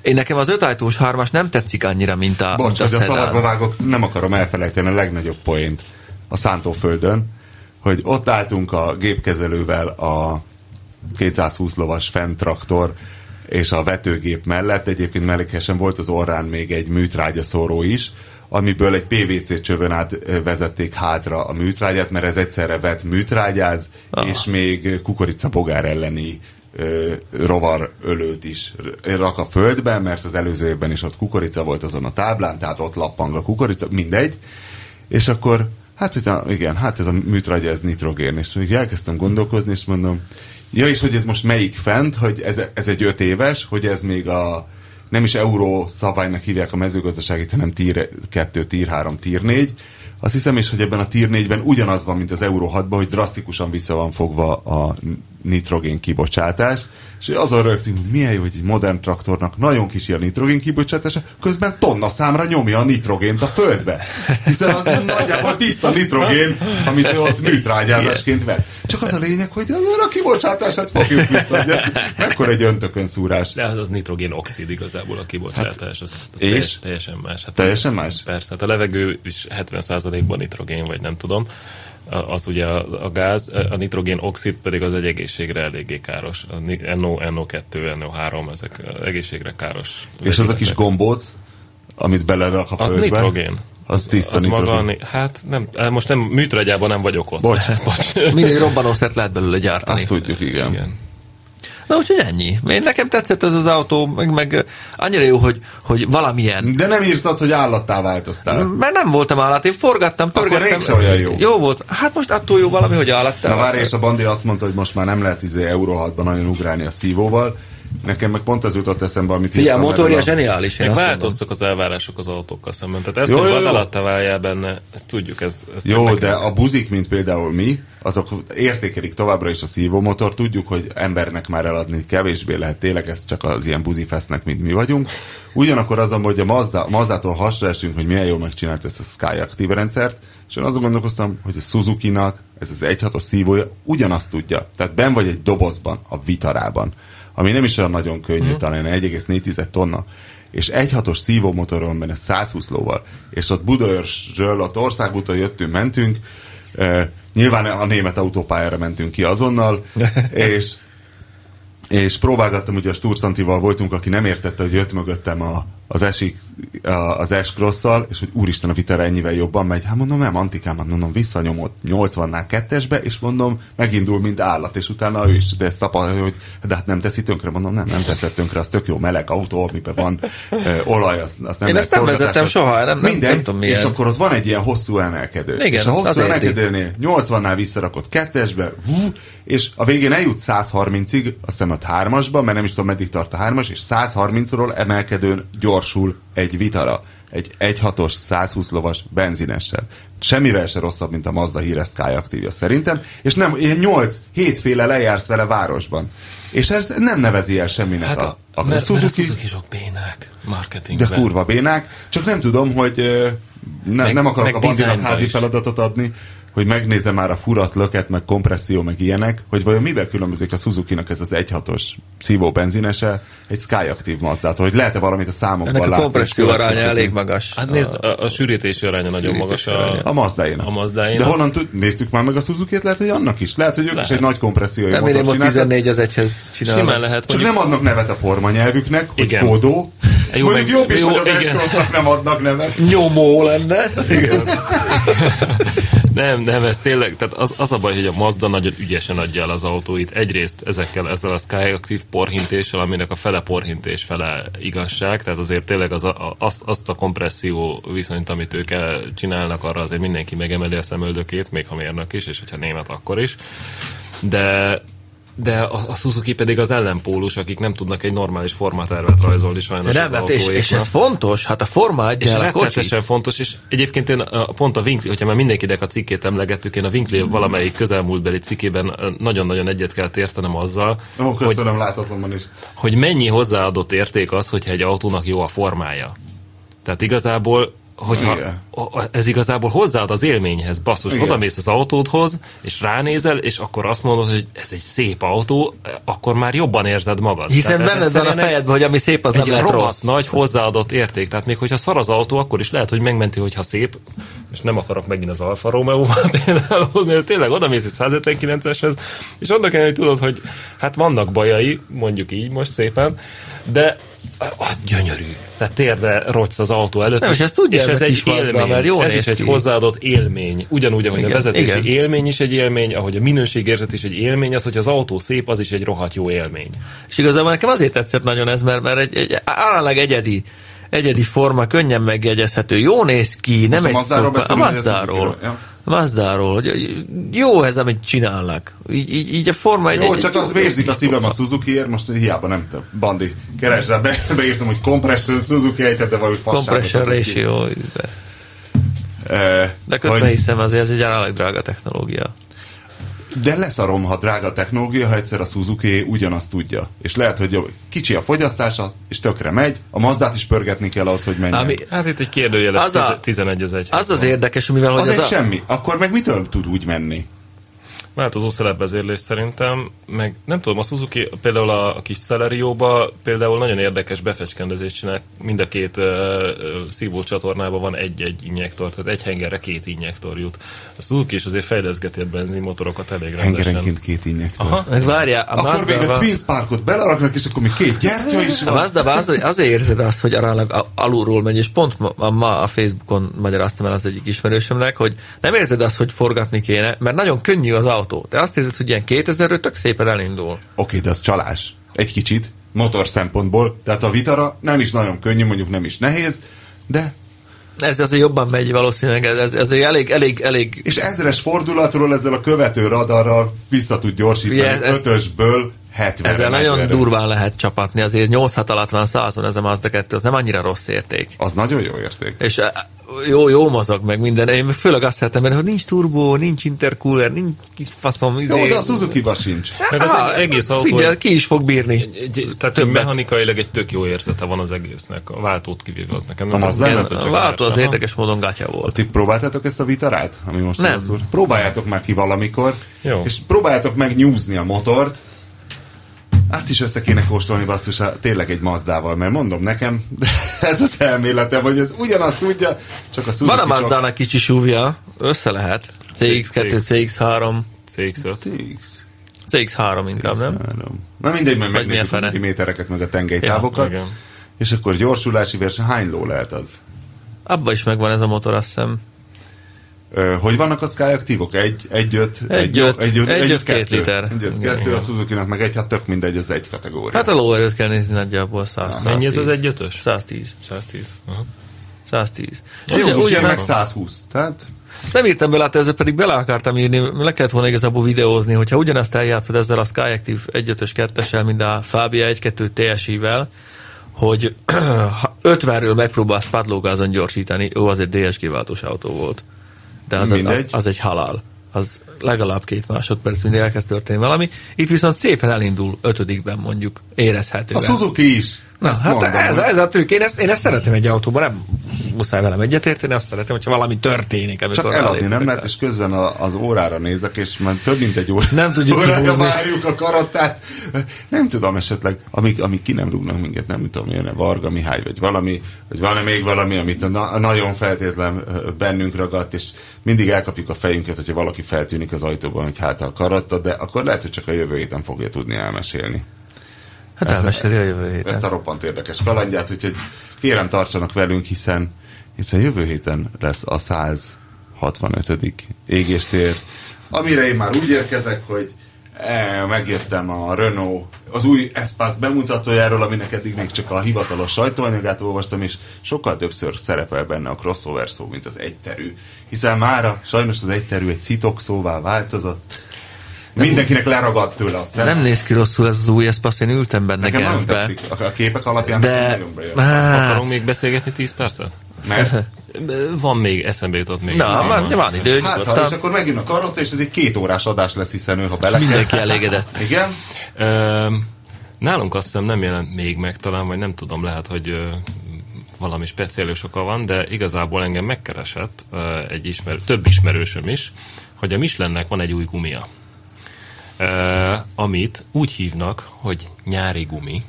[SPEAKER 3] Én nekem az ötajtós hármas nem tetszik annyira, mint a,
[SPEAKER 4] Bocs,
[SPEAKER 3] mint
[SPEAKER 4] hogy
[SPEAKER 3] a
[SPEAKER 4] a szaladba
[SPEAKER 3] szedán.
[SPEAKER 4] vágok, nem akarom elfelejteni a legnagyobb poént a szántóföldön, hogy ott álltunk a gépkezelővel a 220 lovas fent traktor és a vetőgép mellett, egyébként mellékesen volt az orrán még egy műtrágyaszóró is, amiből egy PVC csövön át ö, vezették hátra a műtrágyát, mert ez egyszerre vett műtrágyáz, ah. és még kukoricabogár elleni ö, rovar ölőt is r- rak a földbe, mert az előző évben is ott kukorica volt azon a táblán, tehát ott lappang a kukorica, mindegy. És akkor, hát hogy a, igen, hát ez a műtrágya, ez nitrogén. És így elkezdtem gondolkozni, és mondom, ja, és hogy ez most melyik fent, hogy ez, ez egy öt éves, hogy ez még a nem is euró szabálynak hívják a mezőgazdaságit, hanem tír 2, tír 3, tír 4. Azt hiszem is, hogy ebben a tír 4-ben ugyanaz van, mint az euró 6-ban, hogy drasztikusan vissza van fogva a nitrogén kibocsátás, és azon rögtünk, hogy milyen jó, hogy egy modern traktornak nagyon kicsi a nitrogén kibocsátása, közben tonna számra nyomja a nitrogént a földbe. Hiszen az nagyjából tiszta nitrogén, amit ő ott műtrágyázásként vett. Csak az a lényeg, hogy az a kibocsátását fogjuk vissza. Hogy ez mekkora egy öntökön szúrás.
[SPEAKER 2] De hát az nitrogén oxid igazából a kibocsátás, az, az
[SPEAKER 4] Hát, és?
[SPEAKER 2] teljes, teljesen más. Hát
[SPEAKER 4] Teljesen más?
[SPEAKER 2] Persze, hát a levegő is 70%-ban nitrogén, vagy nem tudom. A- Az ugye a, a gáz, a nitrogén oxid pedig az egy egészségre eléggé káros. A ni- NO, NO2, NO3, ezek egészségre káros.
[SPEAKER 4] És az a kis gombóc, amit belerak a
[SPEAKER 2] Az
[SPEAKER 4] földbe.
[SPEAKER 2] nitrogén.
[SPEAKER 4] Az tiszta
[SPEAKER 2] az
[SPEAKER 4] nitrogén.
[SPEAKER 2] maga, a ni- hát nem, most nem, műtrágyában nem vagyok ott.
[SPEAKER 4] Bocs.
[SPEAKER 2] Bocs.
[SPEAKER 3] Mindig robbanószert lehet belőle gyártani.
[SPEAKER 4] Azt tudjuk, igen. igen.
[SPEAKER 2] Igen.
[SPEAKER 3] Na úgyhogy ennyi. Én nekem tetszett ez az autó, meg, meg ö, annyira jó, hogy, hogy valamilyen.
[SPEAKER 4] De nem írtad, hogy állattá változtál.
[SPEAKER 3] Mert nem voltam állat, én forgattam, pörgettem.
[SPEAKER 4] régse olyan jó.
[SPEAKER 3] Jó volt. Hát most attól jó valami, hogy állat.
[SPEAKER 4] Na várj, és a Bandi azt mondta, hogy most már nem lehet izé Euro 6-ban nagyon ugrálni a szívóval. Nekem meg pont az jutott eszembe, amit
[SPEAKER 3] Figyelj, a
[SPEAKER 4] írtam
[SPEAKER 3] motorja
[SPEAKER 4] erről a-
[SPEAKER 3] zseniális. Én
[SPEAKER 2] Meg
[SPEAKER 3] azt mondom.
[SPEAKER 2] változtak az elvárások az autókkal szemben. Tehát ez,
[SPEAKER 4] Jó,
[SPEAKER 2] hogy
[SPEAKER 4] jó,
[SPEAKER 2] vad
[SPEAKER 4] jó.
[SPEAKER 2] alatt váljál benne, ezt tudjuk. Ez, ez
[SPEAKER 4] Jó,
[SPEAKER 2] nekem-
[SPEAKER 4] de a buzik, mint például mi, azok értékelik továbbra is a szívómotor. Tudjuk, hogy embernek már eladni kevésbé lehet, tényleg ez csak az ilyen buzifesznek, mint mi vagyunk. Ugyanakkor azonban, hogy a Mazda, Mazdától hasra esünk, hogy milyen jól megcsinált ezt a Sky Active rendszert, és én azon gondolkoztam, hogy a Suzuki-nak ez az 1.6-os szívója ugyanazt tudja. Tehát ben vagy egy dobozban, a vitarában, ami nem is olyan nagyon könnyű mm. talán, 1,4 tonna és egy hatos szívómotoron van benne 120 lóval, és ott Budaörsről, ott országúton jöttünk, mentünk, e, nyilván a német autópályára mentünk ki azonnal, és, és próbálgattam, ugye a Sturcantival voltunk, aki nem értette, hogy jött mögöttem a, az esik a- az S crosszal, és hogy úristen a vitera ennyivel jobban megy. Hát mondom, nem, antikám, hát mondom, visszanyomott 80-nál kettesbe, és mondom, megindul, mint állat, és utána ő is, de ezt tapasztalja, hogy de hát nem teszi tönkre, mondom, nem, nem teszed tönkre, az tök jó meleg autó, amiben van ö, olaj, azt, azt nem
[SPEAKER 3] Én
[SPEAKER 4] lehet
[SPEAKER 3] ezt nem
[SPEAKER 4] forgatással-
[SPEAKER 3] vezettem soha, nem- nem-
[SPEAKER 4] Mindegy,
[SPEAKER 3] nem tudom, milyen.
[SPEAKER 4] És akkor ott van egy ilyen hosszú emelkedő.
[SPEAKER 3] Igen,
[SPEAKER 4] és a hosszú
[SPEAKER 3] azért
[SPEAKER 4] emelkedőnél 80-nál visszarakott kettesbe, vú, és a végén eljut 130-ig, azt hiszem a hármasba, mert nem is tudom meddig tart a hármas, és 130-ról emelkedőn gyorsul egy vitara. Egy 1.6-os, 120 lovas benzinessel. Semmivel se rosszabb, mint a Mazda híres Sky Activia szerintem, és nem, ilyen 8 hétféle lejársz vele városban. És ezt nem nevezi el semminek
[SPEAKER 2] Hát
[SPEAKER 4] a, a,
[SPEAKER 2] mert, mert a
[SPEAKER 4] Suzuki.
[SPEAKER 2] Suzuki sok bénák
[SPEAKER 4] De
[SPEAKER 2] marketingben.
[SPEAKER 4] kurva bénák, csak nem tudom, hogy ö, ne,
[SPEAKER 2] Meg-
[SPEAKER 4] nem akarok
[SPEAKER 2] meg
[SPEAKER 4] a bazinak
[SPEAKER 2] dizájnba
[SPEAKER 4] házi
[SPEAKER 2] is.
[SPEAKER 4] feladatot adni, hogy megnézem már a furat löket, meg kompresszió, meg ilyenek, hogy vajon miben különbözik a Suzuki-nak ez az 1.6-os szívó benzinese egy Sky Active Mazdától, hogy lehet-e valamit a számokban
[SPEAKER 3] Ennek a
[SPEAKER 4] látni,
[SPEAKER 3] kompresszió
[SPEAKER 4] és
[SPEAKER 3] aránya
[SPEAKER 4] következtetni?
[SPEAKER 3] elég magas.
[SPEAKER 2] Hát nézd, a, a sűrítési aránya nagyon magas. A,
[SPEAKER 4] A Mazdáinak.
[SPEAKER 2] A Mazdáinak.
[SPEAKER 4] De honnan tud, néztük már meg a suzuki lehet, hogy annak is. Lehet, hogy ők is egy nagy kompressziói motort
[SPEAKER 3] Remélem, hogy
[SPEAKER 4] csináltak.
[SPEAKER 3] 14 az egyhez
[SPEAKER 2] simán
[SPEAKER 3] csinálom.
[SPEAKER 2] lehet,
[SPEAKER 4] Csak
[SPEAKER 2] mondjuk,
[SPEAKER 4] nem adnak nevet a formanyelvüknek, hogy
[SPEAKER 2] Igen.
[SPEAKER 4] kódó.
[SPEAKER 2] Jó,
[SPEAKER 4] Mondjuk
[SPEAKER 2] meg-
[SPEAKER 4] jobb is,
[SPEAKER 2] jó,
[SPEAKER 4] hogy az
[SPEAKER 2] igen.
[SPEAKER 4] s nem adnak nevet.
[SPEAKER 3] Nyomó lenne.
[SPEAKER 2] nem, nem, ez tényleg, tehát az, az a baj, hogy a Mazda nagyon ügyesen adja el az autóit. Egyrészt ezekkel, ezzel a Skyactiv porhintéssel, aminek a fele porhintés, fele igazság, tehát azért tényleg az, a, a- azt, azt a kompresszió viszonyt, amit ők el- csinálnak, arra azért mindenki megemeli a szemöldökét, még ha mérnök is, és hogyha német, akkor is. de de a, a Suzuki pedig az ellenpólus, akik nem tudnak egy normális formatervet rajzolni sajnos
[SPEAKER 3] Remet,
[SPEAKER 2] az
[SPEAKER 3] hát és, és
[SPEAKER 2] autóiknak.
[SPEAKER 3] ez fontos, hát a forma
[SPEAKER 2] És
[SPEAKER 3] adja el a kocsit.
[SPEAKER 2] rettenetesen fontos, és egyébként én a, pont a Winkli, hogyha már mindenkinek a cikkét emlegettük, én a Winkli valamelyik közelmúltbeli cikkében ö, nagyon-nagyon egyet kell értenem azzal,
[SPEAKER 4] Ó,
[SPEAKER 2] hogy,
[SPEAKER 4] köszönöm, láthatatlanban is.
[SPEAKER 2] hogy mennyi hozzáadott érték az, hogyha egy autónak jó a formája. Tehát igazából hogyha
[SPEAKER 4] Igen.
[SPEAKER 2] o- o- ez igazából hozzáad az élményhez, basszus,
[SPEAKER 4] Igen.
[SPEAKER 2] oda mész az autódhoz, és ránézel, és akkor azt mondod, hogy ez egy szép autó, akkor már jobban érzed magad.
[SPEAKER 3] Hiszen
[SPEAKER 2] Tehát ez
[SPEAKER 3] benned van a
[SPEAKER 2] egyszerűen egy-
[SPEAKER 3] fejedben, hogy ami szép, az nem
[SPEAKER 2] egy
[SPEAKER 3] lehet
[SPEAKER 2] rohadt
[SPEAKER 3] rossz.
[SPEAKER 2] nagy hozzáadott érték. Tehát még hogyha szar az autó, akkor is lehet, hogy megmenti, hogyha szép, és nem akarok megint az Alfa romeo például hozni, de tényleg oda mész egy 159-eshez, és annak ellenére, hogy tudod, hogy hát vannak bajai, mondjuk így most szépen, de ah, gyönyörű. Tehát térbe rogysz az autó előtt.
[SPEAKER 3] Nem, és ezt tudja ez
[SPEAKER 2] ez,
[SPEAKER 3] a
[SPEAKER 2] egy
[SPEAKER 3] kis Mazda,
[SPEAKER 2] élmény.
[SPEAKER 3] mert jól
[SPEAKER 2] ez
[SPEAKER 3] néz
[SPEAKER 2] is egy
[SPEAKER 3] ki.
[SPEAKER 2] hozzáadott élmény. Ugyanúgy, ahogy
[SPEAKER 3] Igen,
[SPEAKER 2] a vezetési
[SPEAKER 3] igen.
[SPEAKER 2] élmény is egy élmény, ahogy a minőségérzet is egy élmény, az, hogy az autó szép, az is egy rohadt jó élmény.
[SPEAKER 3] És igazából nekem azért tetszett nagyon ez, mert, mert egy, egy állandóan egyedi, egyedi forma, könnyen megjegyezhető, jó néz ki, nem
[SPEAKER 4] a
[SPEAKER 3] egy
[SPEAKER 4] Mazdáról
[SPEAKER 3] szopa-
[SPEAKER 4] beszélünk,
[SPEAKER 3] A
[SPEAKER 4] vagy a
[SPEAKER 3] Mazdáról.
[SPEAKER 4] Suzukiról? Ja.
[SPEAKER 3] A Mazdáról, hogy jó ez, amit csinálnak. Így, így, így a forma egy...
[SPEAKER 4] Jó,
[SPEAKER 3] egy-
[SPEAKER 4] csak
[SPEAKER 3] egy-
[SPEAKER 4] az vérzik a szívem a Suzukiért, most hiába nem te, Bandi, keresd rá, be, beírtam, hogy compression Suzuki ejtett, de valami fasságot.
[SPEAKER 3] Compression
[SPEAKER 4] adott ki.
[SPEAKER 3] ratio.
[SPEAKER 4] Eh,
[SPEAKER 3] De közben
[SPEAKER 4] hogy,
[SPEAKER 3] hiszem, azért ez egy állag drága technológia.
[SPEAKER 4] de leszarom, ha drága technológia, ha egyszer a Suzuki ugyanazt tudja. És lehet, hogy jobb. kicsi a fogyasztása, és tökre megy. A Mazdát is pörgetni kell ahhoz, hogy menjen.
[SPEAKER 3] Ami,
[SPEAKER 2] Hát itt egy kérdőjeles
[SPEAKER 3] Az a-
[SPEAKER 2] 11 az egy.
[SPEAKER 3] az az érdekes, mivel hogy
[SPEAKER 4] az,
[SPEAKER 3] ez
[SPEAKER 4] egy
[SPEAKER 3] a...
[SPEAKER 4] semmi. Akkor meg mitől tud úgy menni?
[SPEAKER 2] Változó szerepvezérlés szerintem, meg nem tudom, a Suzuki például a, a kis Celerióba például nagyon érdekes befecskendezést csinál, mind a két ö, ö, szívócsatornában van egy-egy injektor, tehát egy hengerre két injektor jut. A Suzuki is azért fejleszgeti a benzinmotorokat elég rendesen.
[SPEAKER 4] Hengerenként két injektor.
[SPEAKER 2] Aha.
[SPEAKER 3] Meg várjál, a
[SPEAKER 4] Akkor még a
[SPEAKER 3] Mazda-val-
[SPEAKER 4] Twin Sparkot beleraknak, és akkor még két gyertya is
[SPEAKER 3] A
[SPEAKER 4] van.
[SPEAKER 3] Mazda az, azért érzed azt, hogy aránylag a- alulról megy, és pont ma, ma- ma a Facebookon magyaráztam el az egyik ismerősömnek, hogy nem érzed azt, hogy forgatni kéne, mert nagyon könnyű az autó. De azt érzed, hogy ilyen 2000 tök szépen elindul.
[SPEAKER 4] Oké, de az csalás. Egy kicsit, motor szempontból. Tehát a vitara nem is nagyon könnyű, mondjuk nem is nehéz, de...
[SPEAKER 3] Ez azért jobban megy valószínűleg, ez, ez azért elég, elég, elég
[SPEAKER 4] És ezres fordulatról ezzel a követő radarral vissza tud gyorsítani
[SPEAKER 3] Ugye ez-
[SPEAKER 4] Ugye,
[SPEAKER 3] ez-
[SPEAKER 4] ötösből 70
[SPEAKER 3] ezzel nagyon durván lehet csapatni, azért 8 6 alatt van 100 ez a Mazda 2, az nem annyira rossz érték.
[SPEAKER 4] Az nagyon jó érték.
[SPEAKER 3] És á, jó, jó mozog meg minden. Én főleg azt szeretem, mert hogy nincs turbó, nincs intercooler, nincs kis faszom, izé.
[SPEAKER 4] Jó, de a Suzuki-ba sincs.
[SPEAKER 2] Meg az
[SPEAKER 3] Á,
[SPEAKER 2] egy egész autó-
[SPEAKER 3] Figyelj, ki is fog bírni.
[SPEAKER 2] Egy, egy, tehát
[SPEAKER 3] Többet.
[SPEAKER 2] mechanikailag egy tök jó érzete van az egésznek, a váltót kivéve az nekem.
[SPEAKER 4] A Mazda?
[SPEAKER 2] lehet, hogy
[SPEAKER 3] A
[SPEAKER 2] csak
[SPEAKER 3] váltó az
[SPEAKER 2] más. Aha.
[SPEAKER 3] érdekes módon gátya volt.
[SPEAKER 4] Ti próbáltátok ezt a vitarát, ami most
[SPEAKER 3] Nem.
[SPEAKER 4] az úr? Próbáljátok már ki valamikor,
[SPEAKER 2] Jó.
[SPEAKER 4] és próbáljátok meg nyúzni a motort. Azt is össze kéne kóstolni basszus, a- tényleg egy Mazdával, mert mondom nekem, ez az elméletem, hogy ez ugyanazt tudja, csak a Suzuki
[SPEAKER 3] Van a
[SPEAKER 4] csak-
[SPEAKER 3] Mazdának kicsi súvja, össze lehet. CX2, CX3,
[SPEAKER 2] CX-5.
[SPEAKER 4] Tix.
[SPEAKER 3] CX3 inkább, nem?
[SPEAKER 4] Három. Na mindegy, majd
[SPEAKER 3] milyen
[SPEAKER 4] megnézzük a
[SPEAKER 3] fene.
[SPEAKER 4] millimétereket, meg a tengelytávokat.
[SPEAKER 2] igen.
[SPEAKER 4] és akkor gyorsulási verseny, hány ló lehet az?
[SPEAKER 3] Abba is megvan ez a motor, azt hiszem.
[SPEAKER 4] Ö, Hogy vannak a Sky aktívok? Egy, egy, öt,
[SPEAKER 3] Egy öt. Egy öt, két
[SPEAKER 4] kettő.
[SPEAKER 3] liter.
[SPEAKER 4] Egy öt,
[SPEAKER 3] Igen,
[SPEAKER 4] kettő, a suzuki meg egy, hát tök mindegy, az egy kategória.
[SPEAKER 3] Hát a lóerőt kell nézni nagyjából 100
[SPEAKER 2] Mennyi ez az
[SPEAKER 3] 110.
[SPEAKER 2] egy ötös?
[SPEAKER 3] 110.
[SPEAKER 2] 110. Aha.
[SPEAKER 3] 110.
[SPEAKER 4] a
[SPEAKER 3] És
[SPEAKER 4] suzuki
[SPEAKER 3] úgy,
[SPEAKER 4] meg
[SPEAKER 3] meg...
[SPEAKER 4] 120, tehát
[SPEAKER 3] Ezt nem írtam bele, hát ezzel pedig bele akartam írni, le kellett volna igazából videózni, hogyha ugyanezt eljátszod ezzel a Skyactiv 1.5-ös 2 mint a Fabia 1.2 TSI-vel, hogy ha 50-ről megpróbálsz padlógázon gyorsítani, ő az egy DSG váltós autó volt. De az, az,
[SPEAKER 4] Mindegy.
[SPEAKER 3] az egy halál. Az legalább két másodperc, mindig elkezd történni valami. Itt viszont szépen elindul ötödikben mondjuk, érezhetően.
[SPEAKER 4] a Suzuki is.
[SPEAKER 3] Na,
[SPEAKER 4] Ezt
[SPEAKER 3] hát
[SPEAKER 4] mondom,
[SPEAKER 3] ez,
[SPEAKER 4] hogy-
[SPEAKER 3] ez a trükk. Én ezt, én ezt szeretem egy autóban, nem muszáj velem egyetérteni, azt szeretem, hogyha valami történik, amikor
[SPEAKER 4] Csak eladni
[SPEAKER 3] rálépünk
[SPEAKER 4] nem
[SPEAKER 3] rá.
[SPEAKER 4] lehet, és közben a, az órára nézek, és már több mint egy óra.
[SPEAKER 3] Nem tudjuk
[SPEAKER 4] órája
[SPEAKER 3] kihúzni.
[SPEAKER 4] várjuk a karatát. Nem tudom esetleg, amik, amik ki nem rúgnak minket, nem tudom, jön Varga Mihály, vagy valami, vagy valami még valami, amit na, nagyon feltétlen ö, bennünk ragadt, és mindig elkapjuk a fejünket, hogyha valaki feltűnik az ajtóban, hogy hát a karatta, de akkor lehet, hogy csak a jövő héten fogja tudni elmesélni
[SPEAKER 3] Hát elmeséli a jövő héten.
[SPEAKER 4] ezt a roppant érdekes kalandját, úgyhogy kérem tartsanak velünk, hiszen, hiszen jövő héten lesz a 165. égéstér, amire én már úgy érkezek, hogy eh, megjöttem a Renault az új Espace bemutatójáról, aminek eddig még csak a hivatalos sajtóanyagát olvastam, és sokkal többször szerepel benne a crossover szó, mint az egyterű. Hiszen mára sajnos az egyterű egy citok szóvá változott. Mindenkinek leragadt tőle a szem.
[SPEAKER 3] Nem néz ki rosszul ez az új eszpasz, én ültem benne
[SPEAKER 4] Nekem nagyon
[SPEAKER 3] Genfbe.
[SPEAKER 4] tetszik. A a képek alapján nekem
[SPEAKER 3] De...
[SPEAKER 4] nagyon bejön.
[SPEAKER 3] Hát,
[SPEAKER 2] Akarunk még beszélgetni 10 percet?
[SPEAKER 4] Mert,
[SPEAKER 2] Van még, eszembe jutott még.
[SPEAKER 3] na, van, van idő,
[SPEAKER 4] hát, ha, és
[SPEAKER 3] nyugodtan.
[SPEAKER 4] akkor megint a karotta, és ez egy két órás adás lesz, hiszen ő, ha bele
[SPEAKER 3] Mindenki elégedett.
[SPEAKER 4] Igen,
[SPEAKER 2] Ö, nálunk azt hiszem nem jelent még meg talán, vagy nem tudom, lehet, hogy ö, valami speciális oka van, de igazából engem megkeresett ö, egy ismer, több ismerősöm is, hogy a Michelinnek van egy új gumia, ö, amit úgy hívnak, hogy nyári gumi,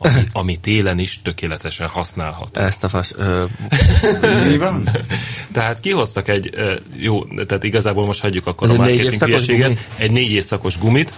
[SPEAKER 2] ami, ami télen is tökéletesen használható.
[SPEAKER 3] Ezt a fas... Ö,
[SPEAKER 4] mi van?
[SPEAKER 2] Tehát kihoztak egy, ö, jó, tehát igazából most hagyjuk akkor
[SPEAKER 3] Ez
[SPEAKER 2] a
[SPEAKER 3] egy négy
[SPEAKER 2] marketing
[SPEAKER 3] évszakos
[SPEAKER 2] hülyeséget,
[SPEAKER 3] gumi?
[SPEAKER 2] egy négy évszakos gumit,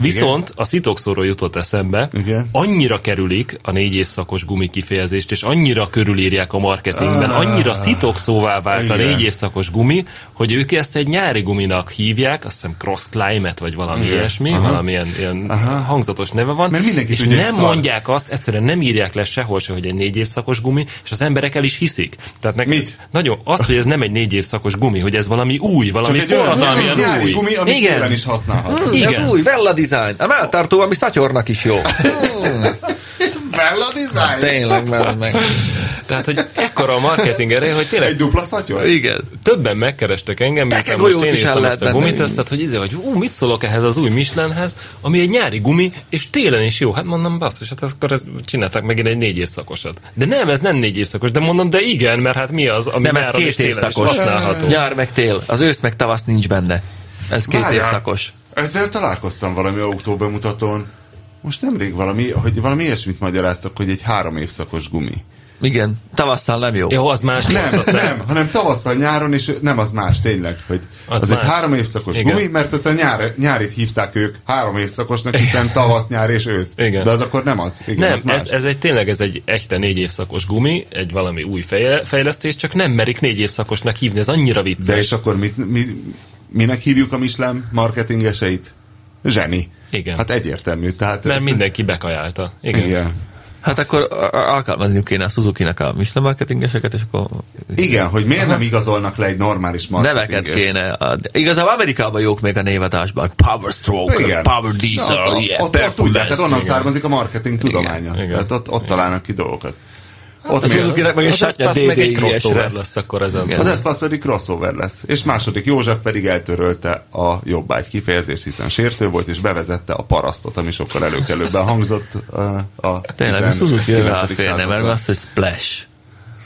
[SPEAKER 2] Viszont Igen. a szitokszóról jutott eszembe,
[SPEAKER 4] Igen.
[SPEAKER 2] annyira kerülik a négy évszakos gumi kifejezést, és annyira körülírják a marketingben, annyira szitokszóvá vált a
[SPEAKER 4] Igen.
[SPEAKER 2] négy évszakos gumi, hogy ők ezt egy nyári guminak hívják, azt hiszem cross climate, vagy valami Igen. ilyesmi, Aha. valamilyen ilyen hangzatos neve van,
[SPEAKER 4] Mert mindenki
[SPEAKER 2] és
[SPEAKER 4] tudja, hogy
[SPEAKER 2] nem
[SPEAKER 4] szar.
[SPEAKER 2] mondják azt, egyszerűen nem írják le sehol se, hogy egy négy évszakos gumi, és az emberek el is hiszik. Tehát nekem
[SPEAKER 4] Mit?
[SPEAKER 2] Nagyon, az, hogy ez nem egy négy évszakos gumi, hogy ez valami új, valami
[SPEAKER 4] Csak egy olyan
[SPEAKER 2] forradalmian
[SPEAKER 4] nyári
[SPEAKER 2] új.
[SPEAKER 4] gumi, amit
[SPEAKER 3] Igen.
[SPEAKER 4] télen is használhat.
[SPEAKER 3] igen. Hmm, Ez új, Vella Design. A melltartó, ami szatyornak is jó.
[SPEAKER 4] Vella design!
[SPEAKER 3] Tényleg, mert meg.
[SPEAKER 2] Tehát, hogy ekkora a marketing ereje, hogy tényleg
[SPEAKER 4] Egy dupla szatyor?
[SPEAKER 3] Igen.
[SPEAKER 2] többen megkerestek engem, miután
[SPEAKER 3] Teke
[SPEAKER 2] most
[SPEAKER 3] golyót
[SPEAKER 2] én
[SPEAKER 3] is el
[SPEAKER 2] írtam
[SPEAKER 3] lehet
[SPEAKER 2] ezt a
[SPEAKER 3] venni.
[SPEAKER 2] gumitesztet, hogy izé, hogy ú, mit szólok ehhez az új Michelinhez, ami egy nyári gumi, és télen is jó. Hát mondom, basszus, hát akkor ez, csináltak megint egy négy évszakosat. De nem, ez nem négy évszakos, de mondom, de igen, mert hát mi az, ami
[SPEAKER 3] Nem, ez
[SPEAKER 2] nyáron és
[SPEAKER 3] két
[SPEAKER 2] télen is
[SPEAKER 3] évszakos.
[SPEAKER 2] használható.
[SPEAKER 3] Nyár meg tél. Az ősz meg tavasz nincs benne. Ez két
[SPEAKER 4] Várjál,
[SPEAKER 3] évszakos.
[SPEAKER 4] Ezzel találkoztam valami autóbemutatón. Most nemrég valami, hogy valami ilyesmit magyaráztak, hogy egy három évszakos gumi.
[SPEAKER 3] Igen, tavasszal nem jó.
[SPEAKER 2] Jó, az más.
[SPEAKER 4] Nem,
[SPEAKER 2] Aztán-
[SPEAKER 4] nem, hanem tavasszal, nyáron, és nem az más tényleg, hogy
[SPEAKER 2] Az
[SPEAKER 4] az, az egy
[SPEAKER 2] más.
[SPEAKER 4] három évszakos
[SPEAKER 2] Igen.
[SPEAKER 4] Igen. gumi, mert ott a nyár, nyárit hívták ők három évszakosnak, hiszen tavasz, nyár és ősz.
[SPEAKER 2] Igen.
[SPEAKER 4] De az akkor nem az. Igen,
[SPEAKER 2] Nem,
[SPEAKER 4] az más.
[SPEAKER 2] ez, ez egy tényleg ez egy echte négy évszakos gumi, egy valami új feje, fejlesztés, csak nem merik négy évszakosnak hívni, ez annyira vicces.
[SPEAKER 4] De és akkor mit, mi, minek hívjuk a Michelin marketingeseit? Zseni.
[SPEAKER 2] Igen.
[SPEAKER 4] Hát egyértelmű. Tehát
[SPEAKER 2] Mert
[SPEAKER 4] ez-
[SPEAKER 2] mindenki bekajálta. Igen. igen.
[SPEAKER 4] Igen.
[SPEAKER 3] Hát akkor a- a- alkalmazniuk kéne a Suzuki-nak a Michelin marketingeseket, és akkor
[SPEAKER 4] Igen, hogy miért nem igazolnak le egy normális marketinges?
[SPEAKER 3] neveket kéne. adni. Igazából Amerikában jók még a névadásban. Power Stroke,
[SPEAKER 4] Igen.
[SPEAKER 3] Power Diesel,
[SPEAKER 4] Na, ott,
[SPEAKER 3] yeah,
[SPEAKER 4] ott, ott tudják, hát onnan
[SPEAKER 3] performance,
[SPEAKER 4] származik a marketing tudománya.
[SPEAKER 2] Igen.
[SPEAKER 4] Tehát ott, ott találnak ki dolgokat. Ott
[SPEAKER 3] a
[SPEAKER 4] miért-
[SPEAKER 3] Suzuki-nek meg egy
[SPEAKER 2] Az
[SPEAKER 3] sátnya
[SPEAKER 2] Espace meg egy crossover
[SPEAKER 3] DDI-esre.
[SPEAKER 2] lesz akkor ezen.
[SPEAKER 3] Igen.
[SPEAKER 4] Az Espace pedig crossover lesz, és második József pedig eltörölte a jobbágy kifejezést, hiszen sértő volt, és bevezette a parasztot, ami sokkal előkelőbben hangzott ö, a
[SPEAKER 3] Tényleg, a
[SPEAKER 4] 19.
[SPEAKER 3] Suzuki-vel félne,
[SPEAKER 4] században.
[SPEAKER 3] mert az, hogy splash.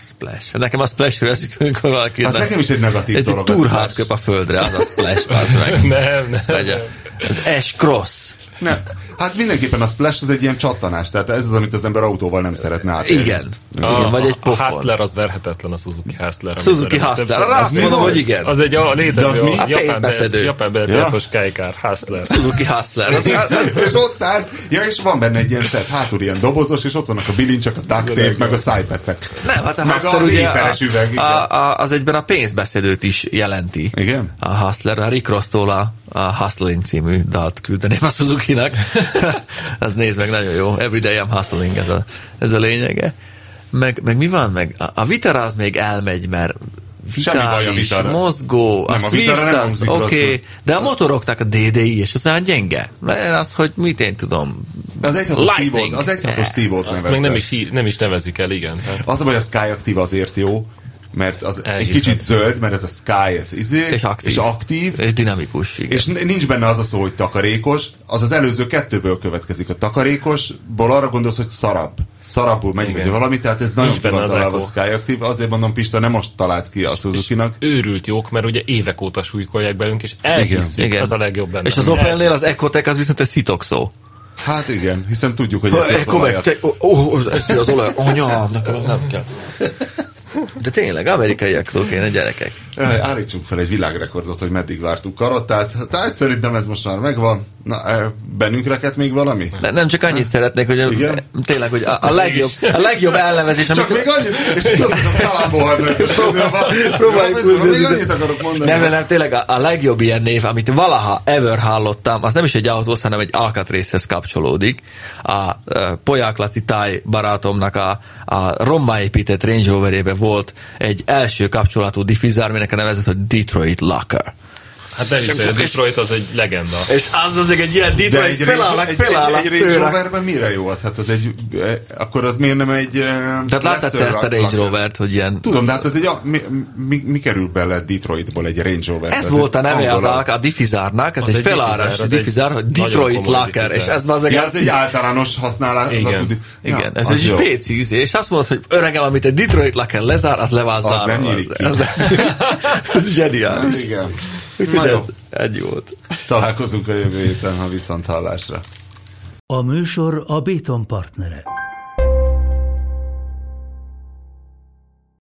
[SPEAKER 3] Splash. Hát Nekem a splash-ről az itt, amikor valaki...
[SPEAKER 4] Az nekem is egy negatív
[SPEAKER 3] egy
[SPEAKER 4] dolog, a
[SPEAKER 3] turhát
[SPEAKER 4] splash.
[SPEAKER 3] köp a földre, az a splash, az meg.
[SPEAKER 2] Nem, nem.
[SPEAKER 3] Vagy a- Az S-cross.
[SPEAKER 4] Ne. Hát mindenképpen a splash az egy ilyen csattanás, tehát ez az, amit az ember autóval nem szeretne Hát átérni.
[SPEAKER 3] Igen.
[SPEAKER 2] A,
[SPEAKER 3] igen vagy egy
[SPEAKER 2] a
[SPEAKER 3] pofon.
[SPEAKER 2] Hustler az verhetetlen, a Suzuki Hustler. amit
[SPEAKER 3] Suzuki
[SPEAKER 2] szerintem
[SPEAKER 3] Hustler.
[SPEAKER 2] többször-
[SPEAKER 3] Azt
[SPEAKER 4] mi
[SPEAKER 3] mondom,
[SPEAKER 4] volt?
[SPEAKER 3] hogy igen.
[SPEAKER 2] Az egy a létező,
[SPEAKER 4] De az mi?
[SPEAKER 2] a
[SPEAKER 4] Hát
[SPEAKER 2] japán,
[SPEAKER 3] pénzbeszedő.
[SPEAKER 2] be, japán belpiacos kajkár, Hustler.
[SPEAKER 3] Suzuki Hustler.
[SPEAKER 4] És, és ott állsz, ja, és van benne egy ilyen szett, hátul ilyen dobozos, és ott vannak a bilincsek, a duct tape, meg a szájpecek.
[SPEAKER 3] Nem, hát a
[SPEAKER 4] meg
[SPEAKER 3] Hustler
[SPEAKER 4] az
[SPEAKER 3] ugye
[SPEAKER 4] éteres
[SPEAKER 3] a,
[SPEAKER 4] üveg, igen.
[SPEAKER 3] a, a, az egyben a pénzbeszedőt is jelenti.
[SPEAKER 4] Igen?
[SPEAKER 3] A Hustler, a Rick Ross-tól a, a Hustling című dalt küldeném a Suzuki-nak. az nézd meg, nagyon jó. Everyday I'm hustling, ez a, ez a lényege. Meg, meg mi van? Meg a, a vitara az még elmegy, mert
[SPEAKER 4] Semmi baj a
[SPEAKER 3] vitális,
[SPEAKER 4] Vitara.
[SPEAKER 3] mozgó, a
[SPEAKER 4] Nem, a
[SPEAKER 3] Swift
[SPEAKER 4] Vitara nem
[SPEAKER 3] az,
[SPEAKER 4] hangzik
[SPEAKER 3] oké,
[SPEAKER 4] rosszul.
[SPEAKER 3] okay, de a motoroknak a DDI, és az olyan gyenge. Legyen az, hogy mit én tudom.
[SPEAKER 4] De az egyhatos
[SPEAKER 3] Lightning.
[SPEAKER 4] szívót, az egyhatos szívót
[SPEAKER 2] Azt meg
[SPEAKER 4] nevezte.
[SPEAKER 2] nem is, hí- nem is nevezik el, igen. Hát Tehát
[SPEAKER 4] Az a baj, a Sky Active azért jó, mert az egy
[SPEAKER 2] Elhiszem.
[SPEAKER 4] kicsit zöld, mert ez a Sky, ez izé,
[SPEAKER 3] És aktív.
[SPEAKER 4] és aktív,
[SPEAKER 3] És dinamikus, igen.
[SPEAKER 4] és n- nincs benne az a szó, hogy takarékos, az az előző kettőből következik. A takarékosból arra gondolsz, hogy szarab. Szarabul megy, vagy valami, tehát ez nagyon
[SPEAKER 2] Nincs benne az
[SPEAKER 4] kivatalálva a
[SPEAKER 2] echo.
[SPEAKER 4] Sky Active. Azért mondom, Pista nem most talált ki a Suzuki-nak.
[SPEAKER 2] őrült jók, mert ugye évek óta súlykolják belünk, és elhisszük,
[SPEAKER 3] igen.
[SPEAKER 2] ez a legjobb benne.
[SPEAKER 3] És az
[SPEAKER 2] hogy
[SPEAKER 3] Opelnél az Ecotec az viszont egy szitok szó.
[SPEAKER 4] Hát igen, hiszen tudjuk, hogy ez az
[SPEAKER 3] Ecotec,
[SPEAKER 4] olajat.
[SPEAKER 3] te, ó, ó, ez az olaj, anya, nekem nem kell. De tényleg, amerikaiaktól kéne gyerekek.
[SPEAKER 4] Jaj, Állítsunk fel egy világrekordot, hogy meddig vártuk karottát. Tehát szerintem ez most már megvan. Na, e, bennünk reket még valami?
[SPEAKER 3] Ne, nem csak annyit szeretnék, hogy a,
[SPEAKER 4] Igen?
[SPEAKER 3] tényleg, hogy a, a, legjobb, a legjobb elnevezés, amit...
[SPEAKER 4] Csak még annyit, és így azt mondom, talán bohadnak, és
[SPEAKER 3] Próbáljuk
[SPEAKER 4] Még
[SPEAKER 3] húzni.
[SPEAKER 4] annyit akarok mondani.
[SPEAKER 3] Nem, nem, nem, tényleg a, a legjobb ilyen név, amit valaha ever hallottam, az nem is egy autóhoz, hanem egy alkatrészhez kapcsolódik. A, a Poják Laci táj barátomnak a, a rommá épített Range Roverébe volt egy első kapcsolatú diffizár, aminek a nevezett, hogy Detroit Locker.
[SPEAKER 2] Hát nem hiszem, a Detroit az egy legenda.
[SPEAKER 3] És az az egy ilyen
[SPEAKER 4] De
[SPEAKER 3] Detroit,
[SPEAKER 4] egy, Range-
[SPEAKER 3] felállnak,
[SPEAKER 4] egy, egy,
[SPEAKER 3] felállnak,
[SPEAKER 4] egy Range Roverben mire jó az? Hát az egy, eh, akkor az miért nem egy... eh,
[SPEAKER 3] Tehát láttad te
[SPEAKER 4] lesser
[SPEAKER 3] ezt a
[SPEAKER 4] rak-
[SPEAKER 3] Range
[SPEAKER 4] rak-
[SPEAKER 3] Rovert, hogy ilyen...
[SPEAKER 4] Tudom, de hát ez egy, a- mi, mi, mi kerül bele Detroitból egy Range Rover?
[SPEAKER 3] Ez volt a neve az alak, a diffizárnak, ez
[SPEAKER 2] Az
[SPEAKER 3] egy,
[SPEAKER 2] egy
[SPEAKER 3] felárás
[SPEAKER 2] diffizár, az
[SPEAKER 3] diffizár, diffizár, hogy
[SPEAKER 2] egy nagyon
[SPEAKER 3] Detroit
[SPEAKER 2] komoly
[SPEAKER 3] Locker, és
[SPEAKER 2] diffizár.
[SPEAKER 3] ez az
[SPEAKER 4] Ja, ez egy általános használat.
[SPEAKER 2] Igen.
[SPEAKER 4] Ja,
[SPEAKER 3] Igen, ez
[SPEAKER 4] az
[SPEAKER 3] egy
[SPEAKER 4] jó.
[SPEAKER 3] spéci ízé, és azt mondod, hogy öregem, amit egy Detroit laker lezár, az le van
[SPEAKER 4] Az
[SPEAKER 3] zárva.
[SPEAKER 4] nem nyílik ki.
[SPEAKER 3] az, ez zseniális.
[SPEAKER 4] Igen. Na
[SPEAKER 3] Úgyhogy
[SPEAKER 4] jó,
[SPEAKER 3] ez egy volt.
[SPEAKER 4] találkozunk a jövő héten, ha viszont hallásra.
[SPEAKER 1] A műsor a Béton partnere.